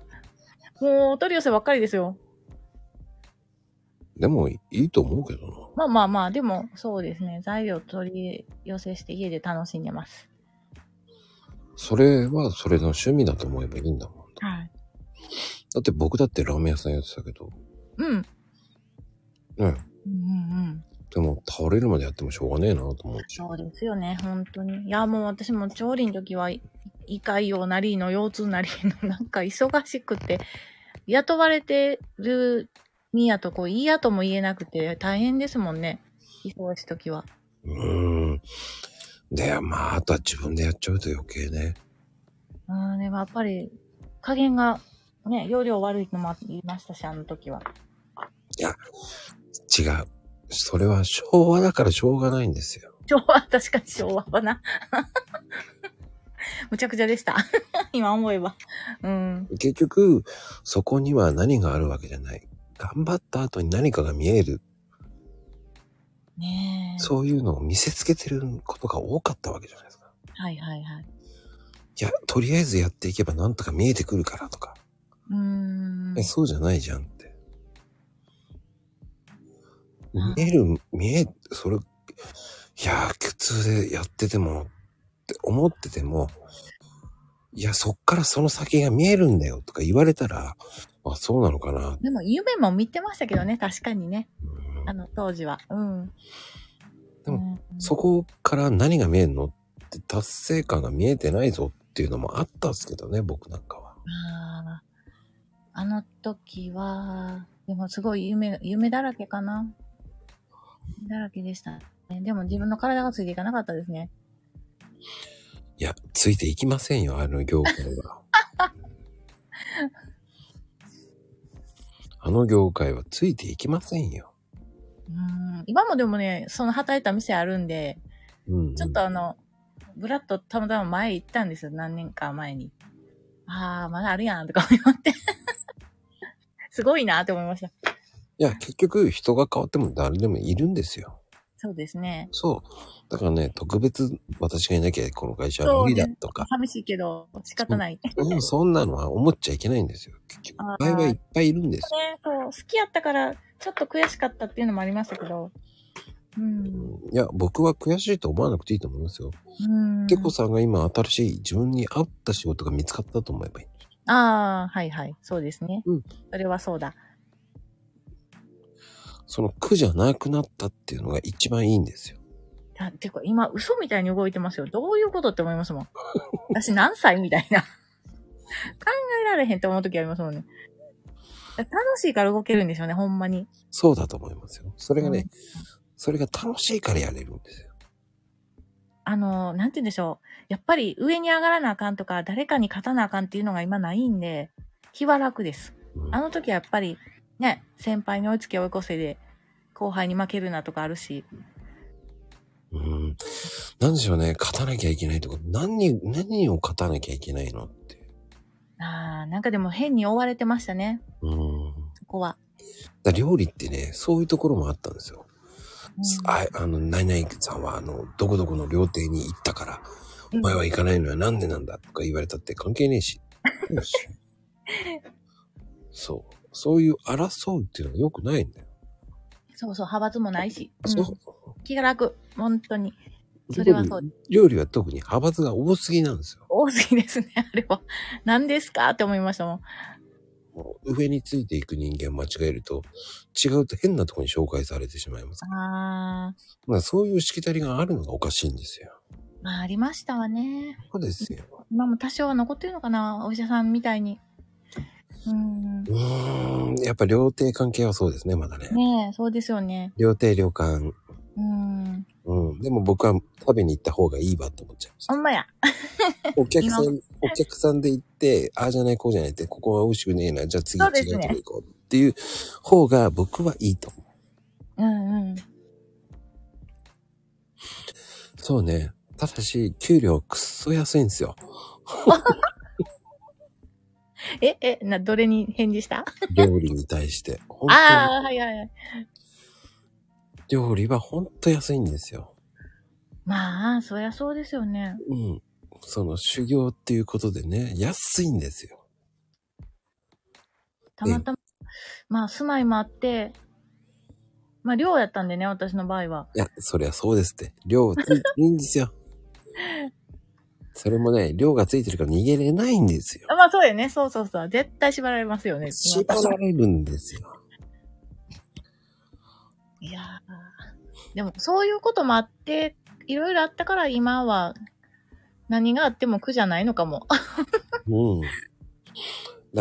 S3: <laughs> もう、お取り寄せばっかりですよ。
S1: でも、いいと思うけどな。
S3: まあまあまあ、でも、そうですね。材料取り寄せして家で楽しんでます。
S1: それはそれの趣味だと思えばいいんだもん。
S3: はい。
S1: だって僕だってラーメン屋さんやってたけど、
S3: うん。
S1: ね、
S3: うんうんうん。
S1: でも倒れるまでやってもしょうがねえなと思うし。
S3: そうですよね、本当に。いや、もう私も調理の時は、い胃潰瘍なりの腰痛なりの、なんか忙しくて、雇われてる身やと、こう、いいやとも言えなくて、大変ですもんね。忙しい時は。
S1: うーん。で、まあ、あとは自分でやっちゃうと余計ね。
S3: うん、でもやっぱり、加減が、ね、容量悪いのもありましたし、あの時は。
S1: 違う。それは昭和だからしょうがないんですよ。
S3: 昭和、確かに昭和はな。 <laughs> むちゃくちゃでした。 <laughs> 今思えば。うん。
S1: 結局、そこには何があるわけじゃない。頑張った後に何かが見える。
S3: ねえ。
S1: そういうのを見せつけてることが多かったわけじゃないですか。
S3: はいはいはい。
S1: いや、とりあえずやっていけばなんとか見えてくるからとか。
S3: うーん。
S1: え、そうじゃないじゃんって。
S3: うん
S1: 見える、見え、それ、いやー、苦痛でやってても、って思ってても、いや、そっからその先が見えるんだよとか言われたら、あ、そうなのかな。
S3: でも夢も見てましたけどね、確かにね。
S1: うん
S3: あの当時は。うん。
S1: でも
S3: うん、
S1: そこから何が見えるのって達成感が見えてないぞっていうのもあったんですけどね、僕なんかは。
S3: あーあの時は、でもすごい夢、夢だらけかな。夢だらけでした、ね。でも自分の体がついていかなかったですね。
S1: いや、ついていきませんよ、あの業界
S3: <laughs>
S1: は。あの業界はついていきませんよ。
S3: うん。今もでもね、その働いた店あるんで、
S1: うん、うん。
S3: ちょっとあの、ぶらっとたまたま前行ったんですよ、何年か前に。ああ、まだあるやん、とか思って。 <laughs> すごいなって思いました。
S1: いや、結局人が変わっても誰でもいるんですよ。
S3: そうですね。
S1: そう。だからね、特別私がいなきゃこの会社は無理だとか、
S3: 寂しいけど、仕方ない。
S1: うん、そんなのは思っちゃいけないんですよ。結局、
S3: あー
S1: 場合はいっぱいいるんですよ。
S3: ね、そう、好きやったから、ちょっと悔しかったっていうのもありましたけど、うん。
S1: いや、僕は悔しいと思わなくていいと思いますよ。
S3: うん。
S1: てこさんが今新しい自分に合った仕事が見つかったと思えばいい。
S3: ああ、はいはい。そうですね。
S1: うん
S3: それはそうだ。
S1: その苦じゃなくなったっていうのが一番いいんですよ。
S3: だてか、今、嘘みたいに動いてますよ。どういうことって思いますもん。私何歳みたいな。 <laughs> 考えられへんって思う時ありますもんね。楽しいから動けるんでしょうね、ほんまに。
S1: そうだと思いますよ。それがね、
S3: うん
S1: それが楽しいからやれるんですよ。
S3: あの、なんて言うんでしょう。やっぱり上に上がらなあかんとか、誰かに勝たなあかんっていうのが今ないんで、気は楽です。
S1: うん
S3: あの時はやっぱり、ね、先輩に追いつけ追い越せで、後輩に負けるなとかあるし、
S1: うん。なんでしょうね、勝たなきゃいけないとか、何に、何を勝たなきゃいけないのって。
S3: あーなんかでも変に追われてましたね、
S1: うん。
S3: そこは。
S1: だ料理ってね、そういうところもあったんですよ。
S3: うん
S1: ああの、何々さんは、あの、どこどこの料亭に行ったから、
S3: うん
S1: お前は行かないのはなんでなんだとか言われたって関係ねえ
S3: <laughs>
S1: し。そう。そういう争うっていうのは良くないんだよ。
S3: そうそう、派閥もないし。うん
S1: そう。
S3: 気が楽。本当に。それはそう
S1: 料理は特に派閥が多すぎなんですよ。
S3: 多すぎですね、 <laughs> あれは。何ですかって思いましたもん。
S1: もう上についていく人間間違えると、違うと変なとこに紹介されてしまいます。だか
S3: あ
S1: らそういうしきたりがあるのがおかしいんですよ。
S3: ー、まあありましたわね。
S1: そうですよ。
S3: 今も多少は残ってるのかな、お医者さんみたいに。うーん。
S1: うーん、やっぱ料亭関係はそうですね、まだね。
S3: ねえ、そうですよね。
S1: 料亭旅館。
S3: うーん。
S1: うん。でも僕は食べに行った方がいいわと思っちゃいまし
S3: ほんまや。
S1: た。お客さ
S3: 今
S1: ん、お客さんで行って、ああじゃないこうじゃないって、ここは美味しくねえな、じゃあ次
S3: そうで
S1: 違
S3: す
S1: うと
S3: ね
S1: こ行こうっていう方が僕はいいと思う。
S3: うんうん。
S1: そうね。ただし、給料くっそ安いんですよ。
S3: え、え、な、どれに返事した
S1: 料理に対して。本当に
S3: ああー、はいはいはい。
S1: 料理はほんと安いんですよ。
S3: まあ、そりゃそうですよね。
S1: うん。その修行っていうことでね、安いんですよ。
S3: たまたま、まあ、住まいもあって、まあ、寮やったんでね、私の場合は。
S1: いや、そりゃそうですって。量ついてるんですよ。それもね、量がついてるから逃げれないんですよ。
S3: あまあ、そうやね。そうそうそう。絶対縛られますよね。
S1: 縛られるんですよ。
S3: いやーでも、そういうこともあって、いろいろあったから、今は、何があっても苦じゃないのかも。
S1: うん。だか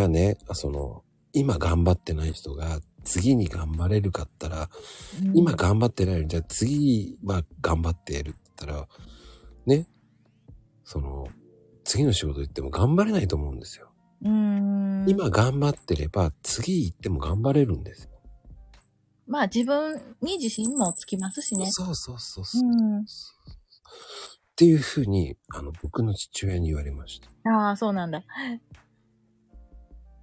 S1: らね、その、今頑張ってない人が次に頑張れるかったら、 <laughs> 今頑張ってないのに、じゃあ次は頑張ってやるって言ったら、ね、その、次の仕事行っても頑張れないと思うんですよ。
S3: うーん。
S1: 今頑張ってれば、次行っても頑張れるんですよ。
S3: まあ、自分に自信もつきますしね。
S1: そうそうそうそう。
S3: う
S1: っていうふうに、あの、僕の父親に言われました。
S3: ん。ああ、そうなんだ。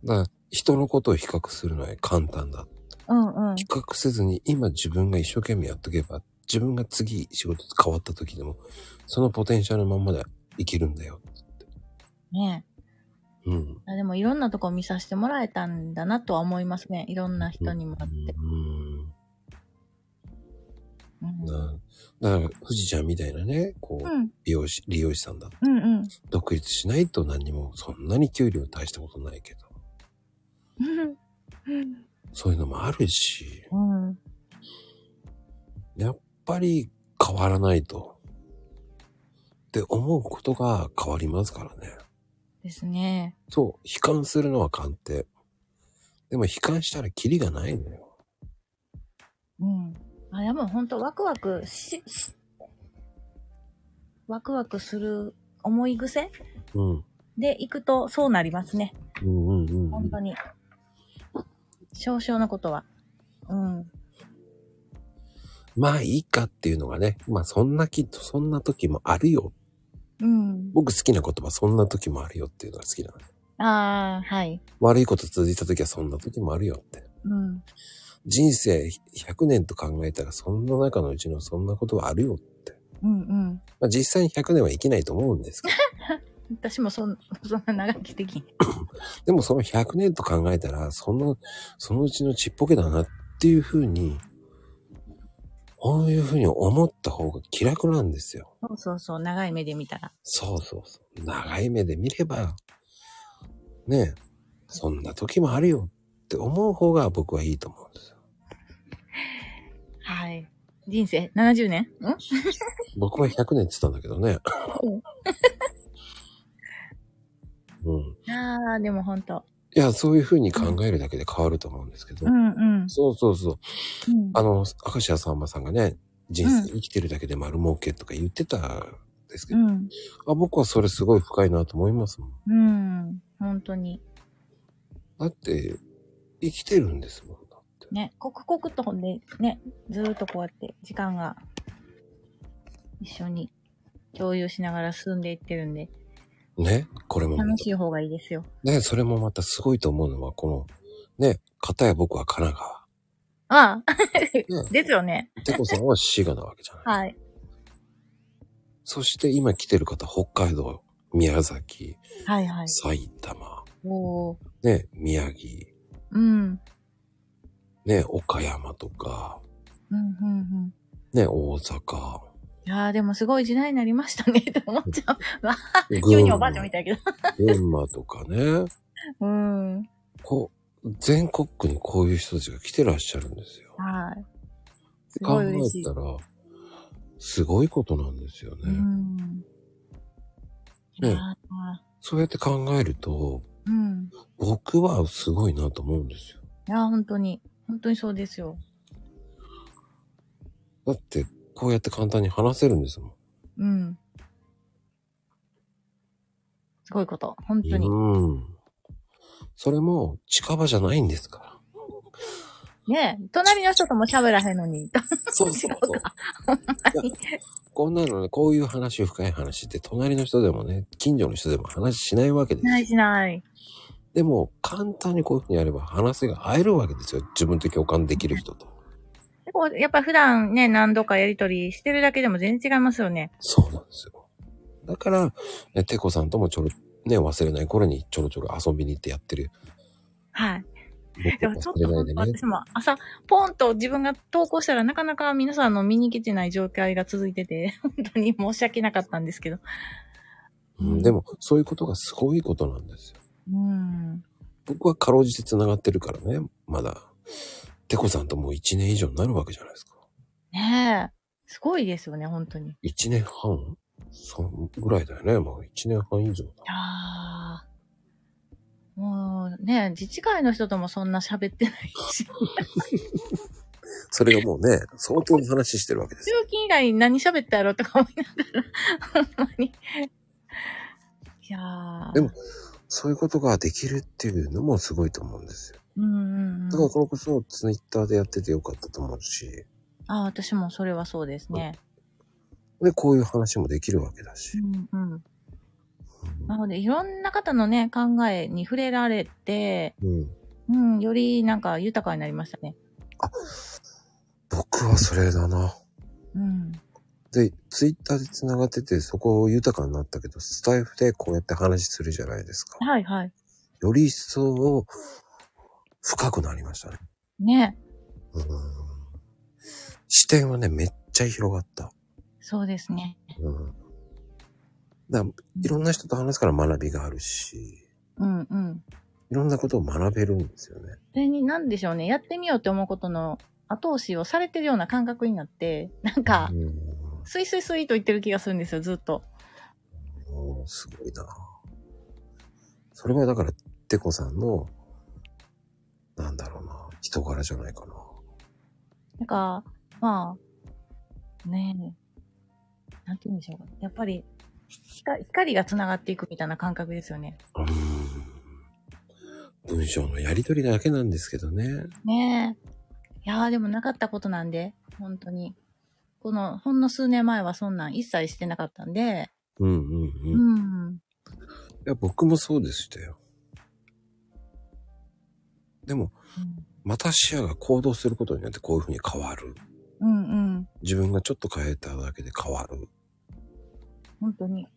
S1: だから、人のことを比較するのは簡単だ。
S3: うんうん
S1: 比。較せずに、今自分が一生懸命やっとけば、自分が次仕事変わった時でも、そのポテンシャルのままでいけるんだよ。
S3: ね
S1: うん。
S3: えあでも、いろんなとこ見させてもらえたんだなとは思いますね。いろんな人にもあって。
S1: うん。
S3: うん。
S1: なだから、富士ちゃんみたいなね、こ
S3: う
S1: う、
S3: ん。
S1: 美容師、利用師さんだ。
S3: うんうん。
S1: 独立しないと何にも、そんなに給料大したことないけど、そういうのもあるし、
S3: うん。
S1: やっぱり変わらないと。って思うことが変わりますからね。
S3: ですね。
S1: そう、悲観するのは鑑定。でも悲観したらキリがないのよ。
S3: うん。あ、でも本当ワクワクし、しワクワクする思い癖
S1: うん。
S3: で行くとそうなりますね。
S1: うんうんうんう
S3: 本
S1: ん。
S3: 当に。少々のことは。うん。
S1: まあいいかっていうのがね、まあそんなきっと、そんな時もあるよ。
S3: うん。
S1: 僕好きな言葉、そんな時もあるよっていうのが好きなの。
S3: ああ、はい。
S1: 悪いこと続いた時はそんな時もあるよって。
S3: うん。
S1: 人生100年と考えたら、そんな中のうちのそんなことはあるよって。
S3: うんうん。
S1: まあ実際に100年は生きないと思うんですけど
S3: 私もそん、そんな長き的に。
S1: でもその100年と考えたら、その、そのうちのちっぽけだなっていうふうにこういうふうに思った方が気楽なんですよ。
S3: そうそうそう、長い目で見たら。
S1: そうそうそう。長い目で見れば、ねえ、そんな時もあるよって思う方が僕はいいと思うんですよ。
S3: はい。人生70年ん
S1: 僕は100年って言ったんだけどね。 <laughs> うん。
S3: ああ、でも本当。
S1: いや、そういうふうに考えるだけで変わると思うんですけど。
S3: うんうん。
S1: そうそうそう。
S3: うん
S1: あの、明石家さんまさんがね、人生生きてるだけで丸儲けとか言ってたんですけ
S3: う
S1: ど、
S3: ん。
S1: あ僕はそれすごい深いなと思いますもん。
S3: うん。本当に。
S1: だって、生きてるんですもん。だって
S3: ね、刻々とね、ね、ずーっとこうやって時間が一緒に共有しながら進んでいってるんで、
S1: ね、これもまた
S3: 楽しい方がいいですよ。
S1: ね、それもまたすごいと思うのは、この、ね、片や僕は神奈川。
S3: ああ、
S1: ね、
S3: ですよね。
S1: てこさんは滋賀なわけじゃない。
S3: はい。
S1: そして今来てる方、北海道、宮崎、
S3: はいはい。
S1: 埼玉、
S3: おー。
S1: ね、宮城、
S3: うん。
S1: ね、岡山とか、
S3: うん、うん、
S1: ね、大阪、
S3: うん。いやーでもすごい時代になりましたね、って思っちゃう。わあ
S1: 群
S3: 急におばあちゃんみ
S1: 馬
S3: たいだけど。
S1: 群馬とかね、
S3: うん。
S1: こう、全国区にこういう人たちが来てらっしゃるんですよ。
S3: はい。す
S1: 考
S3: ごい
S1: え
S3: 嬉しい
S1: た。ら、すごいことなんですよね。
S3: うん。い
S1: ね
S3: やー
S1: そうやって考えると、
S3: うん。
S1: 僕はすごいなと思うんですよ。
S3: いやー本当に、本当にそうですよ。
S1: だって、こうやって簡単に話せるんですもん。
S3: うん。すごいこと。本当に。
S1: うん。それも、近場じゃないんですか
S3: ねえ、隣の人とも喋らへんのに。
S1: ら。そうそうそう。いやこんなのね、こういう話、深い話って、隣の人でもね、近所の人でも話しないわけです。
S3: ないしない。
S1: でも、簡単にこういうふうにやれば話が合えるわけですよ。自分と共感できる人と。
S3: でこうやっぱ普段ね、何度かやりとりしてるだけでも全然違いますよね。
S1: そうなんですよ。だから、ね、てこさんともちょろ、ね、忘れない頃にちょろちょろ遊びに行ってやってる。
S3: はい。でもちょっ
S1: 僕
S3: と、
S1: 忘れないでね
S3: 私。も朝、ポンと自分が投稿したらなかなか皆さんの見に来てない状況が続いてて、 <laughs> 本当に申し訳なかったんですけど。
S1: うん、でも、そういうことがすごいことなんですよ。
S3: うん。
S1: 僕はかろうじて繋がってるからね、まだ。てこさんともう1年以上になるわけじゃないですか。
S3: ねえ。すごいですよね、本当に。い
S1: 1年半そんぐらいだよね。もう1年半以上だ。
S3: やーもうね、自治会の人ともそんな喋ってないし。
S1: それがもうね、相当の話してるわけですよ。
S3: 料金以外に何喋ったやろとか思いながら、ほんまに。いやー。
S1: でもそういうことができるっていうのもすごいと思うんですよ。
S3: うんうんうん
S1: だ。からこれこそツイッターでやっててよかったと思うし、
S3: あ、私もそれはそうですね。
S1: で、こういう話もできるわけだ
S3: う
S1: し。
S3: んうん。
S1: う
S3: なので、いろんな方のね、考えに触れられて、
S1: んうん。
S3: うん、よりなんか豊かになりましたね。
S1: 僕はそれだな。
S3: うん。
S1: で、ツイッターで繋がってて、そこ豊かになったけど、スタイフでこうやって話するじゃないですか。
S3: はいはい。
S1: より一層深くなりましたね。
S3: ね。
S1: うん視点はね、めっちゃ広がった。
S3: そうですね。
S1: うん、だからいろんな人と話すから学びがあるし、
S3: うんうん。
S1: いろんなことを学べるんですよね。
S3: それに何でしょうね。やってみようって思うことの後押しをされてるような感覚になって、なんか
S1: う、
S3: スイスイスイと言ってる気がするんですよ、ずっと。
S1: ん、すごいな。それはだから、てこさんの、なんだろうな、人柄じゃないかな。
S3: なんか、まあ、ねえ、なんて言うんでしょうか。やっぱり、光光が繋がっていくみたいな感覚ですよね。
S1: うん文章のやりとりだけなんですけどね。
S3: ねえ。いやーでもなかったことなんで、本当に。この、ほんの数年前はそんなん一切してなかったんで、
S1: うんうんうん。
S3: う
S1: い
S3: ん。
S1: や、僕もそうでしたよ。でも、また視野が行動することによってこういうふうに変わる。
S3: うんうん。
S1: 自分がちょっと変えただけで変わる。
S3: 本当に。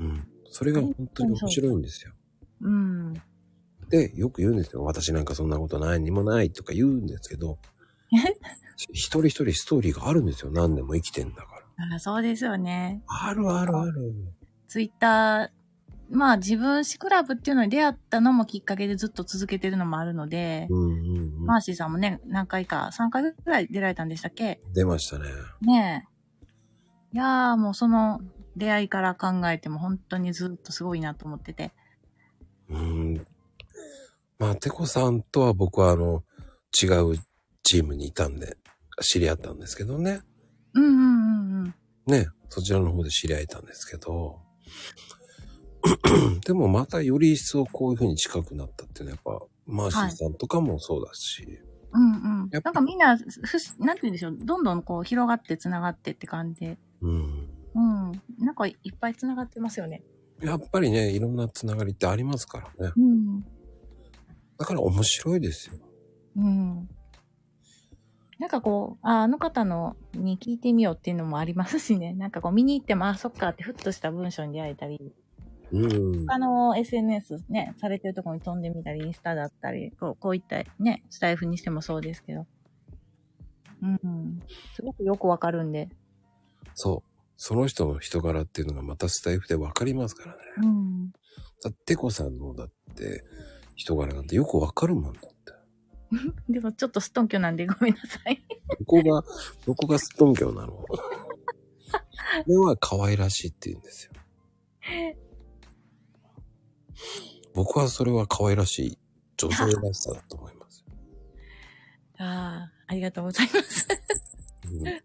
S1: うん。それが本当に面白いんですよ。
S3: うん。
S1: <laughs> で、よく言うんですよ。私なんかそんなことないにもないとか言うんですけど。一人一人ストーリーがあるんですよ。何年も生きてんだから。
S3: あそうですよね。
S1: あるあるある。
S3: ツイッター、まあ自分史クラブっていうのに出会ったのもきっかけでずっと続けてるのもあるので、
S1: うんうんう
S3: マーシーさんもね、何回か、3回ぐらい出られたんでしたっけ
S1: ん。出ましたね。
S3: ねえ。いやーもうその出会いから考えても本当にずっとすごいなと思ってて。
S1: うん。まあ、てこさんとは僕はあの、違うチームにいたんで、知り合ったんですけどね。
S3: うんうんうんうん。
S1: ね、そちらの方で知り合えたんですけど、 <clears throat> でもまたより一層こういう風に近くなったっていうのはやっぱ、マーシーさんとかもそうだし、
S3: うんうん。
S1: やっぱ
S3: なんかみんな、ふなんて言うんでしょう。どんどんこう広がって繋がってって感じで。
S1: うん。
S3: うん。なんかいっぱい繋がってますよね。
S1: やっぱりね、いろんなつながりってありますからね。
S3: うん。
S1: だから面白いですよ。
S3: うん。なんかこう、ああの方のに聞いてみようっていうのもありますしね。 <laughs> なんかこう見に行っても、あ、そっかってふっとした文章に出会えたり、
S1: うん。
S3: 他の SNS ね、されてるところに飛んでみたり、インスタだったり、こうこういったね、スタイフにしてもそうですけど。うん。すごくよくわかるんで。
S1: そう。その人の人柄っていうのがまたスタイフでわかりますからね。
S3: うん。
S1: だってこさんのだって人柄なんてよくわかるもんだって。
S3: でもちょっとストンキョなんでごめんなさい。
S1: ここが、ここがすっとんきょうなの。これは可愛らしいって言うんですよ。僕はそれは可愛らしい女性らしさだと思います。
S3: ああ、ありがとうございます。
S1: うん、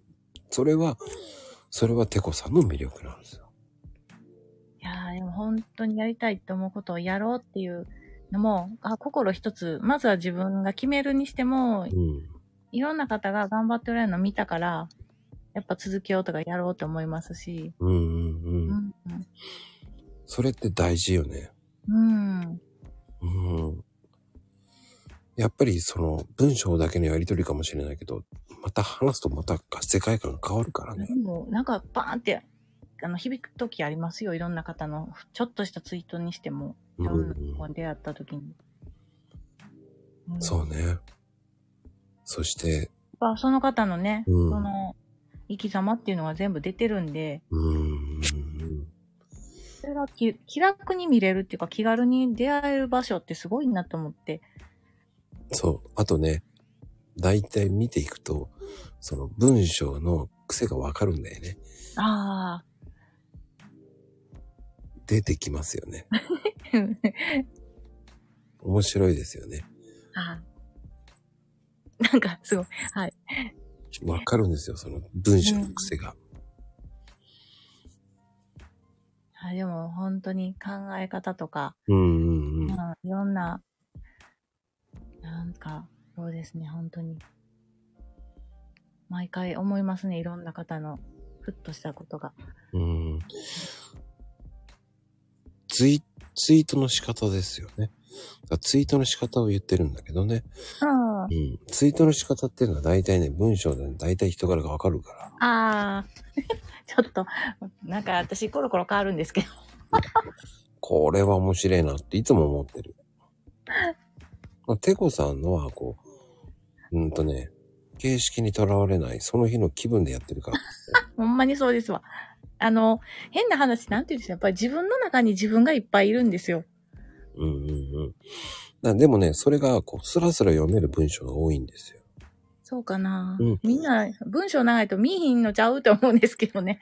S1: それは、それはテコさんの魅力なんですよ。
S3: いやーでも本当にやりたいと思うことをやろうっていうのも、あ心一つ、まずは自分が決めるにしても、
S1: うん。
S3: いろんな方が頑張っておられるのを見たから、やっぱ続けようとかやろうと思いますし、
S1: うんうん
S3: う
S1: うん。
S3: ん、
S1: それって大事よね。
S3: うん、うん、
S1: うん。やっぱりその文章だけのやりとりかもしれないけど、また話すとまた世界観変わるからね
S3: で。もなんかバーンって、あの、響く時ありますよ、いろんな方の、ちょっとしたツイートにしても、いろんな
S1: うん
S3: 子に出会った時に。うん
S1: そうね。そして、
S3: やっぱその方のね、
S1: うん
S3: その生き様っていうのが全部出てるんで、
S1: うーん。
S3: それがき気楽に見れるっていうか気軽に出会える場所ってすごいなと思って。
S1: そう。あとね、だいたい見ていくと、その文章の癖がわかるんだよね。
S3: ああ。
S1: 出てきますよね。面白いですよね。
S3: <laughs> あーなんかすごい。はい。
S1: わかるんですよ、その文章の癖が。
S3: あでも本当に考え方とか、
S1: うんうんうん。
S3: まあいろんな、なんか、そうですね、本当に。毎回思いますね、いろんな方の、ふっとしたことが。
S1: うんツイツイートの仕方ですよね。だからツイートの仕方を言ってるんだけどね。
S3: あ
S1: うん、ツイートの仕方っていうのは大体ね、文章で大体人柄がわかるから。
S3: あー。 <laughs> ちょっと、なんか私コロコロ変わるんですけど。
S1: これは面白いなっていつも思ってる。まあ、テコさんのはこう、うんとね、形式にとらわれない、その日の気分でやってるから。
S3: ほんまにそうですわ。あの、変な話、なんて言うんですか、やっぱり自分の中に自分がいっぱいいるんですよ。
S1: うんうんうん。なでもね、それがこう、スラスラ読める文章が多いんですよ。
S3: そうかな、
S1: うん
S3: みんな、文章長いと見いひんのちゃうと思うんですけどね。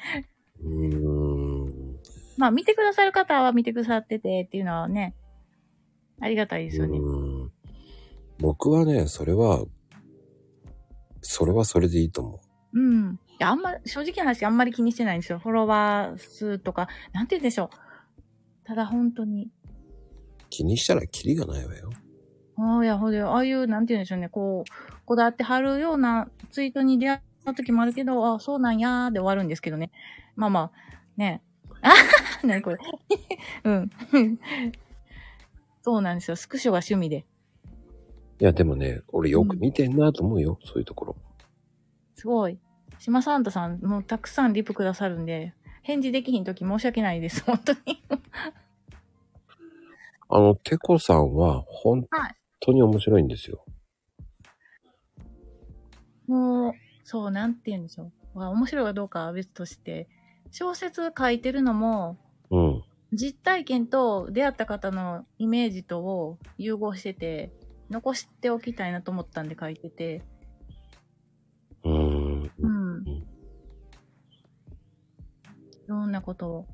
S1: うーん。
S3: <laughs> まあ、見てくださる方は見てくださっててっていうのはね、ありがたいですよね。
S1: うん僕はね、それは、それはそれでいいと思
S3: うん。いや、あんま、正直な話、あんまり気にしてないんですよ。フォロワー数とか、なんて言うんでしょう。ただ本当に。
S1: う。気にしたらキリがないわよ。
S3: ああ、いや、ほんで、ああいう、なんて言うんでしょうね、こう、こだわってはるようなツイートに出会った時もあるけど、ああ、そうなんやーで終わるんですけどね。まあまあ、ね。ああ、なにこれ。 <laughs> うん。そうなんですよ。スクショが趣味で。
S1: いや、でもね、俺よく見てんなと思うよ、そういうところ。
S3: すごい。島サンタさん、もうたくさんリプくださるんで、返事できひん時申し訳ないです、本当に。
S1: あの、テコさんは本当に面白いんですよ。
S3: もう、そう、なんて言うんでしょう。まあ面白いかどうかは別として、小説書いてるのも、
S1: うん。
S3: 実体験と出会った方のイメージとを融合してて、残しておきたいなと思ったんで書いてて。
S1: うーん。
S3: うん。いろんなことを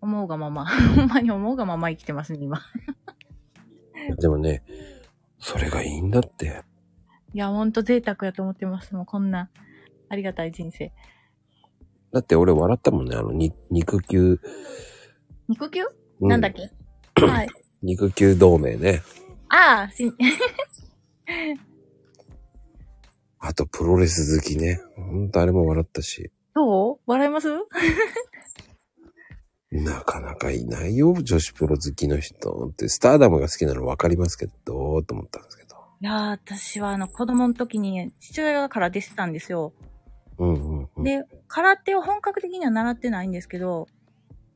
S3: 思うがまま、 <laughs> ほんまに思うがまま生きてますね、今。
S1: でもね、それがいいんだって。
S3: いや、ほんと贅沢やと思ってます。もうこんな、ありがたい人生。
S1: だって俺笑ったもんね、あの、に肉球、
S3: 肉球、
S1: う
S3: なんだっけ <coughs> はい。
S1: 肉球同盟ね。
S3: ああ、しん、 <laughs>
S1: あと、プロレス好きね。ほんとあれも笑ったし。
S3: どう笑います
S1: なかなかいないよ、女子プロ好きの人って、スターダムが好きなの分かりますけど、と思ったんですけど。
S3: いやー、私はあの子供の時に父親が空手してたんですよ。
S1: うんうんうん。
S3: で、空手を本格的には習ってないんですけど、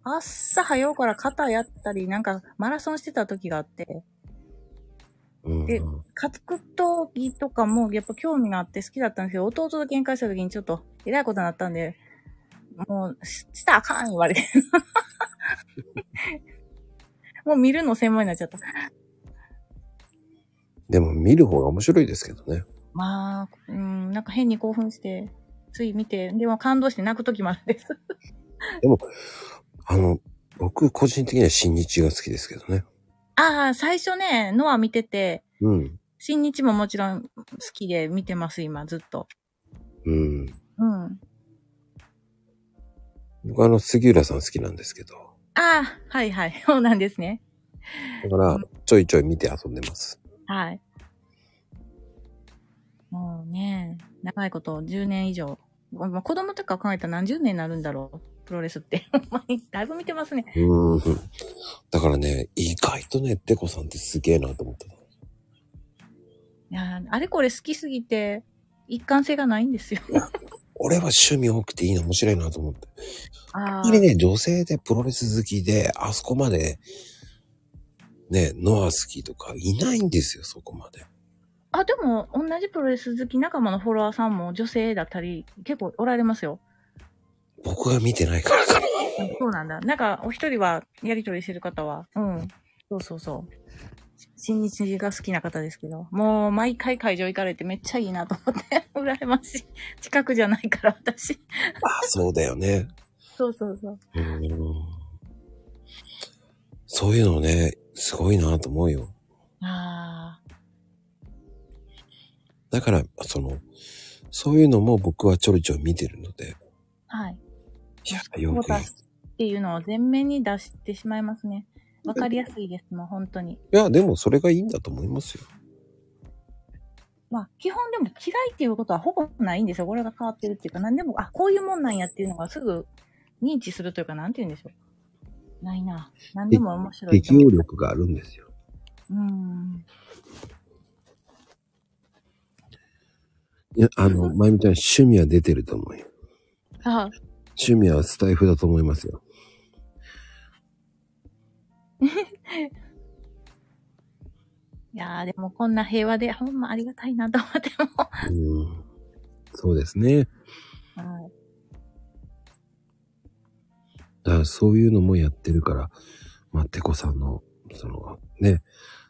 S3: 朝早うから肩やったり、なんかマラソンしてた時があって、
S1: うんうん
S3: で格闘技とかもやっぱ興味があって好きだったんですけど、弟と喧嘩した時にちょっと偉いことになったんで、もう、ししたらあかん言われて。 <laughs> もう見るの専門になっちゃった。
S1: でも見る方が面白いですけどね。
S3: まあ、うん、なんか変に興奮して、つい見て、でも感動して泣く時もあるんです。
S1: あの、僕個人的には新日が好きですけどね。
S3: ああ、最初ね、ノア見てて、
S1: うん。
S3: 新日ももちろん好きで見てます、今、ずっと。
S1: うん。
S3: うん。あ
S1: 僕あの、杉浦さん好きなんですけど。
S3: あ、はいはい。 <laughs> そうなんですね。
S1: だから、ちょいちょい見て遊んでます。
S3: はい。もうね、長いこと、10年以上。まあ子供とか考えたら何十年になるんだろう。プロレスって。 <laughs> ほんまに、だいぶ見てますね。
S1: うん。だからね、意外とね、デコさんってすげえなと思ってた。
S3: いやーあれこれ好きすぎて、一貫性がないんですよ。
S1: 俺は趣味多くていいな、面白いなと思って。
S3: ああ
S1: やっぱりね、女性でプロレス好きで、あそこまで、ね、ノア好きとかいないんですよ、そこまで。
S3: あ、でも、同じプロレス好き仲間のフォロワーさんも女性だったり、結構おられますよ。
S1: 僕が見てないからかな。
S3: そうなんだ。なんか、お一人は、やりとりしてる方は、うん。そうそうそう。新日が好きな方ですけど、もう毎回会場行かれてめっちゃいいなと思って、 <laughs> 羨ましい。近くじゃないから、私。
S1: あ、そうだよね。
S3: そうそうそう。
S1: うん。そういうのね、すごいなと思うよ。
S3: ああ、
S1: だから、その、そういうのも僕はちょろちょろ見てるので、
S3: はい。
S1: いや、よ
S3: モー
S1: く
S3: タ
S1: や
S3: ー
S1: る。い
S3: っていうのを全面に出してしまいますね。わかりやすいです、もう本当に。
S1: や、でもそれがいいんだと思いますよ。
S3: まあ、基本でも嫌いっていうことはほぼないんですよ。これが変わってるっていうか、何でも、あ、こういうもんなんやっていうのがすぐ認知するというか、なんて言うんでしょう。ないな。何でも面白いと
S1: 適
S3: 思う。
S1: 応力があるんですよ。
S3: うん。
S1: いや、あの、まゆみちゃん、趣味は出てると思うよ。
S3: あ、
S1: 趣味はスタイフだと思いますよ。
S3: いやーでもこんな平和で、ほんまありがたいなと思っても。
S1: うん。そうですね。
S3: はい
S1: だからそういうのもやってるから、まあ、てこさんの、その、ね、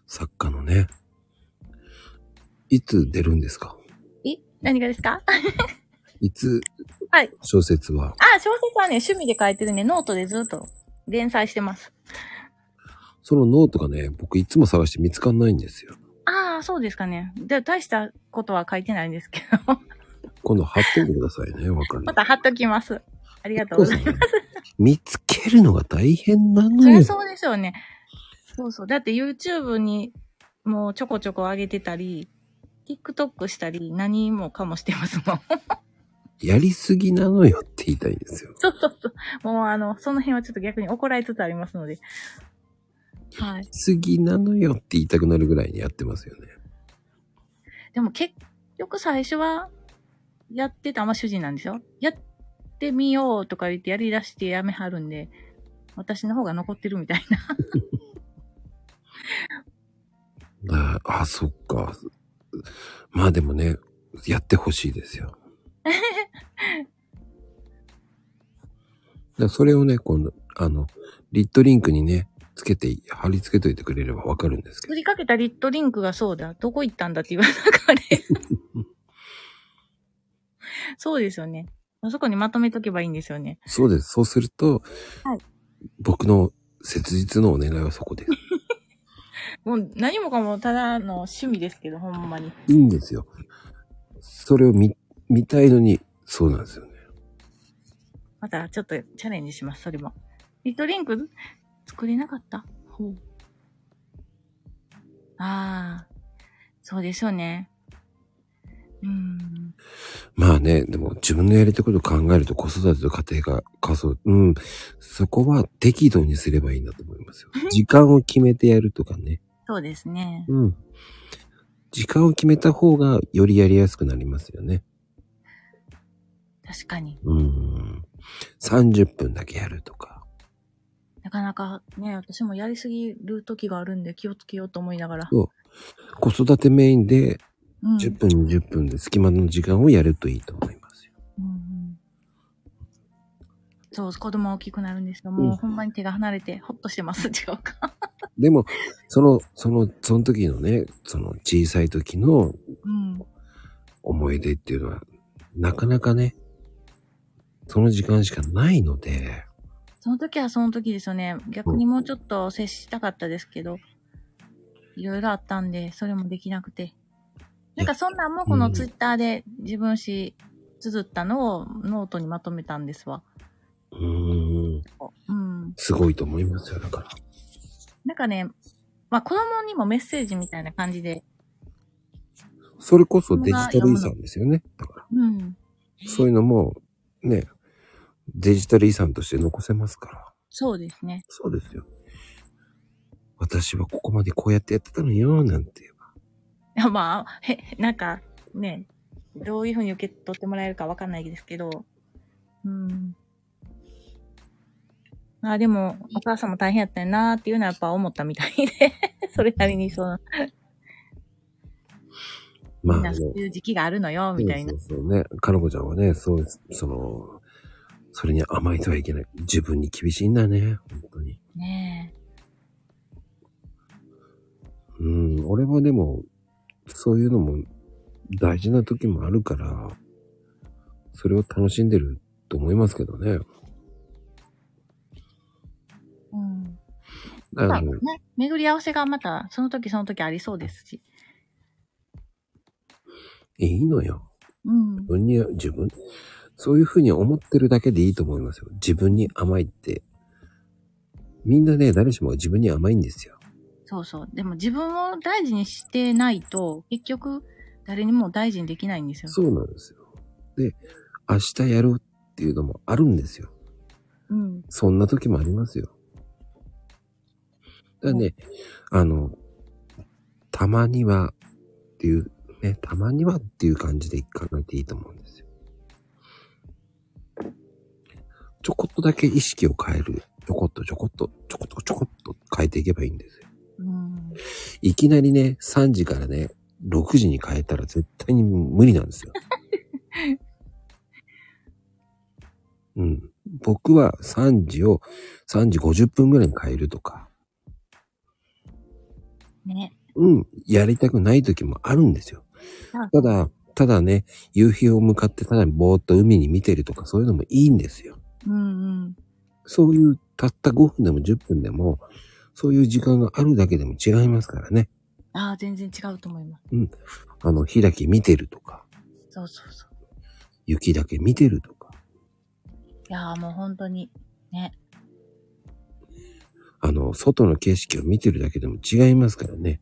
S1: 作家のね、いつ出るんですか
S3: え何がですか
S1: いつ、
S3: はい
S1: 小説は。
S3: あ、小説はね、趣味で書いてるんで、ノートでずっと連載してます。
S1: そのノートがね、僕いつも探して見つかんないんですよ。
S3: ああ、そうですかね。で、大したことは書いてないんですけど。 <laughs>
S1: 今度貼ってみてくださいね、わかる。
S3: また貼っときます。ありがとうございます。
S1: そうですね見つけるのが大変な
S3: そ
S1: の
S3: り
S1: よ
S3: ゃ。そうでしょうね。そうそう。だって YouTube にもうちょこちょこ上げてたり、TikTok したり、何もかもしてますもん。 <laughs>
S1: やりすぎなのよって言いたいんですよ。
S3: そうそうそう。もうあの、その辺はちょっと逆に怒られつつありますので。はい。
S1: すぎなのよって言いたくなるぐらいにやってますよね。
S3: でも結局最初は、やってた、まあ、主人なんですよ。やってみようとか言ってやり出してやめはるんで、私の方が残ってるみたいな。
S1: ああ、そっか。まあでもね、やってほしいです
S3: <laughs>
S1: よ。でそれをね、今度、あの、リットリンクにね、つけて、貼り付けといてくれればわかるんですけど
S3: 振。りかけたリットリンクがそうだ。どこ行ったんだって言われたからね。そうですよね。あそこにまとめとけばいいんですよね。
S1: そうです。そうすると、
S3: はい
S1: 僕の切実のお願いはそこです。 <laughs>
S3: もう何もかもただの趣味ですけど、ほんまに。
S1: いいんですよ。それを見、見たいのに、そうなんですよね。
S3: またちょっとチャレンジします、それも。リットリンク作れなかったほう。ああ、そうでしょうね。うーん。
S1: まあね、でも自分のやりたいことを考えると子育てと家庭が、家族、うん、そこは適度にすればいいんだと思いますよ。時間を決めてやるとかね。
S3: そうですね。
S1: うん。時間を決めた方がよりやりやすくなりますよね。
S3: 確かに。
S1: うん。30分だけやるとか。
S3: なかなかね、私もやりすぎる時があるんで気をつけようと思いながら。
S1: 子育てメインで
S3: うん。
S1: 10分20分で隙間の時間をやるといいと思いますよ。
S3: うんうんそう、子供は大きくなるんですよ。もうほんまに手が離れて、ほっとしてます。 <laughs> 違うか。
S1: でも、その、その、その時のね、その小さい時の
S3: うん。
S1: 思い出っていうのは、なかなかね、その時間しかないので、
S3: その時はその時ですよね。逆にもうちょっと接したかったですけど、いろいろあったんで、それもできなくて。なんかそんなんもこ
S1: う
S3: の
S1: ん
S3: ツイッターで自分史綴ったのをノートにまとめたんですわ。
S1: うーん、
S3: うん。
S1: すごいと思いますよ、だから。
S3: なんかね、まあ子供にもメッセージみたいな感じで、
S1: それこそデジタル遺産ですよね。だから、
S3: うん。
S1: そういうのも、ね、デジタル遺産として残せますから。
S3: そうですね。
S1: そうですよ。私はここまでこうやってやってたのよ、なんて。
S3: いや、 <laughs> まあ、へ、なんか、ね、どういうふうに受け取ってもらえるかわかんないですけど、うん。まあでも、お母さんも大変やったよなーっていうのはやっぱ思ったみたいで、 <laughs> それなりにその、
S1: ま
S3: み
S1: あ、
S3: んなそういう時期があるのよ、みたいな
S1: そ。うそうそうね。かのこちゃんはね、そうです、その、それに甘えてはいけない。自分に厳しいんだね、本当に。
S3: ねえ。
S1: うん、俺はでも、そういうのも大事な時もあるから、それを楽しんでると思いますけどね。
S3: うん。
S1: だから
S3: まあね、巡り合わせがまた、その時その時ありそうですし。
S1: いいのよ。
S3: うん
S1: 自。分に、自分、そういうふうに思ってるだけでいいと思いますよ。自分に甘いって。みんなね、誰しもが自分に甘いんですよ。
S3: そうそう。でも自分を大事にしてないと、結局、誰にも大事にできないんですよ。
S1: そうなんですよ。で、明日やるっていうのもあるんですよ。
S3: うん。
S1: そんな時もありますよ。だからね、あの、たまにはっていう、ね、たまにはっていう感じで考えていいと思うんですよ。ちょこっとだけ意識を変える。ちょこっとちょこっと、ちょこっとちょこっと変えていけばいいんですよ。
S3: うん。
S1: いきなりね、3時からね、6時に変えたら絶対に無理なんですよ。うん。僕は3時を3時50分ぐらいに変えるとか、
S3: ね。
S1: うん、やりたくない時もあるんですよ
S3: あ。
S1: ただ、ただね、夕日を向かってただぼーっと海に見てるとかそういうのもいいんですよ。
S3: うんうん。
S1: そういうたった5分でも10分でも、そういう時間があるだけでも違いますからね。
S3: ああ、全然違うと思います。
S1: あの、日だけ見てるとか、
S3: そうそうそう。
S1: 雪だけ見てるとか。
S3: いやーもう本当に、ね。
S1: あの、外の景色を見てるだけでも違いますからね。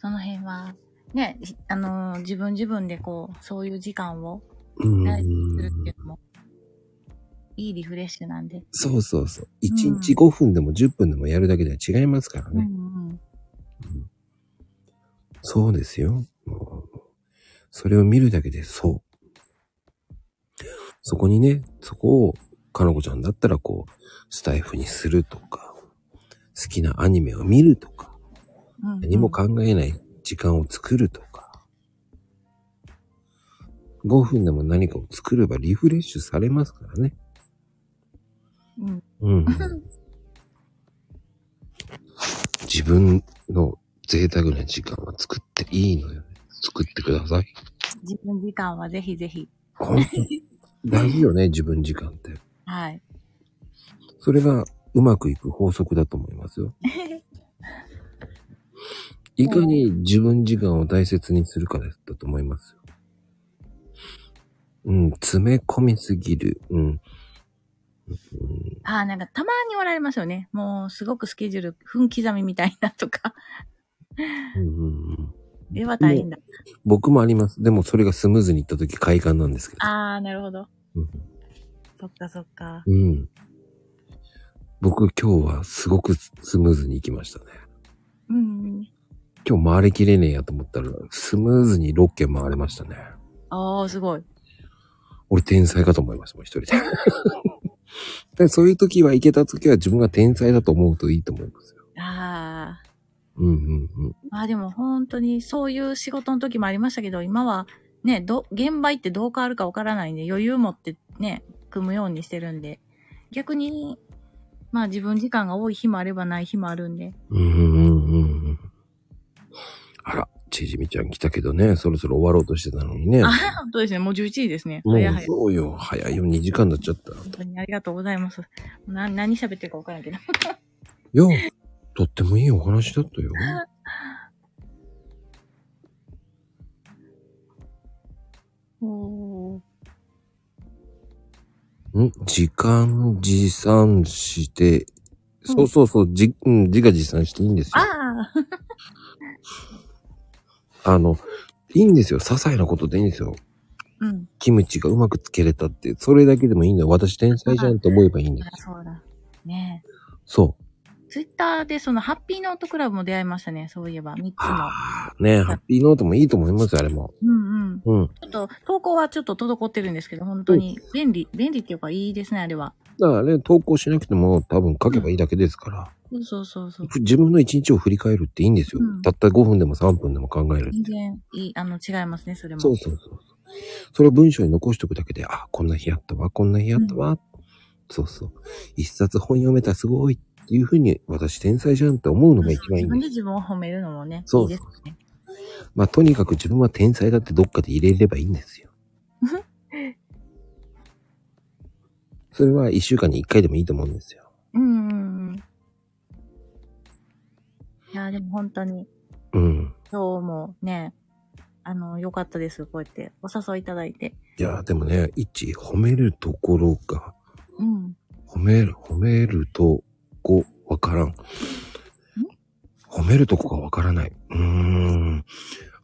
S3: その辺は、ね、ひあのー自分自分でこう、そういう時間を
S1: うー
S3: 大事にするって
S1: ん
S3: い。うのも、いいリフレッシュなんで。
S1: そうそうそう。1日5分でも10分でもやるだけでは違いますから
S3: うん
S1: ね。
S3: うん。
S1: そうですよ。もうそれを見るだけでそう。そこにね、そこを、かのこちゃんだったらこう、スタイフにするとか、好きなアニメを見るとか、
S3: うんうん
S1: 何も考えない時間を作るとか、 5分でも何かを作ればリフレッシュされますからね。
S3: うん。
S1: う
S3: <laughs>
S1: ん。自分の贅沢な時間は作っていいのよね。作ってください。
S3: 自分時間はぜひぜひ。
S1: 本当に大事よね、自分時間って。
S3: はい。 <laughs>
S1: それがうまくいく法則だと思いますよ。いかに自分時間を大切にするかだったと思いますよ。うん、詰め込みすぎる。うん。うん
S3: ああ、なんかたまにおられますよね。もうすごくスケジュール、分刻みみたいなとか。
S1: うんうん、
S3: では大変だ。
S1: 僕もあります。でもそれがスムーズにいった時快感なんですけど。
S3: ああ、なるほど。
S1: うん
S3: そっかそっか。
S1: うん。僕今日はすごくスムーズにいきましたね。
S3: うん。
S1: 今日回りきれねえやと思ったら、スムーズに6軒回れましたね。
S3: ああ、すごい。
S1: 俺天才かと思いましたもん、一人
S3: <laughs>
S1: で。でそういう時は、行けた時は自分が天才だと思うといいと思いますよ。
S3: ああ。
S1: うんうんうん。
S3: まあでも本当にそういう仕事の時もありましたけど、今はね、ど、現場行ってどう変わるかわからないんで、余裕持ってね、組むようにしてるんで、逆に、まあ自分時間が多い日もあればない日もあるんで。
S1: うんうんうんうん。あら、ちじみちゃん来たけどね、そろそろ終わろうとしてたのにね。
S3: あ、本当ですね。もう11時ですね。
S1: もう
S3: 早い早い。
S1: そうよ、早いよ、2時間になっちゃった。
S3: 本当にありがとうございます。な何喋ってるかわからんけど。
S1: いや、とってもいいお話だったよ。
S3: おー
S1: ん時間持参して、そうそうそう、じ、うん、自が持参していいんですよ。
S3: あ
S1: あの、いいんですよ。些細なことでいいんですよ。
S3: あうん。
S1: キムチがうまくつけれたって、それだけでもいいんだよ。私天才じゃんって思えばいいんだよ
S3: あ。そうだ。ねえ。
S1: そう。
S3: ツイッターでそのハッピーノートクラブも出会いましたね。そういえば、3つの。
S1: ああ、ねえハッピーノートもいいと思いますよ、あれも。
S3: うんうん。
S1: うん。
S3: ちょっと、投稿はちょっと滞ってるんですけど、本当に便利、便利っていうかいいですね、あれは。
S1: だからね、投稿しなくても多分書けばいいだけですから、
S3: そうそうそうそう。
S1: ふ自分の一日を振り返るっていいんですよ。
S3: うん
S1: たった5分でも3分でも考える。
S3: 全然いい、あの、違いますね、それも。
S1: そうそうそうそう。それを文章に残しておくだけで、あ、こんな日あったわ、こんな日あったわ。そうそう。一冊本読めたすごいっていうふうに、私天才じゃんって思うのが一番いい
S3: 自
S1: んだ
S3: 分
S1: よ
S3: で自分を褒めるのもね、
S1: そう
S3: いいですね。
S1: まあ、とにかく自分は天才だってどっかで入れればいいんです
S3: <laughs>
S1: よ。それは一週間に一回でもいいと思うんですよ。
S3: うんうんうん。いやー、でも本当に、
S1: うん。
S3: 今日もね、あの、良かったです、こうやって。お誘いいただいて。
S1: いやー、でもね、一、褒めるところが、
S3: うん。
S1: 褒める、褒めるとこ、わからん。褒めるとこがわからない。うーん。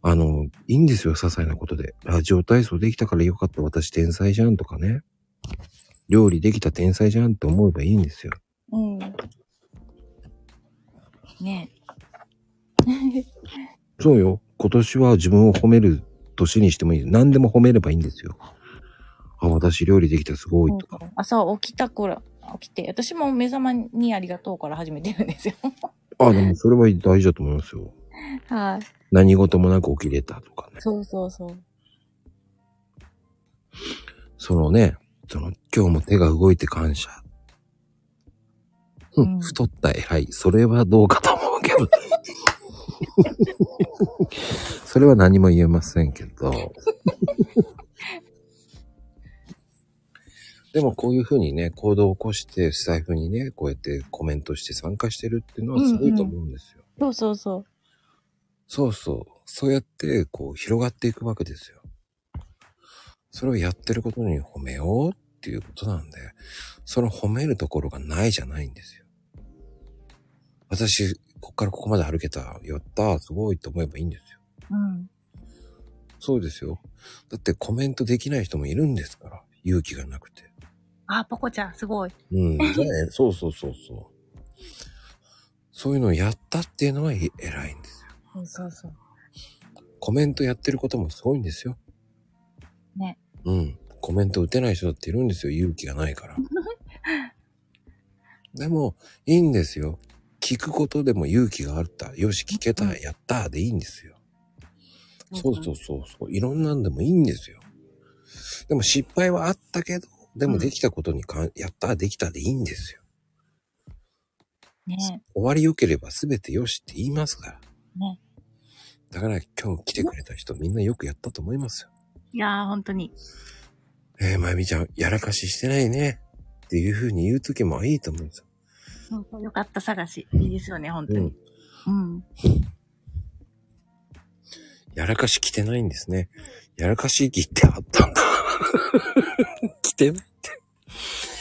S1: あの、いいんですよ、些細なことで。ラジオ体操できたからよかった、私天才じゃんとかね。料理できた天才じゃんって思えばいいんですよ。
S3: うん。ね
S1: そうよ。今年は自分を褒める年にしてもいい。何でも褒めればいいんですよ。あ、私料理できたすごいとか。
S3: 朝起きた頃、起きて、私も目覚まにありがとうから始めてるんですよ。
S1: あ、でもそれは大事だと思いますよ。
S3: はい。
S1: 何事もなく起きれたとかね。
S3: そうそうそう。
S1: そのね、その今日も手が動いて感謝。うん、
S3: うん
S1: 太った偉い。それはどうかと思うけど。 <laughs> それは何も言えませんけ <laughs> ど。でもこういうふうにね、行動を起こして、スタイフにね、こうやってコメントして参加してるっていうのはすごいと思うんですよ。
S3: そうそうそう。
S1: そうそう。そうやって、こう、広がっていくわけですよ。それをやってることに褒めようっていうことなんで、その褒めるところがないじゃないんですよ。私、こっからここまで歩けた。やったー、すごいと思えばいいんですよ。
S3: うん。
S1: そうですよ。だってコメントできない人もいるんですから、勇気がなくて。
S3: あ、ポコちゃん、すごい。
S1: うん、ねえそうそうそうそう。そういうのをやったっていうのは偉いんですよ。
S3: そうそうそう。
S1: コメントやってることもすごいんですよ。
S3: ね。
S1: うん。コメント打てない人だっているんですよ。勇気がない
S3: <laughs>
S1: から。でも、いいんですよ。聞くことでも勇気があった。よし、聞けた。やった。でいいんですよ。そうそうそうそう。いろんなんでもいいんですよ。でも失敗はあったけど、で
S3: う
S1: も
S3: ん
S1: できたことにかん、やった、できたでいいんですよ。
S3: ね
S1: 終わり良ければ全て良しって言いますから。
S3: ね
S1: だから今日来てくれた人みんなよくやったと思いますよ。
S3: いやー、本当に。
S1: えー、まゆみちゃん、やらかししてないね。っていう風に言う時もいいと思うんですよ。
S3: そうそうよかった探し。いいですよね、本当
S1: う
S3: に
S1: ん。。
S3: うん。
S1: やらかし着てないんですね。やらかし着ってあったん <laughs> だ。着てないって。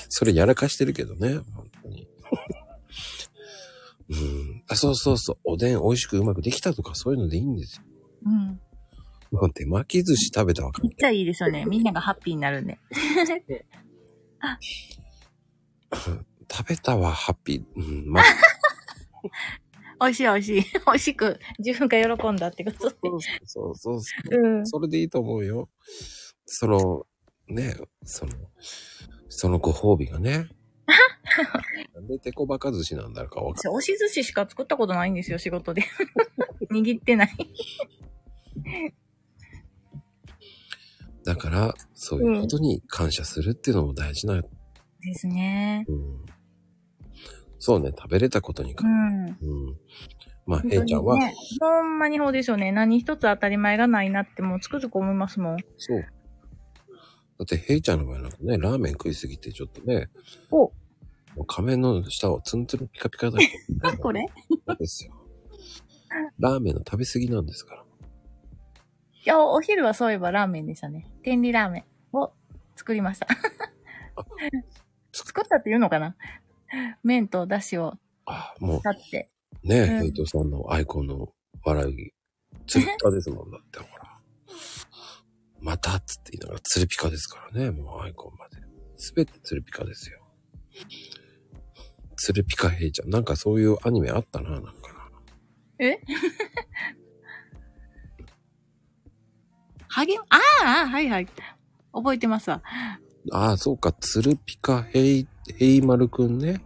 S1: それやらかしてるけどね。本当 <laughs> に。うん。あ、そうそうそう。おでん美味しくうまくできたとかそういうのでいいんですよ。
S3: うん。
S1: もう手巻き寿司食べたわか
S3: めっちゃいいですよね。みんながハッピーになるんで。
S1: 食べたはハッピー。うん、 <laughs> まあ、
S3: 美味しい美味しい。 <laughs> 美味しく、自分が喜んだってことで。
S1: そうそうそう。
S3: うん。
S1: それでいいと思うよ。その、ね、その、そのご褒美が
S3: <laughs>
S1: ね。なんで手こばか寿司なんだろうかわかん
S3: 私、押し寿司しか作ったことないんですよ、仕事で。 <laughs> 握ってない。
S1: だから、そういうことに感謝するっていうのも大事な、
S3: ですね。
S1: うんそうね、食べれたことに
S3: う
S1: か、
S3: ん。
S1: うんまあ、
S3: 本
S1: ヘ
S3: 当
S1: イちゃん
S3: に
S1: は、
S3: ね、ほんまにそうですよね。何一つ当たり前がないなって、もうつくづく思いますもん。
S1: そう。だって、ヘイちゃんの場合なんかね、ラーメン食いすぎてちょっとね、
S3: お
S1: もう仮面の下をツンツルピカピカだけど
S3: <laughs> これ
S1: ですよ。ラーメンの食べ過ぎなんですから。
S3: いや、お昼はそういえばラーメンでしたね。天理ラーメンを作りました。 <laughs> 作ったっていうのかな麺と出汁を
S1: ああ、もう、
S3: 使って。
S1: ねえ、
S3: うん
S1: ヘイトさんのアイコンの笑い、ツルピカですもんだって、ほら。またっつって言いながらツルピカですからね、もうアイコンまで。すべてツルピカですよ。ツルピカヘイちゃん。なんかそういうアニメあったな、なんかな。
S3: え励ま、ああああ、はいはい。覚えてますわ。
S1: ああ、そうか、ツルピカヘイ、ヘイマルくんね。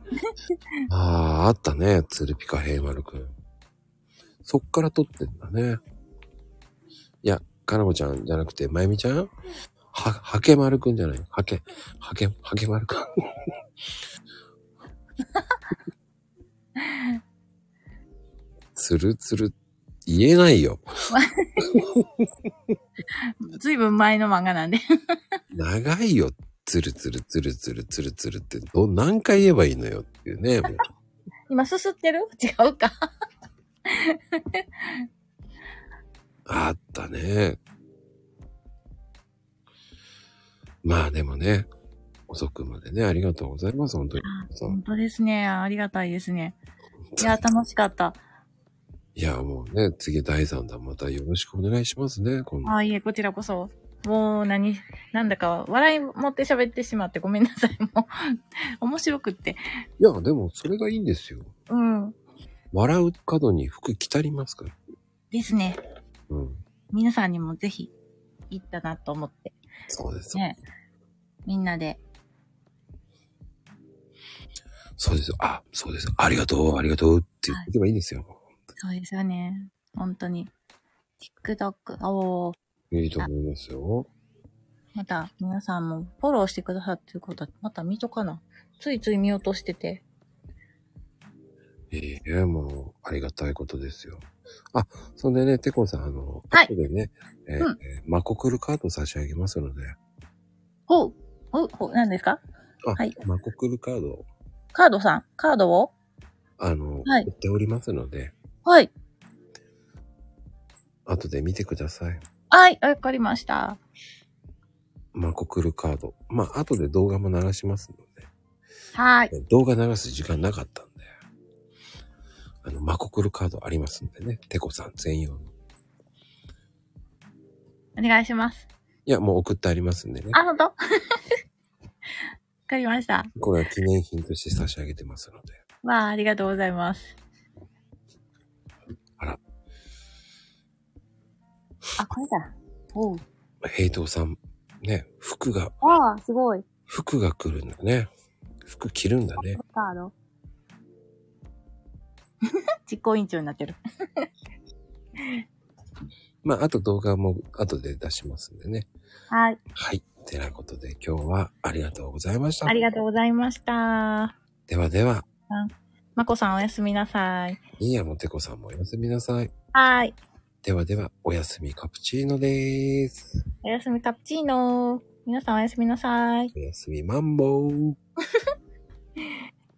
S1: ああ、あったね、ツルピカヘイマルくん。そっから撮ってんだね。いや、かなこちゃんじゃなくて、まゆみちゃんは、はけまるくんじゃないはけ、はけ、はけまるくん。つるつる、言えないよ。
S3: ずいぶん前の漫画なんで。
S1: 長いよ。つるつるつるつるつるつるって、ど、何回言えばいいのよっていうね。もう
S3: 今すすってる違うか。
S1: あったね。まあでもね、遅くまでね、ありがとうございます、本当に。そう
S3: 本当ですね。ありがたいですね。いや、楽しかった。
S1: いや、もうね、次第3弾またよろしくお願いしますね、今度
S3: あ。あ、いえ、こちらこそ。もう何、なんだか笑い持って喋ってしまってごめんなさい。もう、 <laughs> 面白くって。
S1: いや、でもそれがいいんですよ。
S3: うん。
S1: 笑う角に服着たりますから。
S3: ですね。
S1: うん。
S3: 皆さんにもぜひ、行ったなと思って。
S1: そうです。
S3: ね。みんなで。
S1: そうです。あ、そうです。ありがとう、ありがとうって言ってばいいんですよ。
S3: そうですよね。本当に。TikTok、おー
S1: いいと思いますよ。
S3: また皆さんもフォローしてくださってることは、また見とかな。ついつい見落としてて。
S1: ええもう、ありがたいことですよ。あ、そんでね、てこさん、あの、
S3: はい
S1: 後でね、えー
S3: うん
S1: えーマコクルカード差し上げますので、
S3: ほう、ほう、ほう、何ですか
S1: あ、
S3: はい
S1: マコクルカード、
S3: カードさん、カードを
S1: あの、
S3: はい
S1: 売っておりますので、
S3: はい。
S1: 後で見てください。
S3: はい、わかりました。
S1: マコクルカード。まあ、後で動画も流しますの
S3: はい。
S1: で、動画流す時間なかったんで、あの、マコクルカードありますんでね、てこさん専用の。
S3: お願いします。
S1: いや、もう送ってありますんでね、
S3: あ、ほんとわかりました。
S1: これは記念品として差し上げてますので。
S3: わあ、ありがとうございます。
S1: あら。
S3: あ、これだ。おう。
S1: ヘイトさん、ね、服が、
S3: わあ、すごい。
S1: 服が来るんだね。服着るんだね。
S3: カード。 <laughs> 実行委員長になってる。
S1: まあ、あと動画も後で出しますんでね。
S3: はい。
S1: はい。てなことで今日はありがとうございました
S3: あ。りがとうございました。
S1: ではでは、
S3: まこさんおやすみなさい。
S1: いいやもてこさんもおやすみなさい。
S3: はーい。
S1: ではでは、おやすみカプチーノでーす。
S3: おやすみカプチーノ。皆さんおやすみなさい。
S1: おやすみマンボウ。